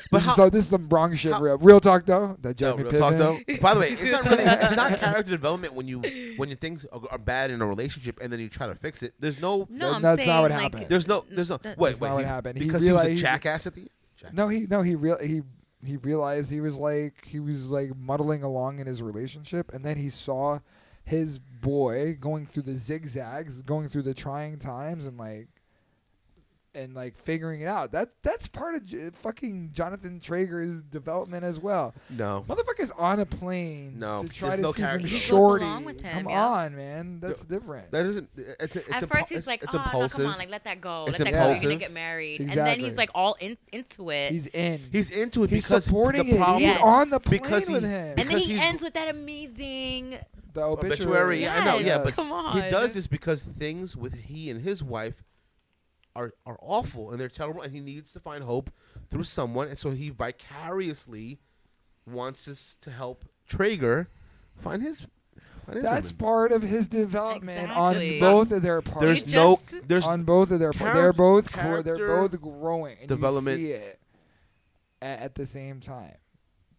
Speaker 2: But
Speaker 1: this
Speaker 2: how-
Speaker 1: is so this is some wrong shit.
Speaker 2: how-
Speaker 1: real, real talk though. That
Speaker 2: no,
Speaker 1: Jeremy
Speaker 2: real talk
Speaker 1: Piven.
Speaker 2: though. By the way, it's not really it's not character development when you when your things are, are bad in a relationship and then you try to fix it. There's no
Speaker 3: No,
Speaker 1: That-
Speaker 3: I'm
Speaker 1: that's not
Speaker 3: saying,
Speaker 1: what
Speaker 3: like,
Speaker 1: happened.
Speaker 2: there's no there's no
Speaker 3: Mm, That-
Speaker 2: wait,
Speaker 1: That's
Speaker 2: wait
Speaker 1: not what
Speaker 2: he-
Speaker 1: happened. He
Speaker 2: because he was
Speaker 1: realized-
Speaker 2: a jackass at the jackass.
Speaker 1: No, he no he real he he realized he was like he was like muddling along in his relationship, and then he saw his boy going through the zigzags, going through the trying times, and like and like figuring it out. That that's part of J- fucking Jonathan Traeger's development as well.
Speaker 2: no.
Speaker 1: Motherfucker's on a plane
Speaker 2: No,
Speaker 1: to try
Speaker 2: there's
Speaker 1: to
Speaker 2: no
Speaker 1: see some
Speaker 2: character. He goes
Speaker 1: shorty.
Speaker 3: along with him,
Speaker 1: Come
Speaker 3: yeah.
Speaker 1: on, man, that's different.
Speaker 2: That isn't it's, a, it's
Speaker 3: At
Speaker 2: impu-
Speaker 3: first, he's
Speaker 2: it's-
Speaker 3: like,
Speaker 2: it's
Speaker 3: oh, no,
Speaker 2: impulsive.
Speaker 3: come on, like let that go,
Speaker 2: It's
Speaker 3: let that go. You're gonna
Speaker 2: impulsive.
Speaker 3: get married, and
Speaker 1: Exactly.
Speaker 3: then he's like all in, into it.
Speaker 1: He's in.
Speaker 2: He's into it
Speaker 1: He's
Speaker 2: because
Speaker 1: supporting
Speaker 2: the
Speaker 1: it.
Speaker 2: problem
Speaker 1: He's
Speaker 3: Yes.
Speaker 1: on the plane
Speaker 2: Because
Speaker 1: with
Speaker 2: he-
Speaker 1: him.
Speaker 3: and then
Speaker 2: because
Speaker 3: he
Speaker 2: he's-
Speaker 3: ends with that amazing.
Speaker 1: the obituary.
Speaker 2: obituary. I know, yeah,
Speaker 3: Yes,
Speaker 2: but
Speaker 3: come
Speaker 2: he
Speaker 3: on.
Speaker 2: does this because things with he and his wife are are awful and they're terrible, and he needs to find hope through someone, and so he vicariously wants us to help Traeger find his. Find his
Speaker 1: That's
Speaker 2: woman.
Speaker 1: part of his development on
Speaker 3: Exactly.
Speaker 1: both of their parts.
Speaker 2: there's
Speaker 3: It
Speaker 2: no
Speaker 3: just-
Speaker 2: there's
Speaker 1: on both of their parts. They're
Speaker 2: Character-
Speaker 1: both gro- they're
Speaker 2: character
Speaker 1: both growing. And
Speaker 2: development.
Speaker 1: You see it at, at the same time.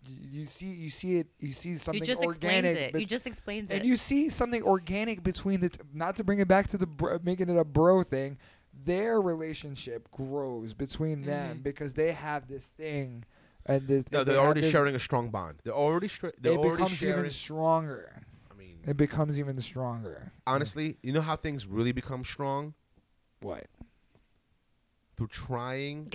Speaker 1: You, you see you see it you see
Speaker 3: You
Speaker 1: something
Speaker 3: just explained
Speaker 1: organic.
Speaker 3: it.
Speaker 1: bet-
Speaker 3: You just explained
Speaker 1: and
Speaker 3: it.
Speaker 1: you see something organic between the t- not to bring it back to the br- making it a bro thing their relationship grows between them
Speaker 3: Mhm.
Speaker 1: because they have this thing and this
Speaker 2: Mm-hmm. no,
Speaker 1: and
Speaker 2: they're
Speaker 1: they have
Speaker 2: already
Speaker 1: this-
Speaker 2: sharing a strong bond. They're already stra- they're
Speaker 1: it
Speaker 2: already
Speaker 1: becomes
Speaker 2: sharing.
Speaker 1: even stronger
Speaker 2: I mean,
Speaker 1: it becomes even stronger
Speaker 2: honestly, you know how things really become strong
Speaker 1: what
Speaker 2: through trying.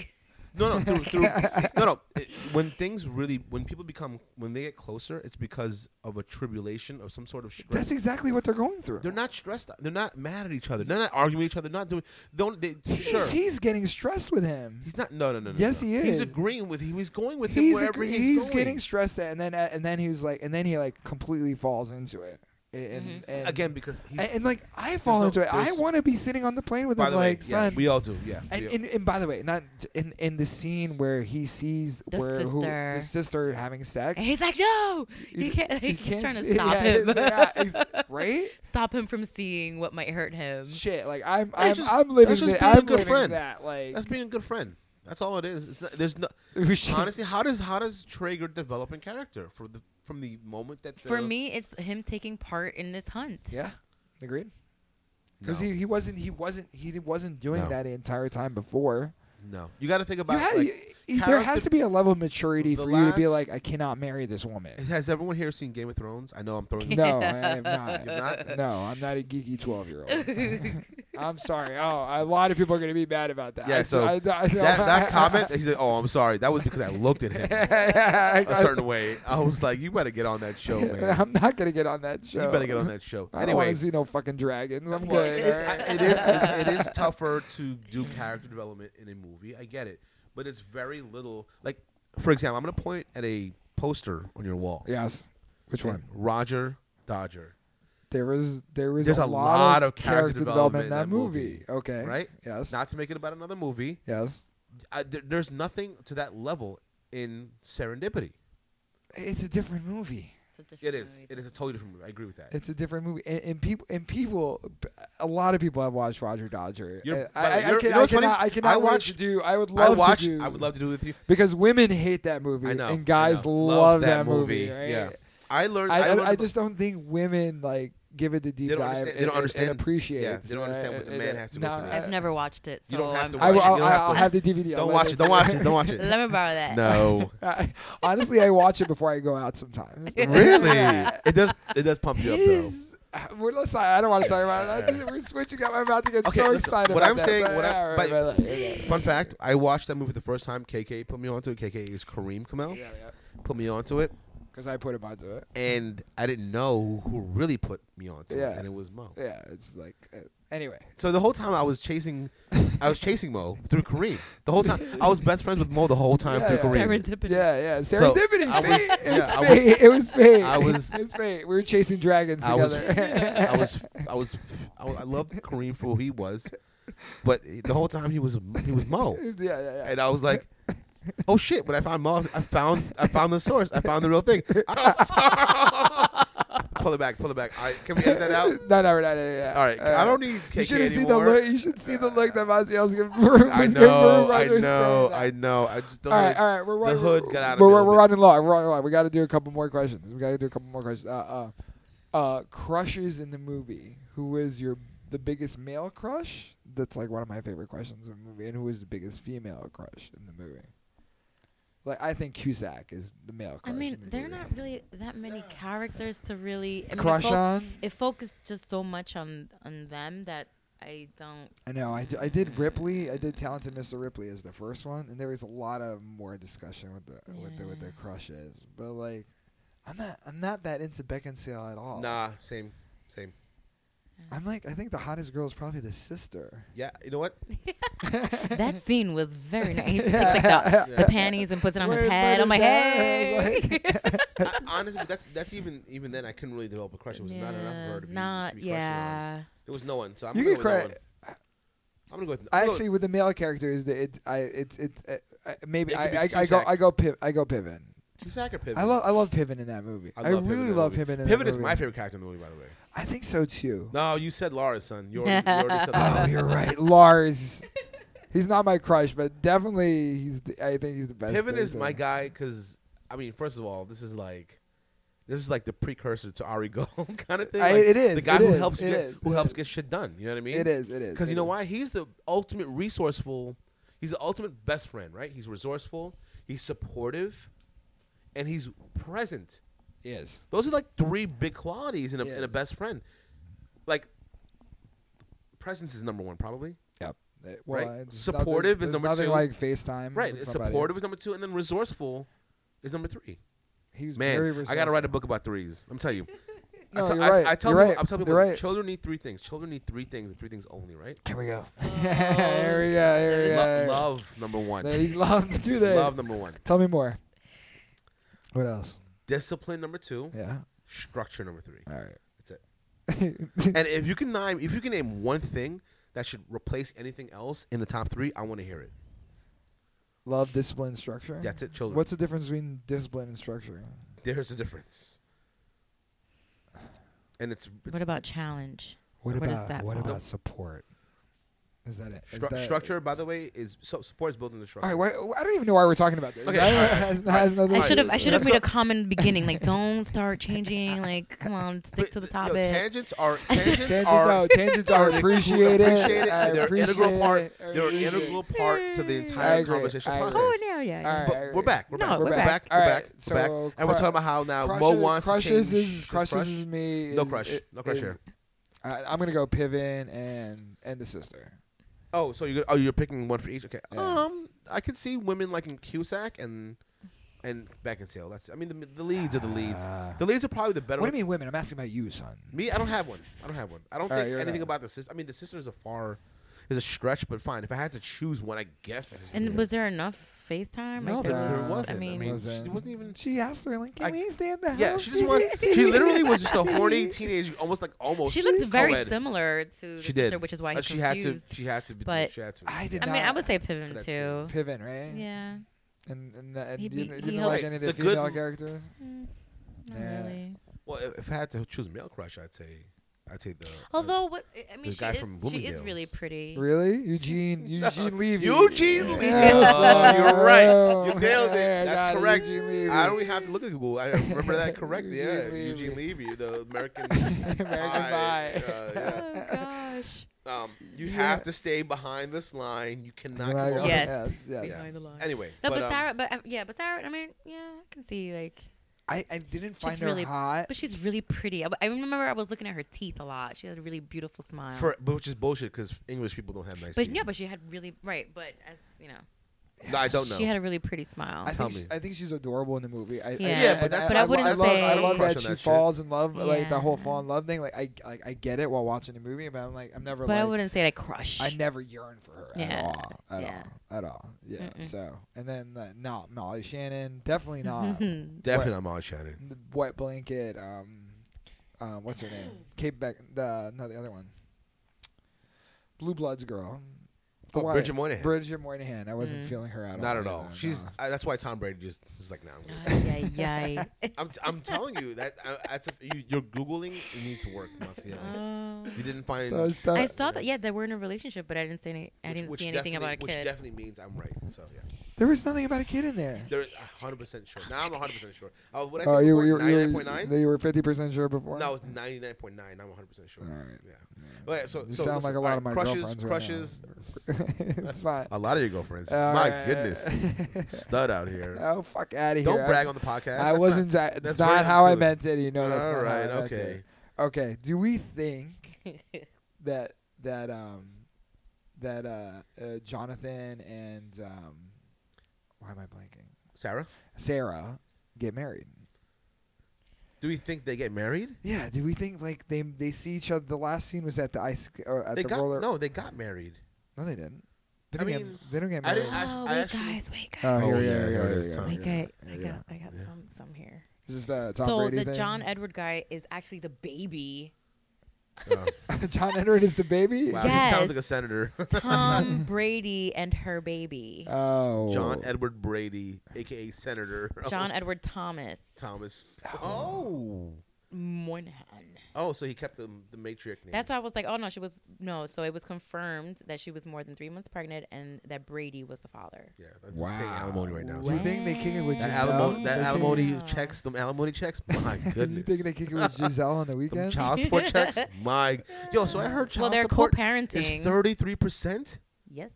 Speaker 2: No, no, through, through, no, no. It- when things really, when people become, when they get closer, it's because of a tribulation of some sort of stress.
Speaker 1: that's exactly what they're going through
Speaker 2: They're not stressed. out. They're not mad at each other. They're not arguing with each other. They're not doing. Don't. They,
Speaker 1: he's,
Speaker 2: sure.
Speaker 1: he's getting stressed with him
Speaker 2: He's not. No, no, no. no,
Speaker 1: Yes,
Speaker 2: no.
Speaker 1: he
Speaker 2: He's
Speaker 1: is.
Speaker 2: agreeing with him. He's going with him
Speaker 1: he's,
Speaker 2: wherever
Speaker 1: agree-
Speaker 2: he's,
Speaker 1: he's
Speaker 2: going.
Speaker 1: getting stressed out and then and then he was like and then he like completely falls into it and,
Speaker 3: Mhm.
Speaker 1: and
Speaker 2: again because he's.
Speaker 1: and, and like I fall
Speaker 2: no-
Speaker 1: into it. I
Speaker 2: there's-
Speaker 1: want to be sitting on the plane with
Speaker 2: by
Speaker 1: him,
Speaker 2: the
Speaker 1: like
Speaker 2: way, yeah,
Speaker 1: son.
Speaker 2: we all do. Yeah.
Speaker 1: and,
Speaker 2: we all-
Speaker 1: and, and by the way, not in in the scene where he sees
Speaker 3: The
Speaker 1: where who, the
Speaker 3: sister.
Speaker 1: sister having sex.
Speaker 3: And he's like, no,
Speaker 1: You-
Speaker 3: you can't. Like,
Speaker 1: you
Speaker 3: he's trying
Speaker 1: see-
Speaker 3: to stop
Speaker 1: yeah,
Speaker 3: him.
Speaker 1: yeah, ex- right?
Speaker 3: stop him from seeing what might hurt him.
Speaker 1: Shit, like I'm I'm,
Speaker 2: just-
Speaker 1: I'm living
Speaker 2: that's just
Speaker 1: the-
Speaker 2: being a
Speaker 1: I'm
Speaker 2: good
Speaker 1: living
Speaker 2: friend.
Speaker 1: that like
Speaker 2: that's being a good friend. That's all it is. It's not, there's no.
Speaker 1: we should-
Speaker 2: honestly, how does how does Traeger develop in character for the from the moment that the,
Speaker 3: For me, it's him taking part in this hunt.
Speaker 1: Yeah, agreed. Because
Speaker 2: No.
Speaker 1: he, he wasn't he wasn't he di- wasn't doing
Speaker 2: No.
Speaker 1: that the entire time before.
Speaker 2: No, you got to think about.
Speaker 1: You had,
Speaker 2: like,
Speaker 1: you- you- there has
Speaker 2: character-
Speaker 1: to be a level of maturity
Speaker 2: the
Speaker 1: for you to be
Speaker 2: last-
Speaker 1: like, I cannot marry this woman.
Speaker 2: has everyone here seen Game of Thrones? I know I'm throwing.
Speaker 1: no, I am not.
Speaker 2: You're not?
Speaker 1: No, I'm not a geeky twelve year old. I'm sorry. Oh, a lot of people are going to be mad about that.
Speaker 2: Yeah,
Speaker 1: I-
Speaker 2: so
Speaker 1: I- I- I-
Speaker 2: that, that comment, he said, "Oh, I'm sorry. That was because I looked at him a certain way." I was like, "You better get on that show, man.
Speaker 1: I'm not going to get on that
Speaker 2: You
Speaker 1: show.
Speaker 2: better get on that show."
Speaker 1: I don't
Speaker 2: anyway,
Speaker 1: want to see no fucking dragons. I'm
Speaker 2: Well,
Speaker 1: good.
Speaker 2: it- it- it is it is tougher to do character development in a movie. I get it, but it's very little. Like, for example, I'm gonna point at a poster on your wall.
Speaker 1: Yes. Which one?
Speaker 2: Roger Dodger,
Speaker 1: There was there was
Speaker 2: There's
Speaker 1: a,
Speaker 2: a lot of
Speaker 1: character
Speaker 2: character
Speaker 1: development in that
Speaker 2: development in
Speaker 1: movie. Okay.
Speaker 2: right?
Speaker 1: Yes.
Speaker 2: Not to make it about another movie.
Speaker 1: yes.
Speaker 2: I, there, there's nothing to that level in Serendipity.
Speaker 1: It's a different movie.
Speaker 3: It's a
Speaker 2: It
Speaker 3: different
Speaker 2: is.
Speaker 3: movie.
Speaker 2: It is a totally different movie. I agree with that.
Speaker 1: It's a different movie, and, and people and people, a lot of people have watched Roger Dodger.
Speaker 2: You're-
Speaker 1: And I, I,
Speaker 2: but you're-
Speaker 1: I, can,
Speaker 2: you know
Speaker 1: I
Speaker 2: what's funny?
Speaker 1: cannot. I cannot
Speaker 2: I
Speaker 1: wait to
Speaker 2: watched-
Speaker 1: do. I would
Speaker 2: I
Speaker 1: love
Speaker 2: watch.
Speaker 1: to do.
Speaker 2: I would love to do it with you.
Speaker 1: because women hate that movie,
Speaker 2: I know,
Speaker 1: and
Speaker 2: I
Speaker 1: guys
Speaker 2: know.
Speaker 1: love, that, movie. right?
Speaker 2: Yeah, I learned.
Speaker 1: I,
Speaker 2: I, learned
Speaker 1: I, I
Speaker 2: about-
Speaker 1: just don't think women like give it the deep
Speaker 2: They don't
Speaker 1: dive.
Speaker 2: understand- they
Speaker 1: and-
Speaker 2: don't
Speaker 1: and-
Speaker 2: understand-
Speaker 1: And appreciate. Uh,
Speaker 2: yeah, they don't understand what the man has to go
Speaker 1: no,
Speaker 2: through.
Speaker 1: I-
Speaker 3: I've never watched it, so
Speaker 2: You don't have
Speaker 3: I'm
Speaker 2: to
Speaker 1: I will,
Speaker 2: watch it.
Speaker 1: I'll,
Speaker 2: You don't have to
Speaker 1: I'll have the DVD. I'll
Speaker 2: don't
Speaker 1: let
Speaker 2: watch
Speaker 1: you
Speaker 2: it. Don't
Speaker 1: do
Speaker 2: watch it. Don't watch it.
Speaker 3: Let me borrow that.
Speaker 2: No.
Speaker 1: I, honestly, I watch it before I go out sometimes.
Speaker 2: really? It does. It does pump you up though.
Speaker 1: His, uh, well, let's not, I don't want to talk about it. We're switching up. I'm about to get
Speaker 2: Okay,
Speaker 1: so
Speaker 2: listen,
Speaker 1: excited.
Speaker 2: what
Speaker 1: about
Speaker 2: I'm
Speaker 1: that,
Speaker 2: saying- what I-
Speaker 1: all right,
Speaker 2: but-
Speaker 1: all right, all right.
Speaker 2: Fun fact: I watched that movie the first time. KK put me onto it. KK is Kareem Kamel.
Speaker 1: yeah, yeah.
Speaker 2: Put me onto it,
Speaker 1: Because I put him onto it.
Speaker 2: and I didn't know who really put me onto
Speaker 1: Yeah.
Speaker 2: it, and it was Mo.
Speaker 1: Yeah, it's like uh, anyway.
Speaker 2: So the whole time I was chasing, I was chasing Mo through Kareem. The whole time I was best friends with Mo the whole time
Speaker 1: Yeah,
Speaker 2: through
Speaker 1: yeah.
Speaker 2: Kareem.
Speaker 3: Serendipity.
Speaker 1: Yeah, yeah.
Speaker 2: So,
Speaker 1: Serendipity.
Speaker 2: I
Speaker 1: me.
Speaker 2: was-
Speaker 1: it,
Speaker 2: yeah, I
Speaker 1: was me. it was me.
Speaker 2: I was-
Speaker 1: It's me. We were chasing dragons
Speaker 2: I was,
Speaker 1: together.
Speaker 2: I was, I was, I was, I loved Kareem for who he was, but the whole time he was, he was Mo,
Speaker 1: yeah, yeah, yeah.
Speaker 2: oh. and I was like, oh shit! When I found Mo, I found, I found the source. I found the real thing. pull it back, pull it back. I, can we edit that out?
Speaker 1: No, no, we're not. Yeah, yeah.
Speaker 2: All right, I don't need
Speaker 1: You
Speaker 2: KK
Speaker 1: should have
Speaker 2: anymore. Uh,
Speaker 1: seen the look. You should see the look that Maziel's giving. was
Speaker 2: I
Speaker 1: giving
Speaker 2: know,
Speaker 1: Bruce
Speaker 2: I
Speaker 1: Brothers
Speaker 2: know,
Speaker 1: saying that.
Speaker 2: I know. I just don't.
Speaker 1: All
Speaker 2: know.
Speaker 1: right, all right. We're running.
Speaker 2: hood got out of
Speaker 1: we're,
Speaker 2: me a
Speaker 1: we're,
Speaker 2: little
Speaker 1: we're
Speaker 2: bit.
Speaker 1: running long. We're running long. We got to do a couple more questions. We got to do a couple more questions. Uh, uh, uh, crushes in the movie. Who was your the biggest male crush? That's like one of my favorite questions in the movie. And who was the biggest female crush in the movie? Like I think Cusack is the male
Speaker 3: I
Speaker 1: crush.
Speaker 3: mean,
Speaker 1: in the
Speaker 3: they're
Speaker 1: movie.
Speaker 3: not really that many characters to really I mean,
Speaker 1: crush
Speaker 3: it, fo-
Speaker 1: on.
Speaker 3: it focused just so much on on them that I don't.
Speaker 1: I know. I, d- I did Ripley. I did Talented Mr. Ripley as the first one, and there was a lot of more discussion with the with the with the
Speaker 3: Yeah.
Speaker 1: crushes. But like, I'm not I'm not that into Beckinsale at all.
Speaker 2: Nah, same, same.
Speaker 1: I'm like I think the hottest girl is probably the sister.
Speaker 2: Yeah, you know what?
Speaker 3: That scene was very nice. He took like the, the panties and puts it on
Speaker 1: Where's
Speaker 3: his head. I'm
Speaker 1: my
Speaker 3: like,
Speaker 1: desire?
Speaker 3: hey.
Speaker 2: I, honestly, that's that's even even then I couldn't really develop a crush. It was not enough for her to be,
Speaker 3: Not
Speaker 2: to be crushing on.
Speaker 3: yeah.
Speaker 2: There was no one, so I'm
Speaker 1: You
Speaker 2: gonna
Speaker 1: get
Speaker 2: go with
Speaker 1: cra-
Speaker 2: that one. I'm gonna go. With,
Speaker 1: I
Speaker 2: I'm
Speaker 1: actually with the male characters, the- it I it's it, uh, uh, maybe
Speaker 2: It could be
Speaker 1: I, I, I go
Speaker 2: Cusack.
Speaker 1: I go piv- I go Piven.
Speaker 2: Cusack or Piven.
Speaker 1: I love I love Piven in that movie. I,
Speaker 2: love Piven in
Speaker 1: really
Speaker 2: that
Speaker 1: love
Speaker 2: movie.
Speaker 1: Piven in that
Speaker 2: Piven
Speaker 1: movie.
Speaker 2: is my favorite character in the movie, by the way.
Speaker 1: I think so too.
Speaker 2: No, you said Laura's son. You already, you already said
Speaker 1: Oh,
Speaker 2: Lara.
Speaker 1: you're right, Lars. He's not my crush, but definitely he's. The, I think he's the best.
Speaker 2: Piven is
Speaker 1: character.
Speaker 2: my guy because I mean, first of all, this is like. This is like the precursor to Ari Gold kind of thing.
Speaker 1: I-
Speaker 2: like,
Speaker 1: it is,
Speaker 2: the guy
Speaker 1: it
Speaker 2: who
Speaker 1: is,
Speaker 2: helps
Speaker 1: it
Speaker 2: get,
Speaker 1: is,
Speaker 2: who
Speaker 1: it
Speaker 2: helps
Speaker 1: is.
Speaker 2: get shit done. You know what I mean?
Speaker 1: It is. It is.
Speaker 2: Because
Speaker 1: it
Speaker 2: you know
Speaker 1: is.
Speaker 2: why? He's the ultimate resourceful. He's the ultimate best friend, right? He's resourceful. He's supportive, and he's present.
Speaker 1: Yes.
Speaker 2: Those are like three big qualities in a, in a
Speaker 1: Yes.
Speaker 2: best friend. Like, presence is number one, probably.
Speaker 1: Yep. Uh,
Speaker 2: Right?
Speaker 1: uh, there's
Speaker 2: Supportive
Speaker 1: there's,
Speaker 2: is number
Speaker 1: nothing
Speaker 2: two.
Speaker 1: like FaceTime.
Speaker 2: Right.
Speaker 1: with
Speaker 2: it's
Speaker 1: Mm-hmm. somebody.
Speaker 2: Supportive is number two, and then resourceful is number three.
Speaker 1: He's very
Speaker 2: Man, I gotta
Speaker 1: resourceful.
Speaker 2: write a book about threes. I'm telling you.
Speaker 1: No,
Speaker 2: I tell-
Speaker 1: you're
Speaker 2: I-
Speaker 1: right.
Speaker 2: I tell
Speaker 1: you're
Speaker 2: people,
Speaker 1: right.
Speaker 2: I'm telling people,
Speaker 1: you're right.
Speaker 2: children need three things. Children need three things, and three things only, right?
Speaker 1: Here we go. here we go. Here we
Speaker 2: Lo-
Speaker 1: go.
Speaker 2: love number one.
Speaker 1: They love to do this.
Speaker 2: Love number one.
Speaker 1: Tell me more. What else?
Speaker 2: Discipline number two.
Speaker 1: Yeah.
Speaker 2: Structure number three.
Speaker 1: All right.
Speaker 2: That's
Speaker 1: it.
Speaker 2: And if you can name if you can name one thing that should replace anything else in the top three, I want to hear it.
Speaker 1: love, discipline, structure.
Speaker 2: That's it, children.
Speaker 1: What's the difference between discipline and structure?
Speaker 2: There's a difference. And it's, it's
Speaker 3: What about challenge?
Speaker 1: What
Speaker 3: What is
Speaker 1: about
Speaker 3: that
Speaker 1: what
Speaker 3: called?
Speaker 1: about support? Is that it? Is
Speaker 2: stru-
Speaker 1: that-
Speaker 2: structure. By the way, is so, supports building the structure.
Speaker 1: All right. Why, I don't even know why we're talking about this.
Speaker 2: Okay,
Speaker 1: I,
Speaker 2: all right,
Speaker 1: has-
Speaker 2: all right.
Speaker 1: has nothing
Speaker 3: I
Speaker 1: to
Speaker 3: should have
Speaker 1: do
Speaker 3: I
Speaker 1: with
Speaker 3: should
Speaker 1: it.
Speaker 3: have
Speaker 2: Let's
Speaker 3: made
Speaker 2: go.
Speaker 3: a common beginning. Like, don't start changing. Like, come on, stick to the
Speaker 2: Yo,
Speaker 3: topic.
Speaker 2: tangents are
Speaker 3: I should-
Speaker 2: tangents
Speaker 1: Tangents,
Speaker 2: are
Speaker 1: no, tangents are appreciated.
Speaker 2: appreciated,
Speaker 1: I
Speaker 2: and they're
Speaker 1: appreciate
Speaker 2: integral part.
Speaker 1: it. I
Speaker 2: They're an
Speaker 1: appreciate it.
Speaker 2: integral part to the
Speaker 1: I
Speaker 2: entire
Speaker 1: agree,
Speaker 2: conversation
Speaker 1: I agree.
Speaker 2: process.
Speaker 3: oh yeah, yeah. yeah.
Speaker 1: All right,
Speaker 2: But
Speaker 1: I agree.
Speaker 2: we're back. We're
Speaker 3: No,
Speaker 2: back.
Speaker 3: we're
Speaker 2: we're
Speaker 3: back.
Speaker 2: back.
Speaker 1: All
Speaker 2: We're
Speaker 1: right,
Speaker 2: back. we're back.
Speaker 1: so
Speaker 2: And we're
Speaker 1: cru-
Speaker 2: talking about how now
Speaker 1: crushes,
Speaker 2: Uh, Mo wants
Speaker 1: crushes
Speaker 2: to change
Speaker 1: is
Speaker 2: his
Speaker 1: crushes
Speaker 2: crush.
Speaker 1: is me.
Speaker 2: No
Speaker 1: is-
Speaker 2: crush.
Speaker 1: it-
Speaker 2: No crush
Speaker 1: is-
Speaker 2: here.
Speaker 1: I, I'm gonna go Piven and and the sister.
Speaker 2: Oh, so you're oh you're picking one for each. Okay.
Speaker 1: Yeah.
Speaker 2: Um, I could see women like in Cusack and and Beckinsale. That's I mean the the leads are the leads.
Speaker 1: Ah.
Speaker 2: The leads are probably the better.
Speaker 1: What do you mean women? I'm asking about you, son.
Speaker 2: Me, I don't have one. I don't have one. I don't
Speaker 1: All right,
Speaker 2: think
Speaker 1: you're
Speaker 2: anything
Speaker 1: not.
Speaker 2: about the sister. I mean, the sister is a far, is a stretch, but fine. If I had to choose one, I guess. The sister
Speaker 3: And
Speaker 2: would-
Speaker 3: was there enough FaceTime?
Speaker 2: no,
Speaker 3: Like,
Speaker 2: there,
Speaker 1: there
Speaker 2: there
Speaker 1: was-
Speaker 2: wasn't.
Speaker 3: I
Speaker 2: I
Speaker 3: mean,
Speaker 2: mean,
Speaker 1: Uh, wasn't.
Speaker 2: she wasn't even.
Speaker 1: She asked her like, "Can
Speaker 2: I-
Speaker 1: we stay in the house?"
Speaker 2: Yeah, she just was. She literally was just a horny teenage, almost like almost.
Speaker 3: she looked very
Speaker 2: co-ed.
Speaker 3: similar to the
Speaker 2: She did.
Speaker 3: sister, which is why
Speaker 2: Uh,
Speaker 3: he's
Speaker 2: she had to.
Speaker 3: confused.
Speaker 2: She had to. Be,
Speaker 3: but-
Speaker 2: she had to. be.
Speaker 1: I did
Speaker 3: I
Speaker 1: not.
Speaker 3: mean, I would say
Speaker 2: For
Speaker 3: Piven
Speaker 2: that
Speaker 3: too.
Speaker 1: Piven, right?
Speaker 3: Yeah.
Speaker 1: And and, the, and
Speaker 3: He
Speaker 1: you
Speaker 3: be-
Speaker 1: didn't, you
Speaker 3: he
Speaker 1: didn't like
Speaker 3: helped.
Speaker 1: any of the,
Speaker 2: The good-
Speaker 1: female characters.
Speaker 3: Mm, not
Speaker 1: Yeah.
Speaker 3: really.
Speaker 2: well, if, if I had to choose a male crush, I'd say, I'd say the.
Speaker 3: Although, what I- I mean,
Speaker 2: the
Speaker 3: she
Speaker 2: guy
Speaker 3: is,
Speaker 2: from
Speaker 3: she is really
Speaker 2: Bloomingdale's.
Speaker 3: pretty.
Speaker 1: Really, Eugene Eugene Levy.
Speaker 2: Eugene Levy.
Speaker 1: Yes,
Speaker 2: Oh, you're
Speaker 1: sir.
Speaker 2: right. You nailed
Speaker 1: Yeah,
Speaker 2: it.
Speaker 1: got
Speaker 2: That's correct.
Speaker 1: Eugene Levy.
Speaker 2: I don't even have to look at Google. I remember that correctly.
Speaker 1: Eugene
Speaker 2: Yeah,
Speaker 1: Levy.
Speaker 2: Eugene Levy, the American.
Speaker 1: American Pie.
Speaker 2: Pie, uh,
Speaker 3: Oh
Speaker 2: yeah.
Speaker 3: gosh.
Speaker 2: Um, you
Speaker 1: Yeah.
Speaker 2: have to stay behind this line. You cannot.
Speaker 1: Like,
Speaker 2: come
Speaker 1: oh,
Speaker 2: over.
Speaker 3: Yes.
Speaker 1: yes.
Speaker 2: Yeah.
Speaker 3: Behind the line.
Speaker 2: Anyway,
Speaker 3: No, but,
Speaker 2: um,
Speaker 3: Sarah, but uh, yeah, but Sarah. I mean, yeah, I can see like,
Speaker 1: I, I didn't find her
Speaker 3: really-
Speaker 1: hot.
Speaker 3: but she's really pretty. I, I remember I was looking at her teeth a lot. She had a really beautiful smile.
Speaker 2: for, but which is bullshit because English people don't have nice.
Speaker 3: but
Speaker 2: teeth.
Speaker 3: yeah, but she had really right. But as you know,
Speaker 2: No, I don't know.
Speaker 3: she had a really pretty smile.
Speaker 1: I
Speaker 2: Tell
Speaker 1: think, she,
Speaker 2: me.
Speaker 1: I think she's adorable in the movie. I, I,
Speaker 3: Yeah.
Speaker 2: Yeah,
Speaker 1: and
Speaker 2: but
Speaker 1: I,
Speaker 2: that's- But
Speaker 1: I,
Speaker 2: I
Speaker 1: lo- I
Speaker 3: wouldn't
Speaker 1: love, I
Speaker 3: say-
Speaker 1: love
Speaker 2: Crush
Speaker 1: that
Speaker 2: on
Speaker 1: she
Speaker 2: that shit.
Speaker 1: falls in love, like the
Speaker 3: Yeah.
Speaker 1: whole fall in love thing. Like I, I, I get it while watching the movie, but I'm like, I'm never
Speaker 3: but
Speaker 1: like,
Speaker 3: I wouldn't say like crush.
Speaker 1: I never yearn for her at
Speaker 3: Yeah,
Speaker 1: all, at
Speaker 3: yeah.
Speaker 1: all, at all. Yeah.
Speaker 3: Mm-mm.
Speaker 1: So, and then uh, not Molly Shannon, definitely not.
Speaker 3: Mhm.
Speaker 2: definitely not Molly Shannon.
Speaker 1: The Wet blanket. Um, um, what's her name? Kate Beck. The no, the other one. Blue Bloods girl. The
Speaker 2: Oh,
Speaker 1: white-
Speaker 2: Bridget Moynihan.
Speaker 1: Bridget Moynihan. I wasn't
Speaker 3: Mm.
Speaker 1: feeling her at all.
Speaker 2: not at all.
Speaker 1: either,
Speaker 2: She's
Speaker 1: no.
Speaker 2: I, that's why Tom Brady just is like, nah. I'm, good.
Speaker 3: Ay, ay, ay.
Speaker 2: I'm, t- I'm telling you that uh, that's a, you, you're googling. It needs to work, Marciano.
Speaker 3: Oh.
Speaker 2: You didn't find.
Speaker 1: Stop, stop.
Speaker 3: I saw that. Yeah, they were in a relationship, but I didn't say any. I
Speaker 2: Uh, which-
Speaker 3: didn't
Speaker 2: which
Speaker 3: see anything about a
Speaker 2: definitely-
Speaker 3: kid.
Speaker 2: Which definitely means I'm right. So yeah,
Speaker 1: There was nothing about a kid in there.
Speaker 2: they're 100 percent sure. Now I'm 100 percent sure. Uh, what I said
Speaker 1: Oh, you
Speaker 2: before,
Speaker 1: were you were- you
Speaker 2: 99.9.
Speaker 1: were you were fifty percent sure before.
Speaker 2: No, it was 99.9. I'm 100 percent sure.
Speaker 1: All right.
Speaker 2: Yeah. Okay, so,
Speaker 1: You
Speaker 2: so
Speaker 1: sound
Speaker 2: listen,
Speaker 1: like a
Speaker 2: all
Speaker 1: lot
Speaker 2: right,
Speaker 1: of my
Speaker 2: crushes,
Speaker 1: girlfriends right
Speaker 2: Crushes.
Speaker 1: now. it's fine.
Speaker 2: A lot of your girlfriends.
Speaker 1: All
Speaker 2: My
Speaker 1: right.
Speaker 2: goodness. Stud out here.
Speaker 1: oh fuck out of here!
Speaker 2: Don't
Speaker 1: I-
Speaker 2: brag on the podcast.
Speaker 1: I wasn't. Not, it's
Speaker 2: that's
Speaker 1: not
Speaker 2: very
Speaker 1: how I
Speaker 2: rude.
Speaker 1: meant it. You know, that's
Speaker 2: All
Speaker 1: not how I
Speaker 2: right.
Speaker 1: meant
Speaker 2: Okay.
Speaker 1: it. Okay. Do we think that that um that uh, uh Jonathan and um why am I blanking?
Speaker 2: Sarah,
Speaker 1: Sarah get married.
Speaker 2: do we think they get married?
Speaker 1: Yeah. Do we think like they they see each other? The last scene was at the ice or at
Speaker 2: They
Speaker 1: the
Speaker 2: got
Speaker 1: roller.
Speaker 2: no. They got married.
Speaker 1: No, they didn't. They
Speaker 2: I
Speaker 1: didn't,
Speaker 2: mean,
Speaker 1: get, they didn't get
Speaker 2: I
Speaker 1: married.
Speaker 2: didn't-
Speaker 3: oh,
Speaker 2: I
Speaker 3: wait,
Speaker 2: actually-
Speaker 3: guys, wait,
Speaker 1: oh,
Speaker 3: guys.
Speaker 1: here
Speaker 2: Oh,
Speaker 1: we
Speaker 2: yeah,
Speaker 1: are.
Speaker 2: here
Speaker 1: Here
Speaker 2: it
Speaker 1: we
Speaker 2: is,
Speaker 1: are.
Speaker 2: Tom.
Speaker 1: here
Speaker 3: wait,
Speaker 1: we are.
Speaker 3: guys. I
Speaker 1: Yeah.
Speaker 3: got, I got
Speaker 2: Yeah.
Speaker 3: some, some here.
Speaker 1: This is the Tom
Speaker 3: so
Speaker 1: Brady
Speaker 3: the
Speaker 1: thing.
Speaker 3: John Edward guy is actually the baby.
Speaker 2: Oh,
Speaker 1: John Edward is the baby.
Speaker 2: wow,
Speaker 3: Yes.
Speaker 2: he sounds like a senator.
Speaker 3: Tom Brady and her baby.
Speaker 2: Uh,
Speaker 1: Oh,
Speaker 2: John Edward Brady, aka Senator
Speaker 3: John Edward Thomas.
Speaker 2: Thomas. Oh.
Speaker 3: Moynihan.
Speaker 2: Oh, so he kept the the matriarch name.
Speaker 3: That's why I was like, oh no, she was no. So it was confirmed that she was more than three months pregnant and that Brady was the father.
Speaker 2: yeah. I'm
Speaker 1: Wow.
Speaker 2: paying alimony right now.
Speaker 1: Do you
Speaker 2: So
Speaker 3: Wow.
Speaker 1: think they kick it with
Speaker 2: that
Speaker 1: Giselle?
Speaker 2: alimony,
Speaker 1: They
Speaker 2: that
Speaker 1: kick-
Speaker 2: alimony
Speaker 3: Wow.
Speaker 2: checks, them alimony checks. My
Speaker 1: you
Speaker 2: goodness.
Speaker 1: think they kick it with Giselle on the
Speaker 2: Them
Speaker 1: weekend?
Speaker 2: child support checks. My yo. So I heard child
Speaker 3: well, they're
Speaker 2: support
Speaker 3: co-parenting.
Speaker 2: is thirty three percent.
Speaker 3: yes.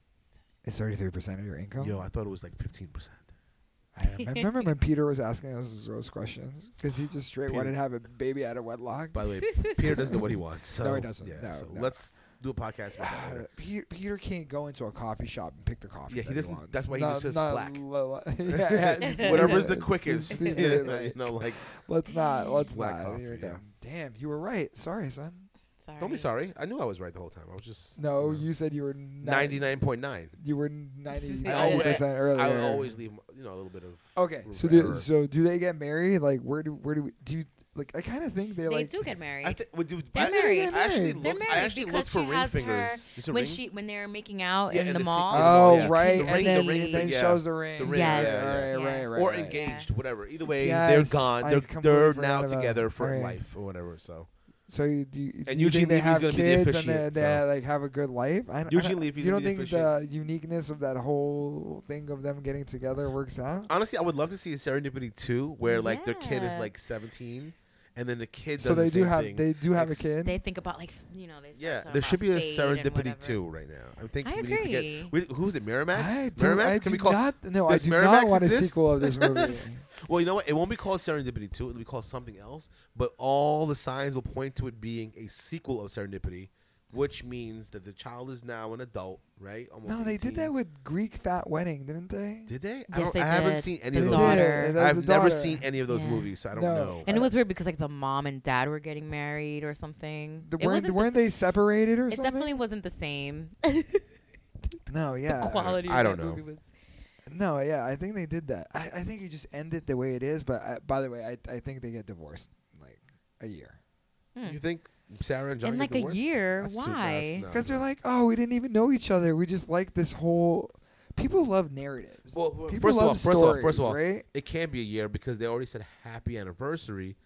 Speaker 1: It's thirty three percent of your income.
Speaker 2: Yo, I thought it was like fifteen percent.
Speaker 1: I rem- I remember when Peter was asking us those questions because he just straight
Speaker 2: Peter.
Speaker 1: wanted to have a baby out of wedlock.
Speaker 2: By the way, Peter doesn't know what he wants. So,
Speaker 1: No, he doesn't.
Speaker 2: Yeah,
Speaker 1: No,
Speaker 2: so
Speaker 1: no.
Speaker 2: let's do a podcast. About that later.
Speaker 1: Peter, Peter can't go into a coffee shop and pick the coffee.
Speaker 2: Yeah, he
Speaker 1: that
Speaker 2: doesn't-
Speaker 1: wants.
Speaker 2: that's why he
Speaker 1: No-
Speaker 2: just says
Speaker 1: no-
Speaker 2: black.
Speaker 1: lo- lo- yeah, yeah,
Speaker 2: Whatever's the
Speaker 1: it's-
Speaker 2: quickest,
Speaker 1: it's-
Speaker 2: you
Speaker 1: it's-
Speaker 2: know, like
Speaker 1: Let's not. Let's
Speaker 2: Black
Speaker 1: not.
Speaker 2: coffee,
Speaker 1: Here we go.
Speaker 2: yeah.
Speaker 1: Damn, you were right. Sorry, son.
Speaker 3: Sorry.
Speaker 2: don't be sorry. I knew I was right the whole time. I was just
Speaker 1: No, you said you were ninety
Speaker 2: ninety nine point nine.
Speaker 1: You were ninety
Speaker 3: I always-
Speaker 1: percent earlier.
Speaker 2: I would always leave, you know, a little bit of.
Speaker 1: Okay,
Speaker 2: room
Speaker 1: so
Speaker 2: for
Speaker 1: do,
Speaker 2: error.
Speaker 1: so do they get married? Like, where do where do we do? You, like, I kind of think they're
Speaker 3: They
Speaker 1: like.
Speaker 3: do get married.
Speaker 2: I think. Well, dude,
Speaker 3: They're
Speaker 2: I,
Speaker 3: married.
Speaker 2: I actually
Speaker 1: They're
Speaker 2: looked.
Speaker 3: married
Speaker 2: I actually
Speaker 3: because
Speaker 2: looked for
Speaker 3: she
Speaker 2: ring
Speaker 3: has her-
Speaker 2: fingers. Is it
Speaker 3: when
Speaker 2: ring?
Speaker 3: she when they're making out
Speaker 2: Yeah,
Speaker 3: in
Speaker 2: and the
Speaker 3: the
Speaker 2: se-
Speaker 3: mall.
Speaker 2: in the mall,
Speaker 1: Oh
Speaker 2: yeah.
Speaker 1: right,
Speaker 3: The
Speaker 1: and
Speaker 3: ring,
Speaker 1: then
Speaker 3: the ring
Speaker 1: then
Speaker 3: thing,
Speaker 2: yeah.
Speaker 1: shows the ring.
Speaker 2: ring,
Speaker 3: Yes.
Speaker 1: Right,
Speaker 3: yeah,
Speaker 1: right,
Speaker 3: yeah.
Speaker 1: right, right.
Speaker 2: or
Speaker 1: right.
Speaker 2: engaged, whatever. Either way,
Speaker 1: Yes,
Speaker 2: they're gone.
Speaker 1: I
Speaker 2: They're,
Speaker 1: completely
Speaker 2: they're
Speaker 1: forgot
Speaker 2: now
Speaker 1: about-
Speaker 2: together for
Speaker 1: right.
Speaker 2: life or whatever. So
Speaker 1: So you, do you,
Speaker 2: And
Speaker 1: you
Speaker 2: Eugene
Speaker 1: think they
Speaker 2: Levy's
Speaker 1: have
Speaker 2: gonna
Speaker 1: kids
Speaker 2: be the
Speaker 1: and they,
Speaker 2: officiant,
Speaker 1: they
Speaker 2: so.
Speaker 1: like have a good life? I, don't- I
Speaker 2: Eugene
Speaker 1: don't-
Speaker 2: Levy's
Speaker 1: You
Speaker 2: gonna
Speaker 1: don't
Speaker 2: be the
Speaker 1: think the uniqueness of that whole thing of them getting together works out?
Speaker 2: honestly, I would love to see a Serendipity two where like their kid is
Speaker 3: Yeah.
Speaker 2: like seventeen, and then the kid. Does
Speaker 1: so they
Speaker 2: the
Speaker 1: do
Speaker 2: same
Speaker 1: have
Speaker 2: thing.
Speaker 1: they do have a
Speaker 2: Ex-
Speaker 1: kid.
Speaker 3: They think about like f- you know. They
Speaker 2: Yeah,
Speaker 3: talk
Speaker 2: there
Speaker 3: about
Speaker 2: should be a
Speaker 3: fate and
Speaker 2: serendipity
Speaker 3: whatever.
Speaker 2: too right now. I think
Speaker 3: I
Speaker 2: we need to
Speaker 3: agree.
Speaker 2: get. We, who's it? Miramax.
Speaker 1: I do,
Speaker 2: Miramax.
Speaker 1: I do
Speaker 2: Can we call?
Speaker 1: not, no, I
Speaker 2: Does
Speaker 1: do
Speaker 2: Miramax
Speaker 1: not want
Speaker 2: exist?
Speaker 1: a sequel of this movie.
Speaker 2: Well, you know what? It won't be called Serendipity 2. It'll be called something else. But all the signs will point to it being a sequel of Serendipity, which means that the child is now an adult, right? Almost
Speaker 1: No, they
Speaker 2: 18.
Speaker 1: did that with Greek Fat Wedding, didn't they?
Speaker 2: Did they? I,
Speaker 3: Yes,
Speaker 2: don't-
Speaker 3: they
Speaker 2: I haven't
Speaker 3: did.
Speaker 2: seen any
Speaker 3: The
Speaker 2: of those.
Speaker 3: daughter.
Speaker 1: Yeah, the-
Speaker 2: I've
Speaker 1: the
Speaker 2: never
Speaker 1: daughter.
Speaker 2: seen any of those
Speaker 3: Yeah.
Speaker 2: movies, so I don't
Speaker 1: No.
Speaker 2: know.
Speaker 1: And
Speaker 3: And it was weird because like the mom and dad were getting married or something.
Speaker 1: The,
Speaker 3: it
Speaker 1: weren't
Speaker 3: wasn't
Speaker 1: weren't
Speaker 3: the,
Speaker 1: they separated or
Speaker 3: It
Speaker 1: something?
Speaker 3: definitely wasn't the same.
Speaker 1: no, yeah.
Speaker 3: Quality.
Speaker 2: I
Speaker 3: of
Speaker 2: don't
Speaker 3: that
Speaker 2: know.
Speaker 3: movie was-
Speaker 1: No, yeah, I think they did that. I, I think you just end it the way it is. But I, by the way, I, I think they get divorced in, like a year
Speaker 3: Hmm.
Speaker 2: You think Sarah and John
Speaker 3: In
Speaker 2: get
Speaker 3: like a
Speaker 2: divorced?
Speaker 3: year.
Speaker 2: That's too-
Speaker 3: Why?
Speaker 2: that's- no,
Speaker 1: because they're
Speaker 2: no.
Speaker 1: like, oh, we didn't even know each other. We just like this whole. People love narratives.
Speaker 2: Well, well,
Speaker 1: People
Speaker 2: first of
Speaker 1: love
Speaker 2: all, first of all,
Speaker 1: stories,
Speaker 2: first of all,
Speaker 1: right?
Speaker 2: it can't be a year because they already said happy anniversary.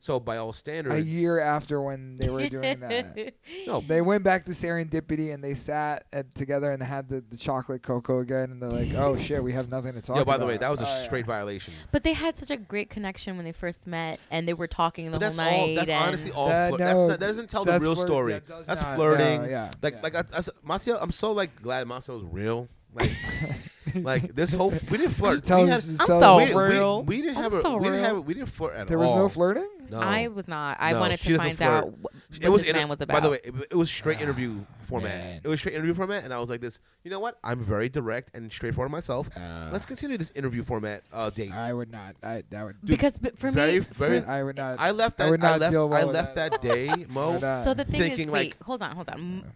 Speaker 2: So by all standards,
Speaker 1: A year after when they were doing that.
Speaker 2: No,
Speaker 1: They went back to Serendipity and they sat at, together and had the, the chocolate cocoa again and they're like, oh shit, we have nothing to talk
Speaker 2: yeah.
Speaker 1: about.
Speaker 2: By the way, that was
Speaker 1: Oh,
Speaker 2: a
Speaker 1: yeah.
Speaker 2: straight violation.
Speaker 3: But they had such a great connection when they first met, and they were talking the
Speaker 2: But that's
Speaker 3: whole night.
Speaker 2: all. That's
Speaker 3: and
Speaker 2: honestly all.
Speaker 1: Uh,
Speaker 2: flirt.
Speaker 1: no,
Speaker 2: that's not, that doesn't tell the
Speaker 1: that's
Speaker 2: real
Speaker 1: flirt-
Speaker 2: story.
Speaker 1: that does
Speaker 2: that's
Speaker 1: not- no,
Speaker 2: flirting.
Speaker 1: yeah,
Speaker 2: Like
Speaker 1: yeah.
Speaker 2: like I, I, s- Maciel, I'm so like glad Maciel was real. Like like this whole we didn't
Speaker 1: She
Speaker 2: flirt.
Speaker 1: tells-
Speaker 2: we, had,
Speaker 1: she
Speaker 3: I'm
Speaker 1: tells-
Speaker 3: so
Speaker 2: we, we-
Speaker 3: real.
Speaker 2: we didn't
Speaker 3: I'm
Speaker 2: have a
Speaker 3: so
Speaker 2: we didn't
Speaker 3: real.
Speaker 2: have a- we didn't flirt at
Speaker 1: There was
Speaker 2: all.
Speaker 1: no flirting?
Speaker 2: No.
Speaker 3: I was not. I
Speaker 2: No,
Speaker 3: wanted
Speaker 2: she
Speaker 3: to
Speaker 2: doesn't
Speaker 3: find out
Speaker 2: flirt.
Speaker 3: wh- what
Speaker 2: it was
Speaker 3: this
Speaker 2: inter-
Speaker 3: man was about.
Speaker 2: By the way, it, it was straight interview format.
Speaker 1: Man.
Speaker 2: It was straight interview format, and I was like, "This, you know what? I'm very direct and straightforward myself. Let's continue this interview format uh, date.
Speaker 1: Uh, I would not. I that would.
Speaker 3: because but for
Speaker 2: very-
Speaker 3: me,
Speaker 2: very-
Speaker 3: for-
Speaker 1: I would not.
Speaker 2: I left
Speaker 1: I
Speaker 2: that. I,
Speaker 1: would not
Speaker 2: left,
Speaker 1: deal well
Speaker 2: I
Speaker 1: with
Speaker 2: left
Speaker 1: that.
Speaker 2: that day,
Speaker 1: I
Speaker 2: Mo.
Speaker 1: would not.
Speaker 3: so the thing is,
Speaker 2: thinking,
Speaker 3: wait,
Speaker 2: like-
Speaker 3: hold on, hold on. M-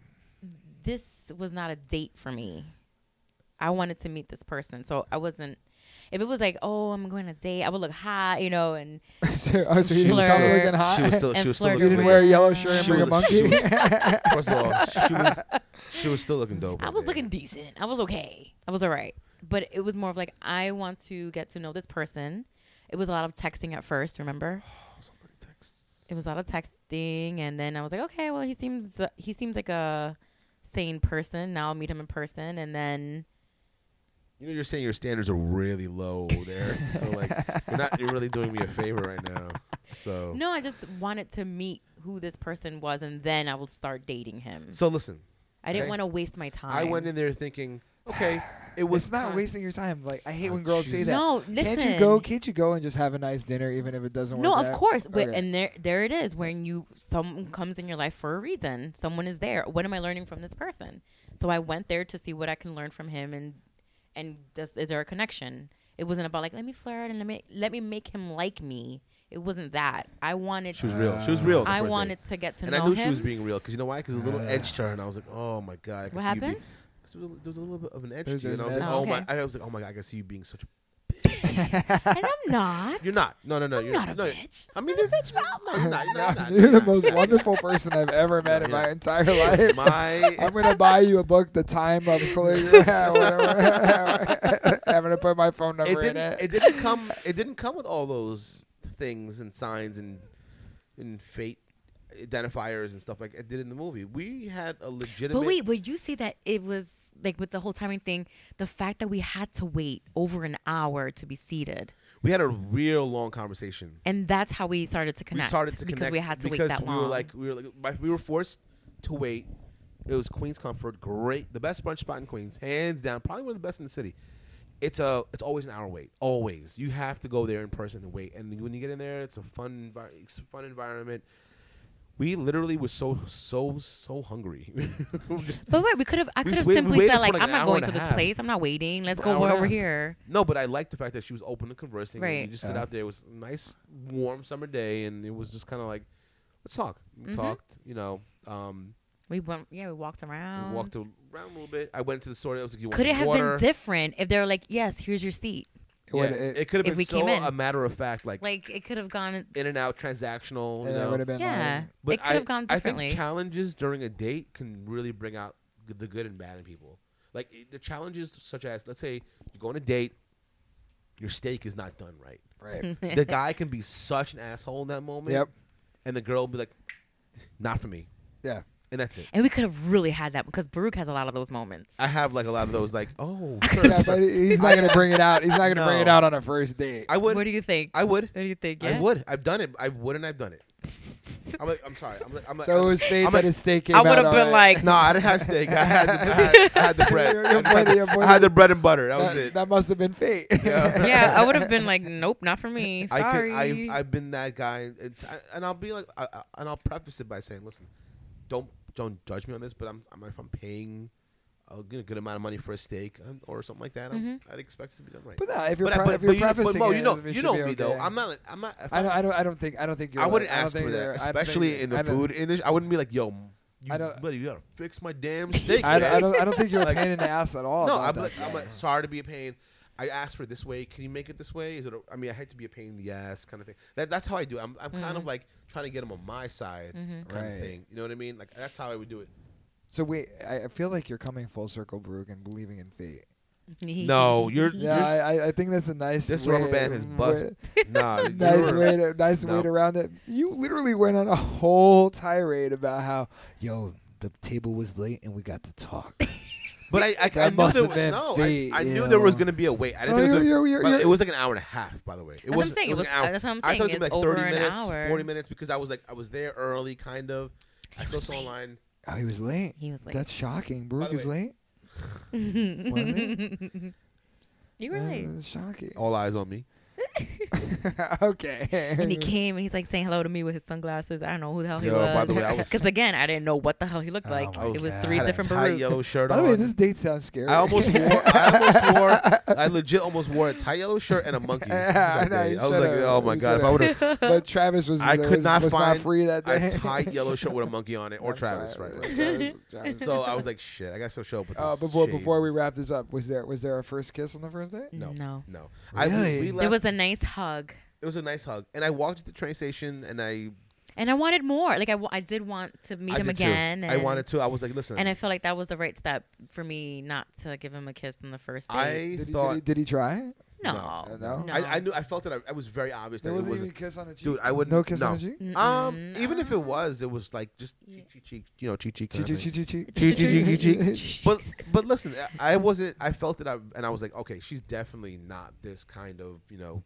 Speaker 3: This was not a date for me. I wanted to meet this person, so I wasn't. If it was like, oh, I'm going to date, I would look hot, you know, and
Speaker 1: so, oh, so you didn't
Speaker 3: Flirt.
Speaker 1: come looking hot?
Speaker 2: She was still.
Speaker 3: and
Speaker 2: She was still
Speaker 3: flirt
Speaker 1: you
Speaker 2: looking
Speaker 1: didn't
Speaker 3: with-
Speaker 1: wear a
Speaker 2: weird.
Speaker 1: yellow shirt and
Speaker 2: She
Speaker 1: bring a
Speaker 2: was-
Speaker 1: monkey?
Speaker 2: she First of all, she was. She was still looking dope.
Speaker 3: I
Speaker 2: that
Speaker 3: was
Speaker 2: day.
Speaker 3: looking decent. I was okay. I was all right. But it was more of like, I want to get to know this person. It was a lot of texting at first, remember? It was a lot of texting. And then I was like, okay, well, he seems, he seems like a sane person. Now I'll meet him in person. And then,
Speaker 2: You know, you're saying your standards are really low there. so like, you're not. You're really doing me a favor right now. So
Speaker 3: no, I just wanted to meet who this person was. And then I will start dating him.
Speaker 2: So listen,
Speaker 3: I didn't
Speaker 2: okay.
Speaker 3: want to waste my time.
Speaker 2: I went in there thinking, okay, it was
Speaker 1: it's not
Speaker 2: kind-
Speaker 1: wasting your time. Like I hate
Speaker 2: Oh,
Speaker 1: when girls say
Speaker 2: Jesus.
Speaker 1: that.
Speaker 3: No, listen.
Speaker 1: Can't you go? Can't you go and just have a nice dinner, even if it doesn't
Speaker 3: No,
Speaker 1: work?
Speaker 3: of
Speaker 1: out?
Speaker 3: course. But,
Speaker 1: Okay.
Speaker 3: and there, there it is. When you someone comes in your life for a reason, someone is there. What am I learning from this person? So I went there to see what I can learn from him, and and does, is there a connection? It wasn't about like let me flirt and let me let me make him like me. It wasn't that. I wanted.
Speaker 2: She was real. She was real. the
Speaker 3: I
Speaker 2: first day.
Speaker 3: wanted to get to
Speaker 2: and
Speaker 3: know
Speaker 2: I knew
Speaker 3: him.
Speaker 2: she was being real because you know why? Because a little
Speaker 1: Ah.
Speaker 2: edge to her, and I was like, oh my god. I can
Speaker 3: What
Speaker 2: see you being-
Speaker 3: happened?
Speaker 2: 'cause there was a- there was a little bit of an edge
Speaker 1: There's-
Speaker 2: to you, and I was
Speaker 1: there's
Speaker 2: like,
Speaker 1: an
Speaker 2: oh
Speaker 3: edge.
Speaker 2: my. I was like, oh my god, I can see you being such. a...
Speaker 3: and I'm not.
Speaker 2: You're not. No, no, no.
Speaker 3: I'm
Speaker 2: you're
Speaker 3: not a
Speaker 2: no,
Speaker 3: bitch.
Speaker 2: I mean, you're bitch. No, you're not. You're not.
Speaker 1: You're
Speaker 2: You're
Speaker 1: the
Speaker 2: not.
Speaker 1: most wonderful person I've ever met in
Speaker 2: Yeah.
Speaker 1: my entire life. I'm
Speaker 2: My.
Speaker 1: gonna buy you a book, The Time of Collision, whatever. I'm gonna put my phone
Speaker 2: It
Speaker 1: number in
Speaker 2: didn't.
Speaker 1: it.
Speaker 2: It didn't come. It didn't come with all those things and signs and and fate identifiers and stuff like it did in the movie. We had a legitimate.
Speaker 3: But wait, would you see that it was like with the whole timing thing? The fact that we had to wait over an hour to be seated.
Speaker 2: We had a real long conversation.
Speaker 3: and that's how we started to connect.
Speaker 2: we started to
Speaker 3: because
Speaker 2: connect
Speaker 3: we had to wait
Speaker 2: because
Speaker 3: that long.
Speaker 2: We were like, we were like, my- we were forced to wait. It was Queens Comfort, great, the best brunch spot in Queens, hands down, probably one of the best in the city. It's a, it's always an hour wait, always. You have to go there in person and wait. And when you get in there, it's a fun, envi- it's a fun environment. We literally were so, so, so hungry. We were just-
Speaker 3: but wait, we could have. I
Speaker 2: We
Speaker 3: could
Speaker 2: wait-
Speaker 3: have
Speaker 2: we
Speaker 3: simply
Speaker 2: waited
Speaker 3: said
Speaker 2: for
Speaker 3: like,
Speaker 2: like an
Speaker 3: I'm not
Speaker 2: hour
Speaker 3: going
Speaker 2: and a
Speaker 3: to this
Speaker 2: half.
Speaker 3: place. I'm not waiting. Let's
Speaker 2: An
Speaker 3: go
Speaker 2: hour and a
Speaker 3: over
Speaker 2: half.
Speaker 3: here.
Speaker 2: no, but I liked the fact that she was open to conversing. and
Speaker 3: Right.
Speaker 2: you just sit
Speaker 1: Yeah.
Speaker 2: out there. It was a nice, warm summer day, and it was just kind of like, let's talk. We
Speaker 3: Mhm.
Speaker 2: talked, you know. Um,
Speaker 3: We went. Yeah, we walked around.
Speaker 2: We walked around a little bit. I went to the store. I was like, "You want
Speaker 3: Um, could it
Speaker 2: some
Speaker 3: have
Speaker 2: water?"
Speaker 3: been different if they were like, "Yes, here's your seat."
Speaker 2: Yeah,
Speaker 1: would-
Speaker 2: it,
Speaker 1: it-
Speaker 2: could have
Speaker 3: if
Speaker 2: been
Speaker 3: we
Speaker 2: so
Speaker 3: came in.
Speaker 2: a matter of fact, like,
Speaker 3: Like it could have gone.
Speaker 2: in and out transactional.
Speaker 1: and
Speaker 2: You
Speaker 1: it would
Speaker 2: know?
Speaker 1: have been
Speaker 3: Yeah,
Speaker 1: like,
Speaker 2: But
Speaker 3: it could have gone
Speaker 2: I
Speaker 3: differently.
Speaker 2: think challenges during a date can really bring out g- the good and bad in people. Like it- the challenges, such as let's say you go on a date, your steak is not done right.
Speaker 1: right.
Speaker 2: the guy can be such an asshole in that moment.
Speaker 1: Yep.
Speaker 2: And the girl will be like, "Not for me,"
Speaker 1: Yeah.
Speaker 2: and that's it.
Speaker 3: and we could have really had that because Baruch has a lot of those moments.
Speaker 2: I have like a lot of those, like, "Oh,
Speaker 1: Yeah,
Speaker 2: sir,
Speaker 1: but he's not gonna bring it out. He's not gonna bring it
Speaker 2: No.
Speaker 1: out on a first date.
Speaker 2: I would,
Speaker 3: what do you think?
Speaker 2: I would,
Speaker 3: what do you think?
Speaker 2: I
Speaker 3: Yeah?
Speaker 2: would. I've done it. I would, and I've done it. I'm, like, I'm sorry. I'm, like, I'm, like,
Speaker 1: So it was fate
Speaker 2: I'm
Speaker 1: that
Speaker 2: a-
Speaker 1: his steak came
Speaker 4: I
Speaker 1: out
Speaker 4: would have
Speaker 1: all
Speaker 4: been
Speaker 1: right.
Speaker 4: like,
Speaker 2: no, I didn't have steak. I had the, I had, I had the bread.
Speaker 1: You're- you're
Speaker 2: I had the-
Speaker 1: pointing- you're
Speaker 2: I had the
Speaker 1: pointing.
Speaker 2: bread and butter. That was
Speaker 1: that,
Speaker 2: it.
Speaker 1: that must have been fate.
Speaker 2: Yeah.
Speaker 4: yeah, I would have been like, nope, not for me. Sorry.
Speaker 2: I could, I, I've been that guy, and, and I'll be like, I, I- and I'll preface it by saying, listen, don't don't judge me on this, but I'm, I'm if I'm paying a good, good amount of money for a steak um, or something like that, I'm, I'd expect it to be done right.
Speaker 1: But no, if you're,
Speaker 2: But I-
Speaker 1: pre-
Speaker 2: but-
Speaker 1: if you're
Speaker 2: but you- but
Speaker 1: prefacing
Speaker 2: Mo,
Speaker 1: it,
Speaker 2: you know,
Speaker 1: it
Speaker 2: you
Speaker 1: should
Speaker 2: know
Speaker 1: be
Speaker 2: me though.
Speaker 1: okay.
Speaker 2: I'm not, I'm not. if
Speaker 1: I
Speaker 2: I'm-
Speaker 1: don't, I don't. I don't think. I don't think you're.
Speaker 2: I wouldn't
Speaker 1: like, I don't
Speaker 2: ask
Speaker 1: think
Speaker 2: for
Speaker 1: you're-
Speaker 2: that,
Speaker 1: I don't think
Speaker 2: especially
Speaker 1: you're-
Speaker 2: in the
Speaker 1: I don't-
Speaker 2: food industry. I wouldn't be like, yo, m- you,
Speaker 1: I don't-
Speaker 2: buddy, you gotta fix my damn steak.
Speaker 1: I don't, I
Speaker 2: man.
Speaker 1: don't. I don't think you're a
Speaker 2: Like-
Speaker 1: pain in the ass at all.
Speaker 2: No,
Speaker 1: though,
Speaker 2: I'm
Speaker 1: at
Speaker 2: like,
Speaker 1: that
Speaker 2: I'm
Speaker 1: point.
Speaker 2: like, sorry to be a pain. I asked for it this way. Can you make it this way? Is it? A, I mean, I hate to be a pain in the ass kind of thing. That, that's how I do. it. I'm, I'm kind of like trying to get them on my side kind
Speaker 1: Right.
Speaker 2: of thing. You know what I mean? Like that's how I would do it.
Speaker 1: So wait, I I feel like you're coming full circle, Brooke, and believing in fate.
Speaker 2: No, you're-
Speaker 1: Yeah,
Speaker 2: You're-
Speaker 1: I, I, I think that's a nice.
Speaker 2: This
Speaker 1: way,
Speaker 2: rubber band is busted. nah,
Speaker 1: way- nice
Speaker 2: you're-
Speaker 1: way to nice way
Speaker 2: No.
Speaker 1: to round it. You literally went on a whole tirade about how yo the table was late and we got to talk.
Speaker 2: But I, I,
Speaker 1: That
Speaker 2: I knew
Speaker 1: must
Speaker 2: there,
Speaker 1: have been
Speaker 2: was- no,
Speaker 1: fate,
Speaker 2: I, I
Speaker 1: you
Speaker 2: knew there was
Speaker 1: know.
Speaker 2: gonna be a wait. I
Speaker 1: So
Speaker 2: didn't think it was.
Speaker 1: you're-
Speaker 2: a-
Speaker 1: you're-
Speaker 2: but
Speaker 1: you're-
Speaker 2: it was like an hour and a half, by the way. It
Speaker 3: what I'm
Speaker 2: was.
Speaker 3: saying,
Speaker 2: It was an
Speaker 3: it was-
Speaker 2: hour.
Speaker 3: that's what I'm
Speaker 2: I thought it'd
Speaker 3: saying,
Speaker 2: be
Speaker 3: it's
Speaker 2: like thirty
Speaker 3: over an
Speaker 2: minutes,
Speaker 3: hour.
Speaker 2: forty minutes, because I was like, I was there early, kind of. I saw someone online.
Speaker 1: Oh, he was late.
Speaker 3: He was late.
Speaker 1: That's shocking. Brooke
Speaker 2: the
Speaker 1: is late. Was it?
Speaker 3: you were late.
Speaker 1: Uh, shocking.
Speaker 2: All eyes on me.
Speaker 1: okay.
Speaker 3: And he came and he's like saying hello to me with his sunglasses. I don't know who the hell he
Speaker 2: Yo,
Speaker 3: was.
Speaker 2: by the way, I was-
Speaker 3: because again, I didn't know what the hell he looked
Speaker 1: Oh
Speaker 3: like.
Speaker 1: my
Speaker 3: it was
Speaker 1: God.
Speaker 3: three
Speaker 2: Had a
Speaker 3: different
Speaker 2: tie
Speaker 3: Baruchs.
Speaker 2: yellow shirt
Speaker 1: By the way,
Speaker 2: on.
Speaker 1: this date sounds scary.
Speaker 2: I almost wore. I almost wore. I legit almost wore a tight yellow shirt and a monkey.
Speaker 1: Yeah, I
Speaker 2: that
Speaker 1: know,
Speaker 2: day.
Speaker 1: you
Speaker 2: I was
Speaker 1: should've.
Speaker 2: like, oh my
Speaker 1: You
Speaker 2: god, if I
Speaker 1: should've.
Speaker 2: would have,
Speaker 1: but Travis was.
Speaker 2: I
Speaker 1: there,
Speaker 2: could
Speaker 1: was,
Speaker 2: not
Speaker 1: was
Speaker 2: find
Speaker 1: not free that
Speaker 2: a
Speaker 1: day.
Speaker 2: tight yellow shirt with a monkey on it, or
Speaker 1: I'm
Speaker 2: Travis,
Speaker 1: sorry,
Speaker 2: right?
Speaker 1: Travis, Travis.
Speaker 2: so uh, I was like, shit, I gotta still show up with
Speaker 1: Uh,
Speaker 2: these
Speaker 1: before before we
Speaker 2: shades.
Speaker 1: wrap this up, was there was there a first kiss on the first date?
Speaker 2: No.
Speaker 3: no.
Speaker 2: No,
Speaker 1: Really?
Speaker 2: I, we
Speaker 1: There
Speaker 3: There
Speaker 2: left,
Speaker 3: was a nice hug.
Speaker 2: it was a nice hug, and I walked to the train station, and I
Speaker 3: And I wanted more. Like I, wa- I did want to meet
Speaker 2: I
Speaker 3: him
Speaker 2: did too.
Speaker 3: again. And,
Speaker 2: I wanted to. I was like, listen,
Speaker 3: And I feel like that was the right step for me not to give him a kiss on the first date.
Speaker 2: I
Speaker 1: Did he, did,
Speaker 2: thought Oh,
Speaker 1: he, did he try? Uh,
Speaker 3: no.
Speaker 2: no.
Speaker 1: No?
Speaker 2: I, I knew I felt that I, I was very obvious
Speaker 1: There
Speaker 2: that it
Speaker 1: wasn't
Speaker 2: was
Speaker 1: even a kiss on the cheek.
Speaker 2: dude. I would
Speaker 1: no kiss
Speaker 2: no.
Speaker 1: on the cheek.
Speaker 3: Mm-mm.
Speaker 2: Um, even if it was, it was like just cheek, cheek, cheek, you know, cheek, cheek,
Speaker 1: Cheek
Speaker 2: kind
Speaker 1: cheek
Speaker 2: of thing.
Speaker 1: cheek cheek cheek.
Speaker 2: Cheek, cheek, cheek, cheek, cheek. but but listen, I- I wasn't. I felt that I and I was like, okay, she's definitely not this kind of you know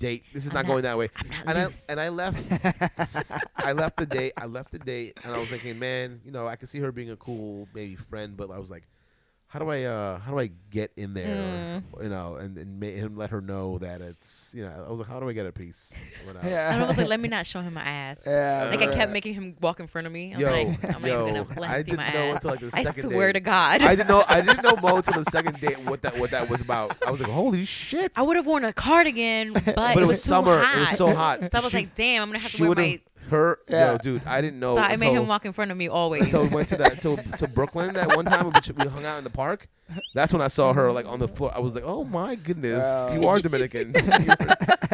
Speaker 2: date. This is
Speaker 3: I'm
Speaker 2: not,
Speaker 3: not-
Speaker 2: going that way.
Speaker 3: I'm not
Speaker 2: And I
Speaker 3: loose.
Speaker 2: and I left. I left the date. I left the date, and I was thinking, man, you know, I could see her being a cool maybe friend, but I was like, how do I uh how do I get in there, you know, and and make him let her know that it's you know I was like, how do I get a piece? When I-
Speaker 1: Yeah.
Speaker 3: And I was like, let me not show him my ass.
Speaker 1: yeah.
Speaker 3: Like I
Speaker 2: Uh,
Speaker 3: kept making him walk in front of me. I'm
Speaker 2: Yo,
Speaker 3: like, I'm not
Speaker 2: yo,
Speaker 3: even gonna let
Speaker 2: I
Speaker 3: him see
Speaker 2: didn't
Speaker 3: my
Speaker 2: know
Speaker 3: ass.
Speaker 2: until like the
Speaker 3: I
Speaker 2: second
Speaker 3: swear
Speaker 2: date.
Speaker 3: to God,
Speaker 2: I didn't know. I didn't know Mo till the second date what that what that was about. I was like, holy shit!
Speaker 3: I would have worn a cardigan, but,
Speaker 2: but
Speaker 3: it was, too
Speaker 2: summer.
Speaker 3: Hot.
Speaker 2: It was so hot.
Speaker 3: So I was
Speaker 2: She-
Speaker 3: like, damn, I'm gonna have
Speaker 2: she
Speaker 3: to wear
Speaker 2: would've- Oh,
Speaker 3: my.
Speaker 2: her.
Speaker 1: Yeah.
Speaker 2: Yo, dude, I didn't know.
Speaker 3: So I made
Speaker 2: until-
Speaker 3: him walk in front of me always.
Speaker 2: Until we went to that to, to Brooklyn that one time we, we hung out in the park. That's when I saw her like on the floor. I was like, oh my goodness,
Speaker 1: Wow.
Speaker 2: you are Dominican.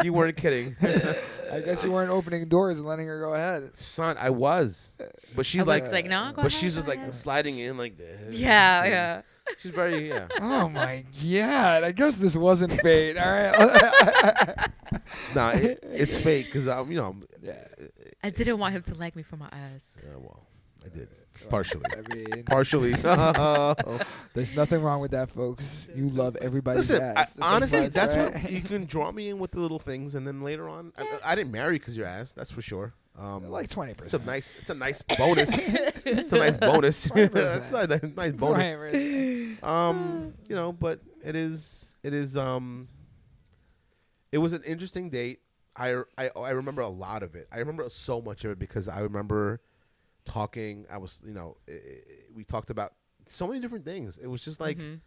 Speaker 2: you, were, not kidding,
Speaker 1: I guess you weren't opening doors and letting her go ahead.
Speaker 2: son. I was, but she's
Speaker 3: I was
Speaker 2: like,
Speaker 3: like, no, go
Speaker 2: but
Speaker 3: ahead,
Speaker 2: she's
Speaker 3: go
Speaker 2: just like
Speaker 3: ahead.
Speaker 2: sliding in like this.
Speaker 3: yeah,
Speaker 2: And
Speaker 3: yeah.
Speaker 2: She's very yeah.
Speaker 1: Oh my god! I guess this wasn't fate. All right.
Speaker 2: Nah, it, it's fake because I'm you know I'm,
Speaker 1: yeah.
Speaker 3: I didn't want him to like me for my ass.
Speaker 2: Yeah, well, I did partially.
Speaker 1: I mean, oh,
Speaker 2: partially.
Speaker 1: there's nothing wrong with that, folks. You love everybody's
Speaker 2: Listen, I,
Speaker 1: ass.
Speaker 2: honestly,
Speaker 1: Sometimes,
Speaker 2: that's
Speaker 1: right?
Speaker 2: what you can draw me in with the little things, and then later on, I, I didn't marry because your ass. That's for sure. Um,
Speaker 1: like twenty
Speaker 2: it's a
Speaker 1: percent.
Speaker 2: nice, it's a nice bonus. it's a nice bonus. it's a nice- nice bonus. Um,
Speaker 3: Hmm.
Speaker 2: you know, but it is, it is. Um, it was an interesting date. I, I, I remember a lot of it. I remember so much of it because I remember talking. I was, you know, i i we talked about so many different things. It was just like
Speaker 3: Mhm.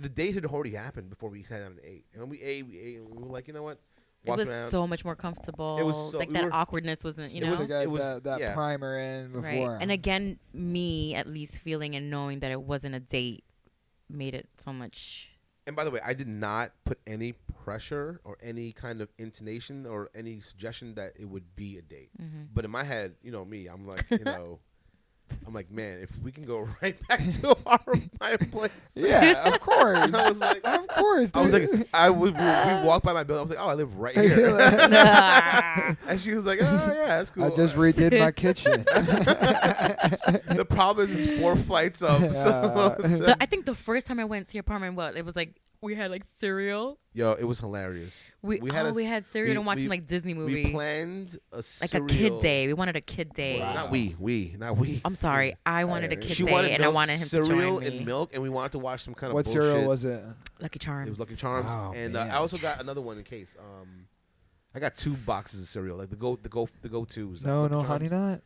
Speaker 2: the date had already happened before we sat down and ate. And we ate, we ate, and we were like, you know what?
Speaker 3: it was
Speaker 2: around.
Speaker 3: so much more comfortable.
Speaker 2: It was so-
Speaker 3: like
Speaker 2: we
Speaker 3: that
Speaker 2: were-
Speaker 3: awkwardness wasn't, you know.
Speaker 1: to get
Speaker 2: it was-
Speaker 1: that, that
Speaker 2: yeah.
Speaker 1: primer in before.
Speaker 3: Right. And again, me at least feeling and knowing that it wasn't a date made it so much.
Speaker 2: and by the way, I did not put any pressure or any kind of intonation or any suggestion that it would be a date.
Speaker 3: mm-hmm.
Speaker 2: But in my head, you know me, I'm like, you know, I'm like, man, if we can go right back to our fireplace.
Speaker 1: yeah, of course.
Speaker 2: I was like,
Speaker 1: of course.
Speaker 2: I was
Speaker 1: dude.
Speaker 2: like, I was, we, we walked by my building. I was like, oh, I live right here. and she was like, oh yeah, that's cool.
Speaker 1: I just redid my kitchen.
Speaker 2: the problem is it's four flights up. So
Speaker 1: Yeah.
Speaker 3: The- I think the first time I went to your apartment, well, it was like
Speaker 4: we had like cereal.
Speaker 2: Yo, it was hilarious.
Speaker 3: We,
Speaker 2: We had
Speaker 3: oh,
Speaker 2: a
Speaker 3: we
Speaker 2: s-
Speaker 3: had cereal
Speaker 2: we-
Speaker 3: and watched
Speaker 2: we-
Speaker 3: some like Disney movie,
Speaker 2: We planned a
Speaker 3: like
Speaker 2: cereal.
Speaker 3: a kid day. We wanted a kid day.
Speaker 2: Well,
Speaker 5: Wow.
Speaker 2: Not we, we, not we.
Speaker 3: I'm sorry, I
Speaker 5: Oh,
Speaker 3: wanted a
Speaker 5: yeah.
Speaker 3: kid
Speaker 2: she wanted
Speaker 3: day, and I
Speaker 2: milk,
Speaker 3: wanted him to
Speaker 2: cereal
Speaker 3: join me.
Speaker 2: and milk, and we wanted to watch some kind of
Speaker 5: What
Speaker 2: bullshit.
Speaker 5: cereal was it?
Speaker 3: Lucky Charms.
Speaker 2: It was Lucky Charms,
Speaker 5: Oh,
Speaker 2: and uh,
Speaker 5: man.
Speaker 2: I also got another one in case. Um, I got two boxes of cereal, like the go, the go, the go tos.
Speaker 1: No, no, honey nut.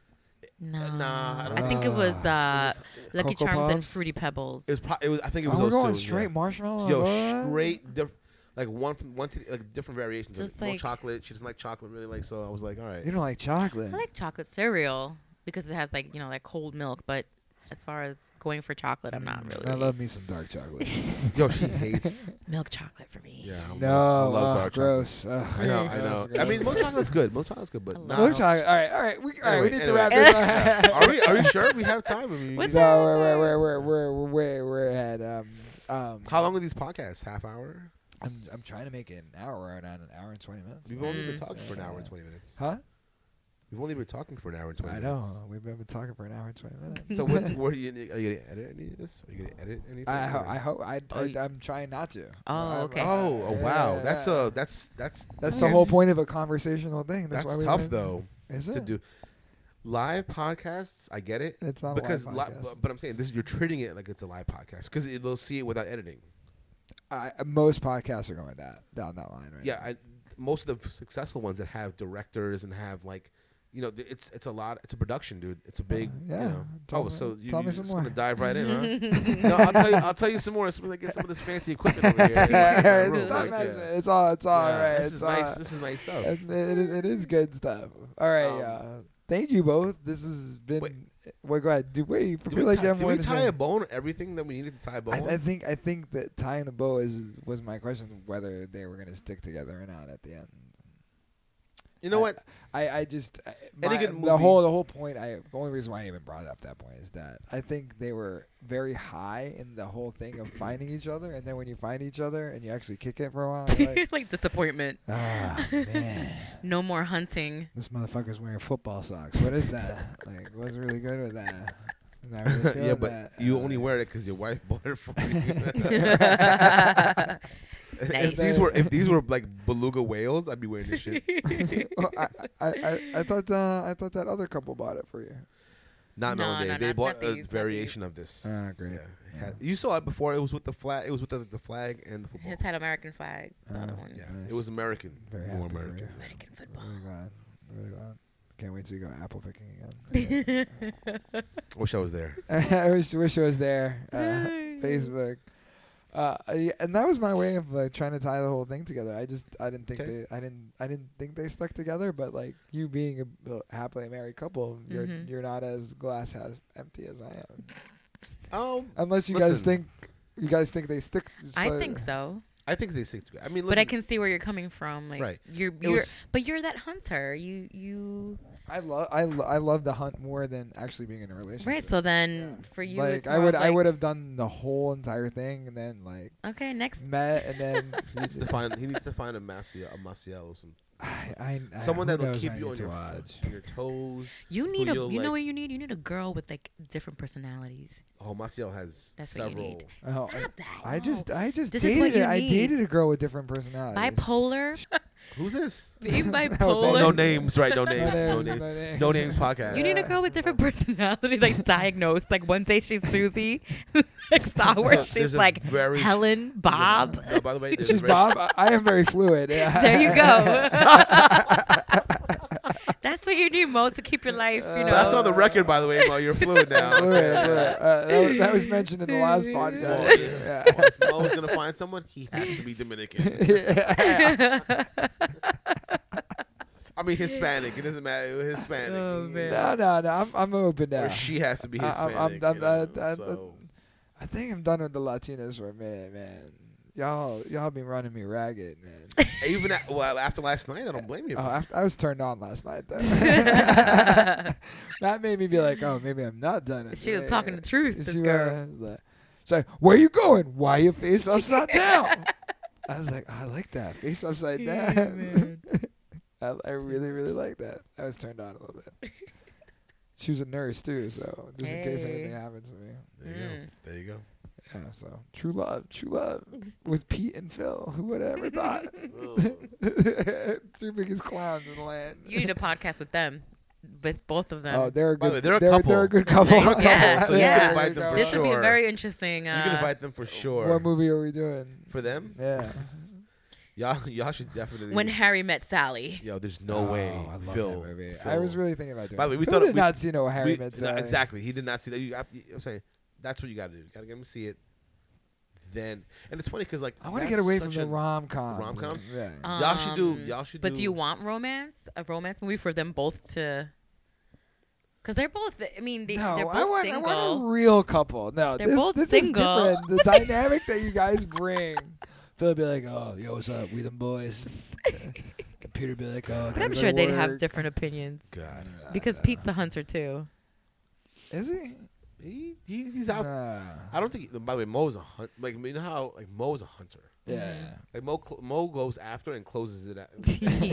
Speaker 3: no,
Speaker 2: nah, I
Speaker 3: I,
Speaker 2: don't
Speaker 3: think it
Speaker 1: know.
Speaker 3: was uh,
Speaker 2: It was-
Speaker 3: Lucky
Speaker 1: Cocoa
Speaker 3: Charms and
Speaker 1: Puffs?
Speaker 3: Fruity Pebbles.
Speaker 2: It was, pro- it was. I think it was
Speaker 1: Oh, we're
Speaker 2: those
Speaker 1: going
Speaker 2: two,
Speaker 1: straight
Speaker 2: yeah.
Speaker 1: marshmallow.
Speaker 2: Yo,
Speaker 1: what?
Speaker 2: straight, diff- like one from one to like different variations.
Speaker 3: Just
Speaker 2: like, more
Speaker 3: like-
Speaker 2: chocolate. She doesn't like chocolate really, like so. I was like, all right.
Speaker 1: You don't like chocolate.
Speaker 3: I like chocolate cereal because it has like you know like cold milk, but as far as going for chocolate, I'm
Speaker 2: Mm.
Speaker 3: not really.
Speaker 1: I love me some dark chocolate.
Speaker 2: Yo, she hates.
Speaker 3: milk chocolate for me.
Speaker 2: Yeah, I'm-
Speaker 1: No,
Speaker 2: I
Speaker 1: uh,
Speaker 2: love dark chocolate.
Speaker 1: gross. Ugh.
Speaker 2: I know, I know. I mean, milk chocolate's good. Milk chocolate's good, but
Speaker 3: I
Speaker 2: not.
Speaker 3: love
Speaker 1: Milk chocolate. All right, all right. We, all right, we
Speaker 2: Anyway,
Speaker 1: need to
Speaker 2: anyway.
Speaker 1: wrap this up.
Speaker 2: are we? Are we sure we have time? I mean,
Speaker 4: What's
Speaker 2: we-
Speaker 4: up?
Speaker 1: no, we're, we're, we're, we're, we're, we're, we're, we're at, um, um,
Speaker 2: how long are these podcasts? Half hour?
Speaker 1: I'm, I'm trying to make it an hour right now, an hour and 20 minutes.
Speaker 2: We've only been
Speaker 3: Mm.
Speaker 2: talking for an hour and twenty minutes.
Speaker 1: Huh?
Speaker 2: We've only been talking for an hour and twenty.
Speaker 1: I know. We've been talking for an hour and 20 minutes.
Speaker 2: Minutes. So what's, where are you, gonna- are you gonna edit any of this? Are you gonna edit anything?
Speaker 1: I, ho-
Speaker 2: Or-
Speaker 1: I hope I,
Speaker 3: Oh,
Speaker 1: I
Speaker 3: you-
Speaker 1: I'm trying not to.
Speaker 3: Oh,
Speaker 1: I'm-
Speaker 3: okay.
Speaker 2: Oh, oh, wow. That's
Speaker 1: Yeah.
Speaker 2: uh that's that's
Speaker 1: That's the whole point of a conversational thing. That's,
Speaker 2: That's,
Speaker 1: why we
Speaker 2: tough
Speaker 1: made-
Speaker 2: though
Speaker 1: Is
Speaker 2: to
Speaker 1: it?
Speaker 2: do live podcasts. I get it
Speaker 1: It's not
Speaker 2: because
Speaker 1: a
Speaker 2: li-
Speaker 1: live podcast.
Speaker 2: but, but I'm saying this you're treating it like it's a live podcast because they'll see it without editing.
Speaker 1: I, uh, most podcasts are going that down that line right
Speaker 2: Yeah,
Speaker 1: now.
Speaker 2: I, most of the successful ones that have directors and have like. You know, th- it's it's a lot. It's a production, dude. It's a big.
Speaker 1: yeah.
Speaker 2: You know.
Speaker 1: Tell
Speaker 2: oh,
Speaker 1: me-
Speaker 2: so you,
Speaker 1: tell
Speaker 2: are
Speaker 1: me
Speaker 2: just
Speaker 1: some
Speaker 2: gonna
Speaker 1: more.
Speaker 2: dive right in, huh? no, I'll tell you. I'll tell you some more. So we get some of this fancy equipment over here. in my- in my room,
Speaker 1: it's, not
Speaker 2: like,
Speaker 1: nice.
Speaker 2: yeah.
Speaker 1: it's all it's all
Speaker 2: Yeah,
Speaker 1: right.
Speaker 2: This is
Speaker 1: It's
Speaker 2: nice.
Speaker 1: all-
Speaker 2: This is nice stuff.
Speaker 1: it, it, is- it is good stuff. All right, uh, thank you both. This has been. Wait,
Speaker 2: Um, Wait.
Speaker 1: go ahead. Do wait. you
Speaker 2: Do
Speaker 1: feel
Speaker 2: we,
Speaker 1: like
Speaker 2: tie,
Speaker 1: you have
Speaker 2: do
Speaker 1: more
Speaker 2: we
Speaker 1: to
Speaker 2: tie
Speaker 1: say?
Speaker 2: a bone? Everything that we needed to tie a bone.
Speaker 1: I, I think I think that tying the bow is was my question whether they were going to stick together or not at the end.
Speaker 2: you know
Speaker 1: I-
Speaker 2: what?
Speaker 1: I, I just I-
Speaker 2: Any
Speaker 1: my-
Speaker 2: good
Speaker 1: the
Speaker 2: movie-
Speaker 1: whole the whole point. I the only reason why I even brought up that point is that I think they were very high in the whole thing of finding each other, and then when you find each other and you actually kick it for a while, you're like,
Speaker 4: like disappointment.
Speaker 1: ah man,
Speaker 4: No more hunting.
Speaker 1: this motherfucker's wearing football socks. What is that? Like, was really good with that. I'm not really
Speaker 2: yeah,
Speaker 1: feeling
Speaker 2: but
Speaker 1: that.
Speaker 2: you
Speaker 1: Uh,
Speaker 2: only wear it because your wife bought it for you.
Speaker 4: Nice.
Speaker 2: if these were if these were like beluga whales, I'd be wearing this shit.
Speaker 1: well, I, I, I, I thought uh, I thought that other couple bought it for you.
Speaker 2: Not
Speaker 4: No,
Speaker 2: Melon Day.
Speaker 4: no,
Speaker 2: they
Speaker 4: not-
Speaker 2: bought
Speaker 4: not
Speaker 2: a
Speaker 4: these, not
Speaker 2: variation of this.
Speaker 1: Ah,
Speaker 2: Yeah.
Speaker 1: great.
Speaker 2: it had- You saw it before. It was with the flag. It was with the, the flag and the football.
Speaker 4: His had American flags. the other
Speaker 1: Uh,
Speaker 4: ones.
Speaker 2: Yeah,
Speaker 1: Nice.
Speaker 2: it was American.
Speaker 1: Very
Speaker 2: More
Speaker 1: happy for
Speaker 2: American.
Speaker 1: you.
Speaker 4: American
Speaker 1: I'm
Speaker 4: football.
Speaker 1: really glad. I'm really glad. Can't wait to go apple picking again.
Speaker 2: I wish I was there.
Speaker 1: I wish wish it was there. Uh, Facebook. Uh, yeah, and that was my way of like trying to tie the whole thing together. I just I didn't think
Speaker 2: Okay.
Speaker 1: they I didn't I didn't think they stuck together. But like you being a uh, happily married couple, you're
Speaker 4: Mhm.
Speaker 1: you're not as glass half empty as I am.
Speaker 2: Oh,
Speaker 1: Unless you guys
Speaker 2: Listen.
Speaker 1: think you guys think they stick.
Speaker 4: I think so,
Speaker 2: I think they stick together. I mean,
Speaker 4: but I
Speaker 2: listen,
Speaker 4: can see where you're coming from. Like
Speaker 2: Right.
Speaker 4: you're,
Speaker 2: it
Speaker 4: you're
Speaker 2: was-
Speaker 4: but you're that hunter. You you
Speaker 1: I love I, lo- I love the hunt more than actually being in a relationship.
Speaker 4: right. So then
Speaker 1: Yeah.
Speaker 4: for you,
Speaker 1: like
Speaker 4: it's
Speaker 1: I
Speaker 4: more
Speaker 1: would
Speaker 4: of
Speaker 1: I
Speaker 4: like,
Speaker 1: would have done the whole entire thing and then like
Speaker 4: Okay, next.
Speaker 1: met and then
Speaker 2: He needs to find. He needs to find a Maciel, a Maciel or some
Speaker 1: I, I, I,
Speaker 2: someone
Speaker 1: who
Speaker 2: that will
Speaker 1: knows
Speaker 2: keep
Speaker 1: I
Speaker 2: you
Speaker 1: need
Speaker 2: on
Speaker 1: to
Speaker 2: your,
Speaker 1: watch.
Speaker 2: on your toes.
Speaker 4: You need a. You
Speaker 2: you'll,
Speaker 4: know
Speaker 2: like-
Speaker 4: what you need? You need a girl with like different personalities.
Speaker 2: Oh, Maciel has
Speaker 4: That's what you
Speaker 2: several.
Speaker 4: need.
Speaker 1: Oh, I,
Speaker 4: Stop that.
Speaker 1: I just I just
Speaker 4: Oh. This is what
Speaker 1: dated
Speaker 4: you
Speaker 1: I
Speaker 4: need.
Speaker 1: dated a girl with different personalities.
Speaker 4: bipolar.
Speaker 2: Who's this?
Speaker 4: Be
Speaker 1: Oh,
Speaker 2: Oh,
Speaker 4: bipolar.
Speaker 2: no names, right? No
Speaker 1: No
Speaker 2: names. No
Speaker 1: names,
Speaker 2: names.
Speaker 1: no names.
Speaker 2: No names podcast.
Speaker 4: You need a girl with different personality, like diagnosed. Like one day she's Susie, next hour
Speaker 2: There's a-
Speaker 4: she's
Speaker 2: there's a
Speaker 4: like
Speaker 2: very-
Speaker 4: Helen, Bob.
Speaker 2: No, by the way, there's a
Speaker 1: She's
Speaker 2: very-
Speaker 1: Bob. I, I am very fluid.
Speaker 4: There you go. That's what you need most to keep your life. You know.
Speaker 2: Uh, That's on the record, by the way. Mo, you're fluid now.
Speaker 1: Fluid, fluid. Uh, that, was, that was mentioned in the last
Speaker 2: Well,
Speaker 1: podcast.
Speaker 2: Well, if Mo's gonna find someone. He has to be Dominican.
Speaker 1: Yeah.
Speaker 2: I mean, Hispanic. It doesn't matter. Hispanic.
Speaker 4: Oh, man.
Speaker 1: no, no, no. I'm, I'm open now.
Speaker 2: Or she has to be
Speaker 1: I- I'm-
Speaker 2: Hispanic.
Speaker 1: I'm done-
Speaker 2: you know,
Speaker 1: I- I-
Speaker 2: so.
Speaker 1: I think I'm done with the Latinos for a minute, man. Y'all, y'all been running me ragged, man.
Speaker 2: Even at, well, after last night, I don't blame you.
Speaker 1: oh, I, I was turned on last night though. that made me be like, oh, maybe I'm not done. with
Speaker 4: She
Speaker 1: it.
Speaker 4: was talking the truth. This
Speaker 2: uh,
Speaker 1: She
Speaker 4: girl.
Speaker 1: was like, she's like, where you going? Why your face upside down? I was like, I like that face upside
Speaker 4: Yeah,
Speaker 1: down.
Speaker 4: man.
Speaker 1: I, I really, really like that. I was turned on a little bit. She was a nurse too, so just in case
Speaker 4: Hey.
Speaker 1: anything happens to me.
Speaker 4: Mm.
Speaker 2: there you go. There you go.
Speaker 1: Yeah, so true love, true love with Pete and Phil. Who would have ever thought? Two biggest clowns in the land.
Speaker 4: You need a podcast with them, with both of them.
Speaker 1: Oh, they're a good.
Speaker 2: By the way, they're a couple.
Speaker 1: They're a good couple.
Speaker 4: They're a couple, Yeah, so you yeah. can
Speaker 2: invite them for
Speaker 4: this would be
Speaker 2: sure.
Speaker 4: a very interesting.
Speaker 2: you can
Speaker 4: Uh,
Speaker 2: invite them for sure.
Speaker 1: What movie are we doing?
Speaker 2: For them,
Speaker 1: Yeah.
Speaker 2: y'all, y'all should definitely.
Speaker 4: when Harry met Sally.
Speaker 2: yo, there's no way,
Speaker 1: Oh, I love
Speaker 2: Phil.
Speaker 1: that movie.
Speaker 2: Phil.
Speaker 1: I was really thinking about doing.
Speaker 2: By the way, we
Speaker 1: Who
Speaker 2: thought it-
Speaker 1: did
Speaker 2: we-
Speaker 1: not see no Harry
Speaker 2: We-
Speaker 1: Met
Speaker 2: no,
Speaker 1: Sally?
Speaker 2: exactly. He did not see that. You, I, am saying that's what you got to do. You got to get him to see it. Then, and it's funny because like
Speaker 1: I want to
Speaker 2: that's
Speaker 1: get away from
Speaker 2: such
Speaker 1: the
Speaker 2: a-
Speaker 1: rom com.
Speaker 2: rom-coms?
Speaker 1: Yeah.
Speaker 2: Y'all should do-
Speaker 4: Um,
Speaker 2: y'all should
Speaker 4: But do
Speaker 2: do-
Speaker 4: you want romance? A romance movie for them both to? Because they're both. I mean, they,
Speaker 1: no,
Speaker 4: they're both
Speaker 1: I want
Speaker 4: single.
Speaker 1: I want a real couple. No,
Speaker 4: They're
Speaker 1: this,
Speaker 4: both
Speaker 1: this
Speaker 4: single.
Speaker 1: is different. The dynamic that you guys bring. Phil would be like, "Oh, yo, what's up? We them boys." Computer be like, "Oh,
Speaker 4: but I'm
Speaker 1: gotta
Speaker 4: sure
Speaker 1: go to
Speaker 4: they'd have
Speaker 1: work."
Speaker 4: different opinions
Speaker 2: God,
Speaker 4: because Pete's a hunter too.
Speaker 1: Is he?
Speaker 2: he, he- he's out.
Speaker 1: Nah.
Speaker 2: I don't think. By the way, Mo's a hunt. Like you know how like Mo's a hunter.
Speaker 1: Yeah.
Speaker 2: Like Mo, cl- Mo goes after and closes it out. Cor-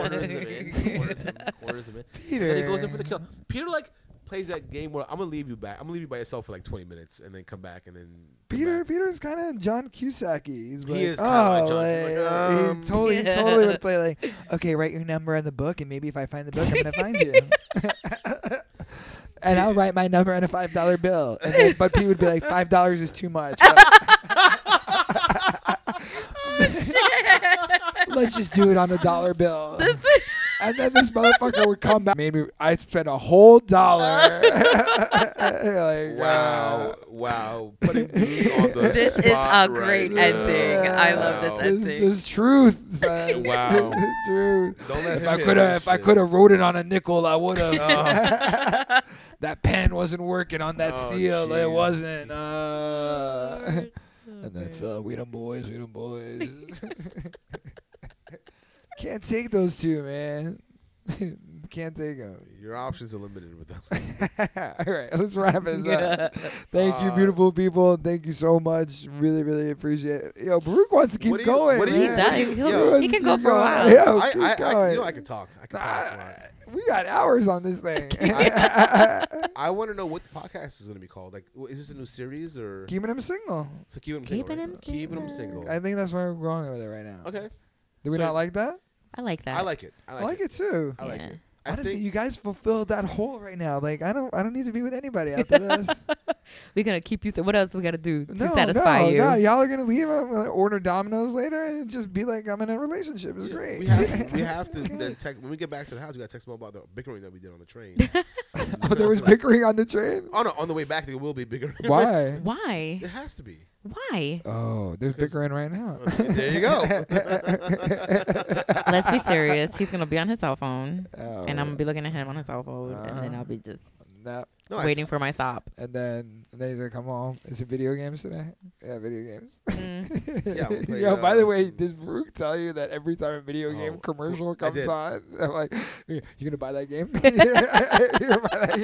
Speaker 2: corners him in, corners him, corners him in.
Speaker 1: Peter.
Speaker 2: And he goes in for the kill. Peter like plays that game where I'm gonna leave you back. I'm gonna leave you by yourself for like 20 minutes and then come back and then. come
Speaker 1: Peter,
Speaker 2: back."
Speaker 1: Peter's kind of John Cusack. He's
Speaker 2: He
Speaker 1: like,
Speaker 2: is
Speaker 1: oh,
Speaker 2: kinda like John
Speaker 1: like,
Speaker 2: Cusack, like,
Speaker 1: he
Speaker 2: um,
Speaker 1: totally, he
Speaker 4: Yeah.
Speaker 1: totally would play like, okay, write your number on the book, and maybe if I find the book, I'm gonna find you. and I'll write my number on a five dollar bill, and then, but Pete would be like, five dollars is too much. Let's just do it on a dollar bill. And then this motherfucker would come back. Maybe I spent a whole dollar. Like, uh,
Speaker 2: Wow! Wow! Putting dudes on the
Speaker 4: This is
Speaker 2: spot
Speaker 4: a
Speaker 2: right
Speaker 4: great
Speaker 2: now.
Speaker 4: ending. I love this
Speaker 2: Wow.
Speaker 4: ending.
Speaker 1: It's just truth. son.
Speaker 2: Wow.
Speaker 1: It's truth.
Speaker 2: Don't let
Speaker 1: If
Speaker 2: him
Speaker 1: I
Speaker 2: hit
Speaker 1: could
Speaker 2: that
Speaker 1: have, if I
Speaker 2: shit.
Speaker 1: could have wrote it on a nickel, I would have.
Speaker 2: Oh.
Speaker 1: that pen wasn't working on that
Speaker 2: Oh,
Speaker 1: steel. It
Speaker 2: jeez.
Speaker 1: wasn't. Uh. And then Phil, we them boys, we them boys. Can't take those two, man. Can't take them.
Speaker 2: Your options are limited with us.
Speaker 1: All right, let's wrap this up. Thank you,
Speaker 2: Uh,
Speaker 1: beautiful people. Thank you so much. Really, really appreciate it. Yo, Baruch wants to keep
Speaker 2: What do you-
Speaker 1: going.
Speaker 2: what do
Speaker 1: man.
Speaker 2: you-
Speaker 4: He
Speaker 2: Yeah.
Speaker 4: does.
Speaker 2: He
Speaker 4: He'll-
Speaker 2: Yo,
Speaker 4: he
Speaker 1: wants
Speaker 4: can
Speaker 1: to
Speaker 4: go
Speaker 1: keep
Speaker 4: for a while.
Speaker 1: going. Yo,
Speaker 2: I,
Speaker 1: keep
Speaker 2: I, I, you know,
Speaker 1: going.
Speaker 2: I can talk. I can talk. a lot.
Speaker 1: we got hours on this thing.
Speaker 2: I want to know what the podcast is going to be called. Like, wh- is this a new series or
Speaker 1: Keeping him single.
Speaker 2: So keep 'em
Speaker 3: Keeping
Speaker 2: single?
Speaker 3: 'em
Speaker 2: right? Keeping 'em
Speaker 3: single.
Speaker 2: single.
Speaker 1: I think that's where we're going with it right now.
Speaker 2: okay,
Speaker 1: Do we
Speaker 2: So-
Speaker 1: not like that?
Speaker 3: I like that.
Speaker 2: I like it. I
Speaker 1: Oh, I
Speaker 2: like,
Speaker 1: like, it. too.
Speaker 2: I like
Speaker 3: Yeah.
Speaker 2: it. I
Speaker 1: Honestly,
Speaker 2: think-
Speaker 1: you guys fulfilled that hole right now. Like I don't, I don't need to be with anybody after this.
Speaker 4: We're gonna keep you. So what else we gotta do to
Speaker 1: no,
Speaker 4: satisfy
Speaker 1: no,
Speaker 4: you?
Speaker 1: no. Y'all are gonna leave. I'm gonna order Domino's later and just be like, I'm in a relationship. It's
Speaker 2: Yeah,
Speaker 1: great.
Speaker 2: We have, we have to then text when we get back to the house. We got to text them about the bickering that we did on the train.
Speaker 1: oh, there was bickering on the train.
Speaker 2: Oh no, on the way back there will be bickering.
Speaker 1: Why?
Speaker 4: Why?
Speaker 2: It has to be.
Speaker 4: Why?
Speaker 1: Oh, there's bickering right now.
Speaker 2: There you go.
Speaker 4: Let's be serious. He's gonna be on his cell phone,
Speaker 1: Oh,
Speaker 4: and I'm gonna be looking at him on his cell phone, and then
Speaker 1: Uh-huh.
Speaker 4: I'll be just
Speaker 1: no.
Speaker 2: No, I-
Speaker 4: waiting for my stop.
Speaker 1: And then, and then he's gonna come home. Is it video games today? Yeah, video games.
Speaker 4: Mm.
Speaker 2: Yeah, we play,
Speaker 1: Yo, by the
Speaker 2: uh,
Speaker 1: way, does Brooke tell you that every time a video
Speaker 2: Oh,
Speaker 1: game commercial
Speaker 2: I
Speaker 1: comes
Speaker 2: did.
Speaker 1: on, I'm like, you gonna buy that game? you gonna buy that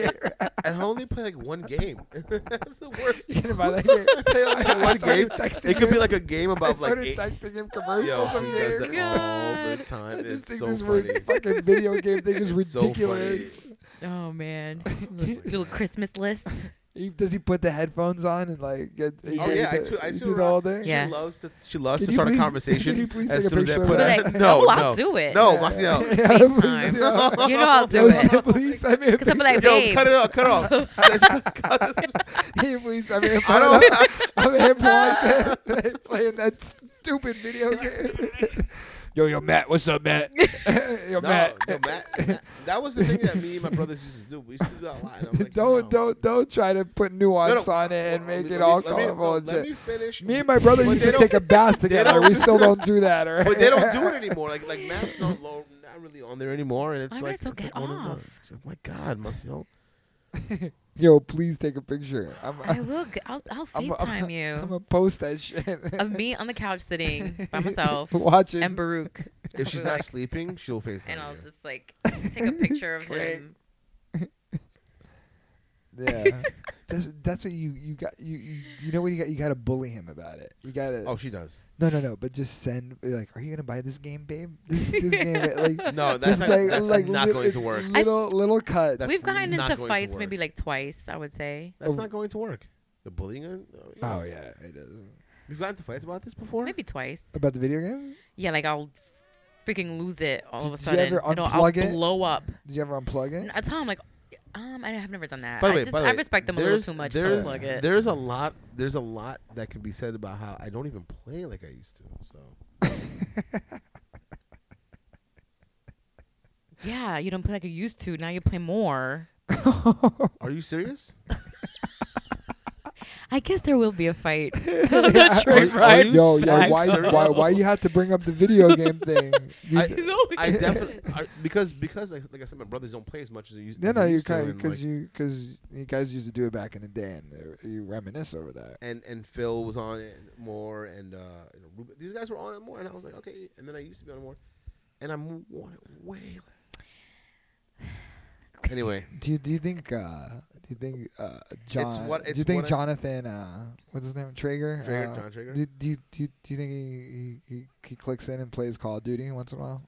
Speaker 1: game?
Speaker 2: and I only play like one game. That's the worst.
Speaker 1: You gonna buy that game?
Speaker 2: I play like
Speaker 1: I
Speaker 2: one
Speaker 1: started
Speaker 2: game.
Speaker 1: texting
Speaker 2: It could be
Speaker 1: him.
Speaker 2: like a game
Speaker 1: I
Speaker 2: about like
Speaker 1: started
Speaker 2: eight.
Speaker 1: texting him
Speaker 2: Yo,
Speaker 1: commercials
Speaker 2: he
Speaker 1: of
Speaker 2: does
Speaker 1: games.
Speaker 2: that all the
Speaker 4: God.
Speaker 2: time.
Speaker 1: I just
Speaker 2: It's
Speaker 1: think
Speaker 2: so
Speaker 1: this
Speaker 2: funny.
Speaker 1: fucking video game thing is
Speaker 2: It's so funny.
Speaker 1: ridiculous.
Speaker 4: Oh man, little, little Christmas list.
Speaker 1: He, does he put the headphones on and like get? he
Speaker 2: Oh,
Speaker 1: does
Speaker 2: yeah, I
Speaker 1: the-
Speaker 2: tune- I
Speaker 1: he
Speaker 2: tune
Speaker 1: do the
Speaker 2: around.
Speaker 1: whole thing.
Speaker 4: Yeah.
Speaker 2: She loves to. She loves
Speaker 1: Can
Speaker 2: to
Speaker 1: you
Speaker 2: start
Speaker 1: please-
Speaker 2: a conversation.
Speaker 1: can you please
Speaker 2: as
Speaker 1: take a
Speaker 2: soon as I
Speaker 1: picture of
Speaker 2: put
Speaker 1: that?
Speaker 2: it-
Speaker 4: Like,
Speaker 2: uh, no,
Speaker 4: oh,
Speaker 2: no,
Speaker 4: I'll do it.
Speaker 2: No, my- yeah.
Speaker 4: FaceTime. You know I'll do
Speaker 1: Yo,
Speaker 4: it.
Speaker 1: please send me a
Speaker 4: Because I'm like,
Speaker 2: Yo,
Speaker 4: babe,
Speaker 2: cut it off. Cut it off. Cut this-
Speaker 1: Hey, please, I'm here
Speaker 2: I
Speaker 1: playing,
Speaker 2: don't.
Speaker 1: that, I'm here playing, that, playing that stupid video game. yo, yo, Matt, what's up, Matt? yo,
Speaker 2: no,
Speaker 1: Matt.
Speaker 2: no, Matt. That was the thing that me and my brothers used to do. We used to do that a lot. And I'm like,
Speaker 1: don't,
Speaker 2: no.
Speaker 1: don't, don't try to put nuance
Speaker 2: No, no.
Speaker 1: on it and
Speaker 2: Let
Speaker 1: make
Speaker 2: me-
Speaker 1: it
Speaker 2: let
Speaker 1: all
Speaker 2: me- let me-
Speaker 1: colorful and
Speaker 2: Let
Speaker 1: shit.
Speaker 2: me finish.
Speaker 1: Me and my brother
Speaker 2: But
Speaker 1: used
Speaker 2: they
Speaker 1: to
Speaker 2: don't-
Speaker 1: take a bath together.
Speaker 2: don't-
Speaker 1: We still don't do that, all right?
Speaker 2: But they don't do it anymore. Like like Matt's not low, not really on there anymore, and it's
Speaker 4: All right,
Speaker 2: like,
Speaker 4: so
Speaker 2: it's
Speaker 4: get
Speaker 2: like one of those-
Speaker 4: off.
Speaker 2: oh my God, must you know?
Speaker 1: Yo, please take a picture. I'm,
Speaker 4: I will. G- I'll, I'll
Speaker 1: I'm-
Speaker 4: FaceTime you
Speaker 1: I'm gonna post that shit.
Speaker 4: of me on the couch sitting by myself
Speaker 1: Watching.
Speaker 4: and Baruch,
Speaker 2: If she's
Speaker 4: be
Speaker 2: not
Speaker 4: like-
Speaker 2: sleeping, she'll face
Speaker 4: and I'll
Speaker 2: you.
Speaker 4: just like take a picture of
Speaker 1: Great.
Speaker 4: him.
Speaker 1: Yeah, that's that's what you you got you you, you know what you got you got to bully him about it. You got to
Speaker 2: Oh, she does.
Speaker 1: no no no, but just send like, are you gonna buy this game, babe? This, this game, like
Speaker 2: No, that's
Speaker 1: just
Speaker 2: not,
Speaker 1: like
Speaker 2: that's
Speaker 1: like
Speaker 2: not
Speaker 1: lit-
Speaker 2: going
Speaker 1: it's
Speaker 2: to work.
Speaker 1: Little little cut.
Speaker 2: That's
Speaker 4: We've gotten
Speaker 2: not
Speaker 4: into
Speaker 2: going to
Speaker 4: fights
Speaker 2: work.
Speaker 4: maybe like twice, I would say.
Speaker 2: That's
Speaker 1: Oh.
Speaker 2: not going to work. The bullying. uh, uh, yeah.
Speaker 1: Oh yeah, it is.
Speaker 2: We've gotten to fights about this before.
Speaker 3: Maybe twice.
Speaker 1: About the video games?
Speaker 3: Yeah, like I'll freaking lose it all of a
Speaker 1: Did you
Speaker 3: sudden.
Speaker 1: ever
Speaker 3: It'll-
Speaker 1: unplug
Speaker 3: I'll
Speaker 1: it?
Speaker 3: blow up.
Speaker 1: Did you ever unplug it?
Speaker 3: And I tell him like, um, I have never done that.
Speaker 2: By
Speaker 3: I,
Speaker 2: the way,
Speaker 3: just,
Speaker 2: by the
Speaker 3: I
Speaker 2: way,
Speaker 3: respect them a little
Speaker 2: there's-
Speaker 3: too much to
Speaker 2: There's,
Speaker 3: plug it.
Speaker 2: there's a lot. There's a lot that can be said about how I don't even play like I used to. So
Speaker 3: Yeah, you don't play like you used to. Now you play more.
Speaker 2: are you serious?
Speaker 3: I guess there will be a fight.
Speaker 1: Yeah.
Speaker 3: train ride
Speaker 1: Yo, yo,
Speaker 2: back.
Speaker 1: why,
Speaker 2: Serious?
Speaker 1: why, why you had to bring up the video game thing? You,
Speaker 2: I- I definitely I, because because like, like I said, my brothers don't play as much as they used.
Speaker 1: no,
Speaker 2: as
Speaker 1: no,
Speaker 2: they
Speaker 1: you
Speaker 2: used to,
Speaker 1: kind
Speaker 2: and,
Speaker 1: because
Speaker 2: like-
Speaker 1: you because you guys used to do it back in the day, and they- you reminisce over that.
Speaker 2: and and Phil was on it more, and uh, you know, Ruben, these guys were on it more, and I was like, okay. And then I used to be on it more, and I'm on it way less. Anyway,
Speaker 1: Do you do you think uh, do you think uh, John?
Speaker 2: what-
Speaker 1: do you
Speaker 2: it's
Speaker 1: think
Speaker 2: what I-
Speaker 1: Jonathan? uh, what's his name? Traeger.
Speaker 2: Traeger,
Speaker 1: uh,
Speaker 2: John Traeger?
Speaker 1: Do, do you do you, do you think he, he, he, he clicks in and plays Call of Duty once in a while?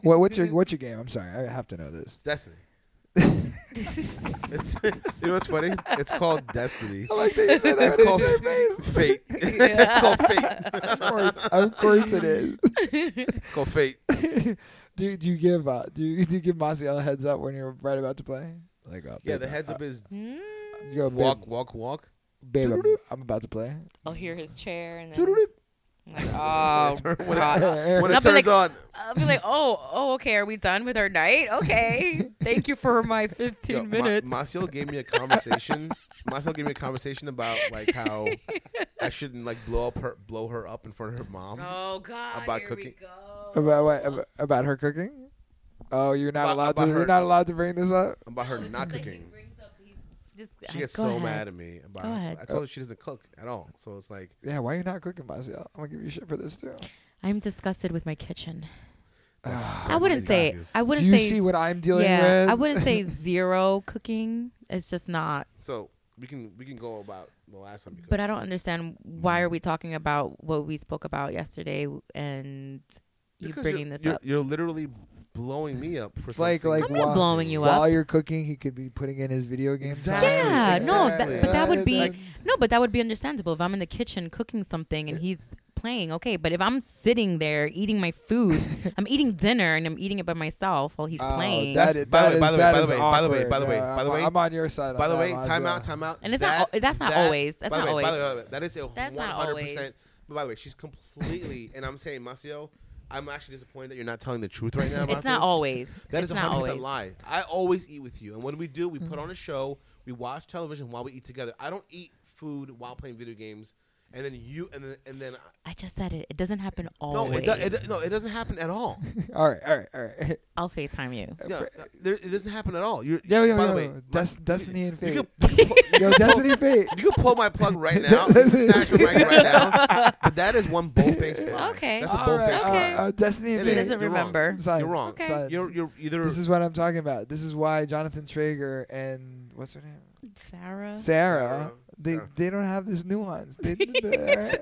Speaker 1: What what's your what's your game? I'm sorry, I have to know this.
Speaker 2: it's Destiny. It's- you know what's funny? It's called Destiny.
Speaker 1: I like that you said that
Speaker 2: It's
Speaker 1: with a
Speaker 2: called
Speaker 1: straight face.
Speaker 2: fate. it's called fate.
Speaker 1: Of course, of course it is.
Speaker 2: It's called fate.
Speaker 1: do, do you give uh, do you, do you give Maziel a heads up when you're right about to play? Like uh,
Speaker 2: Yeah,
Speaker 1: babe,
Speaker 2: the heads
Speaker 1: uh,
Speaker 2: up is
Speaker 1: You go, babe,
Speaker 2: walk, walk, walk.
Speaker 1: babe I'm, I'm about to play.
Speaker 3: I'll hear his chair and then
Speaker 2: Doot-doot-doot.
Speaker 3: I'm like, oh,
Speaker 2: When it-
Speaker 3: God.
Speaker 2: Um, uh, When
Speaker 3: And I'll
Speaker 2: it
Speaker 3: be like-
Speaker 2: turns on,
Speaker 3: I'll be like, oh, oh, okay. Are we done with our night? Okay, thank you for my 15
Speaker 2: Yo, Ma-
Speaker 3: minutes.
Speaker 2: Maciel gave me a conversation. Maciel gave me a conversation about like how I shouldn't like blow up her, blow her up in front of her mom.
Speaker 3: oh God,
Speaker 2: About
Speaker 3: here
Speaker 2: cooking.
Speaker 3: we go.
Speaker 1: About what? About, about her cooking? Oh, you're not
Speaker 2: About-
Speaker 1: allowed
Speaker 2: about
Speaker 1: to. You're
Speaker 2: her-
Speaker 1: not allowed to bring this up.
Speaker 2: About her
Speaker 6: This is
Speaker 2: not
Speaker 6: like he
Speaker 2: cooking.
Speaker 6: brings up- he's just-
Speaker 2: She
Speaker 6: uh,
Speaker 2: gets
Speaker 6: go
Speaker 2: so
Speaker 6: ahead.
Speaker 2: mad at me about.
Speaker 3: Go
Speaker 2: it.
Speaker 3: ahead.
Speaker 2: I told her she doesn't cook at all, so it's like
Speaker 1: Yeah, why are you not cooking, Maziel? I'm gonna give you shit for this too.
Speaker 3: I'm disgusted with my kitchen.
Speaker 1: Ah.
Speaker 3: I wouldn't say. I
Speaker 1: Do
Speaker 3: wouldn't
Speaker 1: you
Speaker 3: say.
Speaker 1: see what I'm dealing
Speaker 3: yeah,
Speaker 1: with?
Speaker 3: I wouldn't say zero cooking. It's just not.
Speaker 2: So we can we can go about the last time. You
Speaker 3: But
Speaker 2: cooked.
Speaker 3: I don't understand why are we talking about what we spoke about yesterday and you
Speaker 2: Because
Speaker 3: bringing
Speaker 2: you're,
Speaker 3: this
Speaker 2: you're,
Speaker 3: up.
Speaker 2: You're literally blowing me up for
Speaker 1: Like-
Speaker 2: something
Speaker 1: like
Speaker 2: that-
Speaker 1: I'm not why-
Speaker 3: blowing you
Speaker 1: While
Speaker 3: up.
Speaker 1: you're cooking, he could be putting in his video game.
Speaker 2: Exactly.
Speaker 1: time.
Speaker 3: Yeah, no,
Speaker 2: that-
Speaker 1: Exactly.
Speaker 2: but that
Speaker 3: would be-
Speaker 1: Like,
Speaker 3: No, but that would be understandable if I'm in the kitchen cooking something
Speaker 2: Uh,
Speaker 3: and he's playing. Okay, but if I'm sitting there eating my food, I'm eating dinner and I'm eating it by myself while he's
Speaker 1: oh,
Speaker 3: playing.
Speaker 1: that
Speaker 2: That's-
Speaker 1: is-
Speaker 2: by the
Speaker 1: that
Speaker 2: way,
Speaker 1: is-
Speaker 2: by the way,
Speaker 1: that
Speaker 2: by the
Speaker 1: is
Speaker 2: way, by the way, by the way,
Speaker 1: awkward.
Speaker 2: by the
Speaker 1: I'm-
Speaker 2: way.
Speaker 1: I'm on your side. on
Speaker 2: By the
Speaker 1: that,
Speaker 2: way,
Speaker 1: Maziel.
Speaker 2: time out, time out.
Speaker 3: And it's not al- that's not always. That's
Speaker 2: by the
Speaker 3: not
Speaker 2: way, By the way,
Speaker 3: always.
Speaker 2: by the way, that is a
Speaker 3: That's
Speaker 2: one
Speaker 3: not
Speaker 2: hundred
Speaker 3: always.
Speaker 2: percent. But by the way, she's completely. and I'm saying, Maciel, I'm actually disappointed that you're not telling the truth right now. About
Speaker 3: it's not
Speaker 2: this.
Speaker 3: always.
Speaker 2: That
Speaker 3: it's
Speaker 2: is a
Speaker 3: not
Speaker 2: hundred percent
Speaker 3: always. Mm-hmm.
Speaker 2: lie. I always eat with you, and when we do, we put on a show, we watch television while we eat together. I don't eat food while playing video games, and then you, and then, and then
Speaker 3: I just said it. It doesn't happen
Speaker 2: no,
Speaker 3: always.
Speaker 2: it, do, it, no, it doesn't happen at all.
Speaker 1: All right, all right, all right.
Speaker 3: I'll FaceTime you.
Speaker 2: Yeah, there, it doesn't happen at all. You're,
Speaker 1: Yo, yo,
Speaker 2: by
Speaker 1: yo.
Speaker 2: the way, my-
Speaker 1: Des- Destiny and
Speaker 2: you
Speaker 1: Fate.
Speaker 2: could,
Speaker 1: Yo, Destiny Fate.
Speaker 2: you can pull my plug right now. You can snatch it right, right now. But that is one bold-faced lie.
Speaker 3: Okay.
Speaker 2: That's a
Speaker 1: All right,
Speaker 2: bold-faced
Speaker 1: uh,
Speaker 3: Okay.
Speaker 1: uh, Destiny
Speaker 2: It
Speaker 1: and
Speaker 2: is.
Speaker 3: He
Speaker 1: Fate.
Speaker 3: doesn't
Speaker 2: You're wrong.
Speaker 3: remember.
Speaker 1: Sign,
Speaker 2: You're wrong.
Speaker 3: Okay.
Speaker 1: sign.
Speaker 2: You're, you're either.
Speaker 1: This is what I'm talking about. This is why Jonathan Traeger and what's her name, Sarah,
Speaker 3: Sarah.
Speaker 2: Sarah.
Speaker 1: they
Speaker 2: Sarah.
Speaker 1: they don't have this nuance. They, they-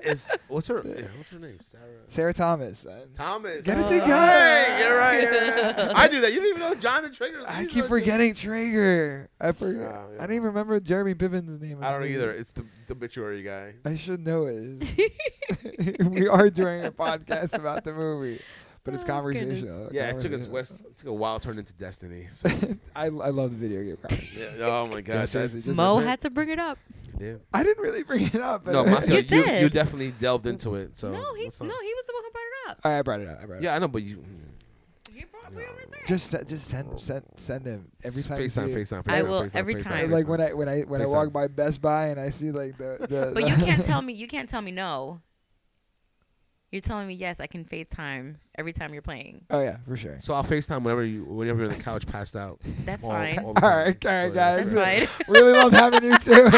Speaker 2: is, what's her? yeah, what's her name? Sarah.
Speaker 1: Sarah Thomas. uh,
Speaker 2: Thomas.
Speaker 1: Get it
Speaker 2: Oh,
Speaker 1: together.
Speaker 2: hey, you're right. yeah, yeah. I do that. You didn't even know John the Trigger.
Speaker 1: I keep forgetting Traeger. I forgot.
Speaker 2: Yeah,
Speaker 1: I
Speaker 2: yeah.
Speaker 1: don't even remember Jeremy Piven's name. in
Speaker 2: I
Speaker 1: the
Speaker 2: don't
Speaker 1: movie.
Speaker 2: either. It's the, the obituary guy.
Speaker 1: I should know it. we are doing a podcast about the movie, but it's
Speaker 3: Oh, goodness.
Speaker 1: conversational.
Speaker 2: Yeah, it took us
Speaker 1: conversational.
Speaker 2: west. It took a while turn into Destiny. So,
Speaker 1: I I love the video game. conversation.
Speaker 2: yeah, oh my
Speaker 1: Yeah,
Speaker 2: God. that's-
Speaker 1: seriously, just-
Speaker 3: Mo had to bring it up.
Speaker 2: yeah.
Speaker 1: I didn't really bring it up. But
Speaker 2: No, Marcel, you,
Speaker 3: You did.
Speaker 2: you definitely delved into it. So
Speaker 3: no, he no, he was
Speaker 2: what's
Speaker 3: the
Speaker 2: up?
Speaker 3: one who brought it up.
Speaker 1: All right, I brought it up. I brought it up.
Speaker 2: Yeah, I know, but you.
Speaker 3: He brought. Where was that?
Speaker 1: Just, se- just send, send, send him every time. you see
Speaker 2: FaceTime,
Speaker 1: it.
Speaker 2: FaceTime,
Speaker 3: I
Speaker 2: FaceTime,
Speaker 3: will
Speaker 2: FaceTime,
Speaker 3: every
Speaker 2: FaceTime,
Speaker 3: time.
Speaker 1: Like when I, when I, when I walk
Speaker 2: FaceTime.
Speaker 1: by Best Buy and I see like the, the
Speaker 3: But you can't tell me. You can't tell me no. You're telling me yes. I can FaceTime every time you're playing.
Speaker 1: Oh yeah, for sure.
Speaker 2: So I'll FaceTime whenever you, whenever you're on the couch, passed out.
Speaker 3: That's
Speaker 2: All-
Speaker 3: fine.
Speaker 2: the
Speaker 1: All
Speaker 2: time.
Speaker 1: right, all right,
Speaker 2: So,
Speaker 1: guys.
Speaker 3: That's
Speaker 2: yeah.
Speaker 3: fine.
Speaker 1: really love having you too.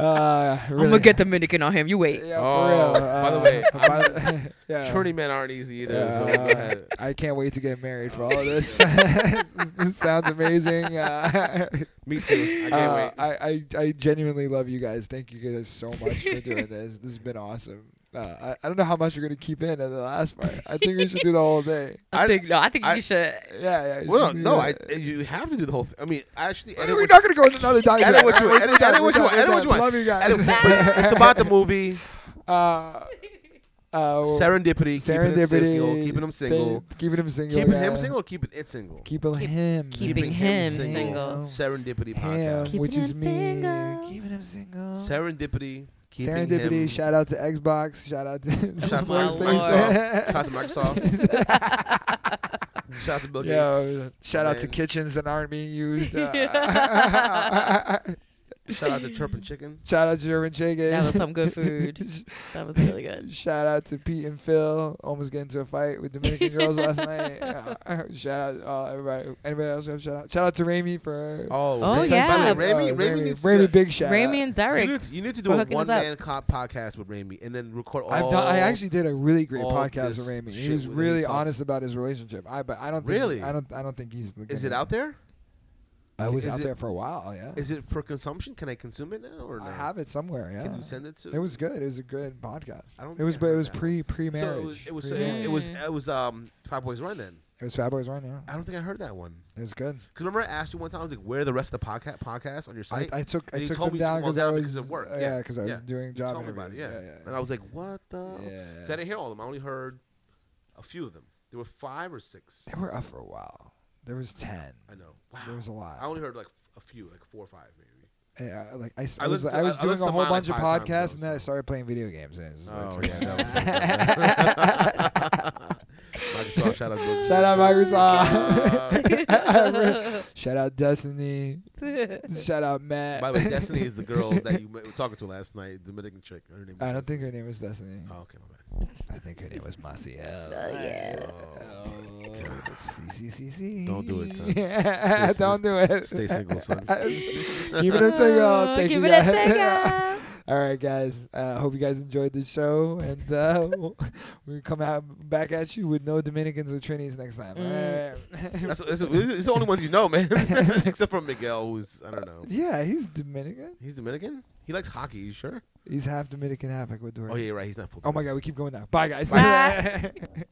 Speaker 1: uh, really.
Speaker 3: I'm gonna get Dominican on him. You wait.
Speaker 1: Yeah,
Speaker 2: Oh,
Speaker 1: for real.
Speaker 2: by the
Speaker 1: Uh,
Speaker 2: way, I'm-
Speaker 1: by the- yeah.
Speaker 2: Shorty men aren't easy either. so go
Speaker 1: Uh,
Speaker 2: ahead.
Speaker 1: I can't wait to get married for all of this. this sounds amazing. Uh,
Speaker 2: Me too. I can't
Speaker 1: uh,
Speaker 2: wait.
Speaker 1: I, I, I genuinely love you guys. Thank you guys so much for doing this. This has been awesome. Uh, I, I don't know how much you're gonna keep in at the last part. I think we should do the whole day.
Speaker 4: I,
Speaker 2: I-
Speaker 4: think no. I think
Speaker 2: I-
Speaker 4: you should.
Speaker 1: Yeah, yeah.
Speaker 2: Well,
Speaker 1: should do
Speaker 2: no, I,
Speaker 1: that.
Speaker 2: you have to do the whole thing. I mean, actually, edit
Speaker 1: We're
Speaker 2: what-
Speaker 1: not gonna go into another diet.
Speaker 2: Edit what you want, edit- edit what you want, edit what you want.
Speaker 1: Love you guys.
Speaker 2: edit- it's about the movie
Speaker 1: Uh, uh,
Speaker 2: Serendipity.
Speaker 1: serendipity.
Speaker 2: Keeping him single.
Speaker 1: thing- keeping him single.
Speaker 2: Keeping him single. Keeping
Speaker 1: yeah.
Speaker 2: him single. Or keeping it single.
Speaker 1: Keeping
Speaker 4: Keep-
Speaker 1: him.
Speaker 4: keeping him single.
Speaker 1: Him,
Speaker 2: Serendipity podcast.
Speaker 4: Keeping
Speaker 1: which
Speaker 4: him
Speaker 1: is me.
Speaker 4: single.
Speaker 1: Keeping him single.
Speaker 2: Serendipity. Keeping
Speaker 1: Serendipity.
Speaker 2: Him.
Speaker 1: Shout out to Xbox. Shout out to
Speaker 2: Shout out to
Speaker 4: My
Speaker 2: Microsoft. Shout out to Microsoft. Shout out to Bill Gates.
Speaker 1: Yeah, shout out to
Speaker 2: Man.
Speaker 1: kitchens that aren't being used. Uh,
Speaker 2: Shout out to Turpin Chicken.
Speaker 1: shout out to German Chicken.
Speaker 4: That was some good food. That was really good.
Speaker 1: Shout out to Pete and Phil. Almost getting into a fight with Dominican girls last night. Uh, shout out uh, everybody. Anybody else have shout out? Shout out to Ramy for.
Speaker 2: Oh,
Speaker 4: Oh,
Speaker 2: Remy-
Speaker 4: yeah.
Speaker 2: Remy-
Speaker 1: uh,
Speaker 2: Remy, Ramy needs
Speaker 1: Ramy
Speaker 2: to-
Speaker 1: big shout.
Speaker 4: Ramy
Speaker 1: out.
Speaker 4: and
Speaker 2: You
Speaker 4: Derek.
Speaker 2: need, to- you need to do
Speaker 4: for
Speaker 2: a
Speaker 4: hooking us
Speaker 2: one
Speaker 4: up.
Speaker 2: man cop podcast with Ramy and then record all.
Speaker 1: I've done, I actually did a really great
Speaker 2: Oh, all
Speaker 1: podcast
Speaker 2: this
Speaker 1: with Ramy. He
Speaker 2: shit
Speaker 1: was
Speaker 2: with
Speaker 1: really
Speaker 2: Ramy Thompson.
Speaker 1: honest about his relationship. I but I don't think
Speaker 2: Really?
Speaker 1: I don't I don't think he's.
Speaker 2: Is it out there?
Speaker 1: I was
Speaker 2: Is
Speaker 1: out
Speaker 2: it-
Speaker 1: there for a while. Yeah,
Speaker 2: Is it for consumption? Can I consume it now or no?
Speaker 1: I have it somewhere. Yeah,
Speaker 2: Can you send it to?
Speaker 1: It was good. It was a good podcast.
Speaker 2: I don't
Speaker 1: it was,
Speaker 2: think
Speaker 1: but
Speaker 2: I
Speaker 1: it
Speaker 2: heard
Speaker 1: was
Speaker 2: that one.
Speaker 1: pre pre
Speaker 2: So
Speaker 1: marriage.
Speaker 2: it was. It was.
Speaker 1: Pre-
Speaker 2: It, it was.
Speaker 4: Mm.
Speaker 2: It was. Um, Five Boys Run. Then
Speaker 1: it was Fat Boys Run. Yeah,
Speaker 2: I don't think I heard that one.
Speaker 1: it was good.
Speaker 2: Cause remember I asked you one time, I was like, "Where are the rest of the podcast podcast on your
Speaker 1: I,
Speaker 2: site?"
Speaker 1: I took I
Speaker 2: you
Speaker 1: took
Speaker 2: told
Speaker 1: them
Speaker 2: me to
Speaker 1: down
Speaker 2: come on
Speaker 1: because I
Speaker 2: down
Speaker 1: was
Speaker 2: because of work.
Speaker 1: uh,
Speaker 2: Yeah,
Speaker 1: Yeah, because I was
Speaker 2: yeah.
Speaker 1: doing
Speaker 2: You
Speaker 1: job
Speaker 2: told me about it,
Speaker 1: interviews.
Speaker 2: yeah. And I was like, "What the?"
Speaker 1: yeah, yeah.
Speaker 2: So I didn't hear all of them. I only heard a few of them. There were five or six.
Speaker 1: They were up for a while. There was ten.
Speaker 2: I know. Wow.
Speaker 1: There was a
Speaker 2: I
Speaker 1: lot.
Speaker 2: only heard like a few, like four or five maybe.
Speaker 1: Yeah, I- like I, s-
Speaker 2: I
Speaker 1: I was,
Speaker 2: listened
Speaker 1: I
Speaker 2: to-
Speaker 1: was
Speaker 2: I- I
Speaker 1: doing
Speaker 2: listened
Speaker 1: a
Speaker 2: to
Speaker 1: whole
Speaker 2: mine like
Speaker 1: bunch of
Speaker 2: five times,
Speaker 1: podcasts,
Speaker 2: though,
Speaker 1: and then I
Speaker 2: so.
Speaker 1: started playing video games. And it's just like,
Speaker 2: Oh,
Speaker 1: took-
Speaker 2: yeah, that Microsoft, shout out. Uh, Bill
Speaker 1: Shout out
Speaker 2: Gates.
Speaker 1: Microsoft. Shout out Destiny. Shout out Matt.
Speaker 2: By the way, Destiny is the girl that you were talking to last night, Dominican chick. Her name.
Speaker 1: I
Speaker 2: is
Speaker 1: don't think her name was Destiny.
Speaker 2: Oh, okay, my bad.
Speaker 1: I think her name was Maciel.
Speaker 4: Oh, yeah.
Speaker 2: God.
Speaker 1: C C C C.
Speaker 2: Don't do it, son.
Speaker 1: Yeah,
Speaker 2: Stay-
Speaker 1: don't do it.
Speaker 2: Stay single, son.
Speaker 1: Keep it a single.
Speaker 4: Oh,
Speaker 1: Thank
Speaker 4: give
Speaker 1: you
Speaker 4: it a
Speaker 1: guys.
Speaker 4: second.
Speaker 1: All right, guys. Uh, hope you guys enjoyed the show, and uh, we come out back at you with no Dominicans or Trinis next time.
Speaker 4: Mm.
Speaker 1: All right.
Speaker 2: That's, that's, it's the only ones you know, man. Except for Miguel, who's I don't know.
Speaker 1: yeah, he's Dominican.
Speaker 2: He's Dominican. He likes hockey. You sure?
Speaker 1: He's half Dominican, half Ecuadorian.
Speaker 2: Oh yeah, you're right. He's not. full
Speaker 1: Oh my God, we keep going now. Bye, guys.
Speaker 4: Bye.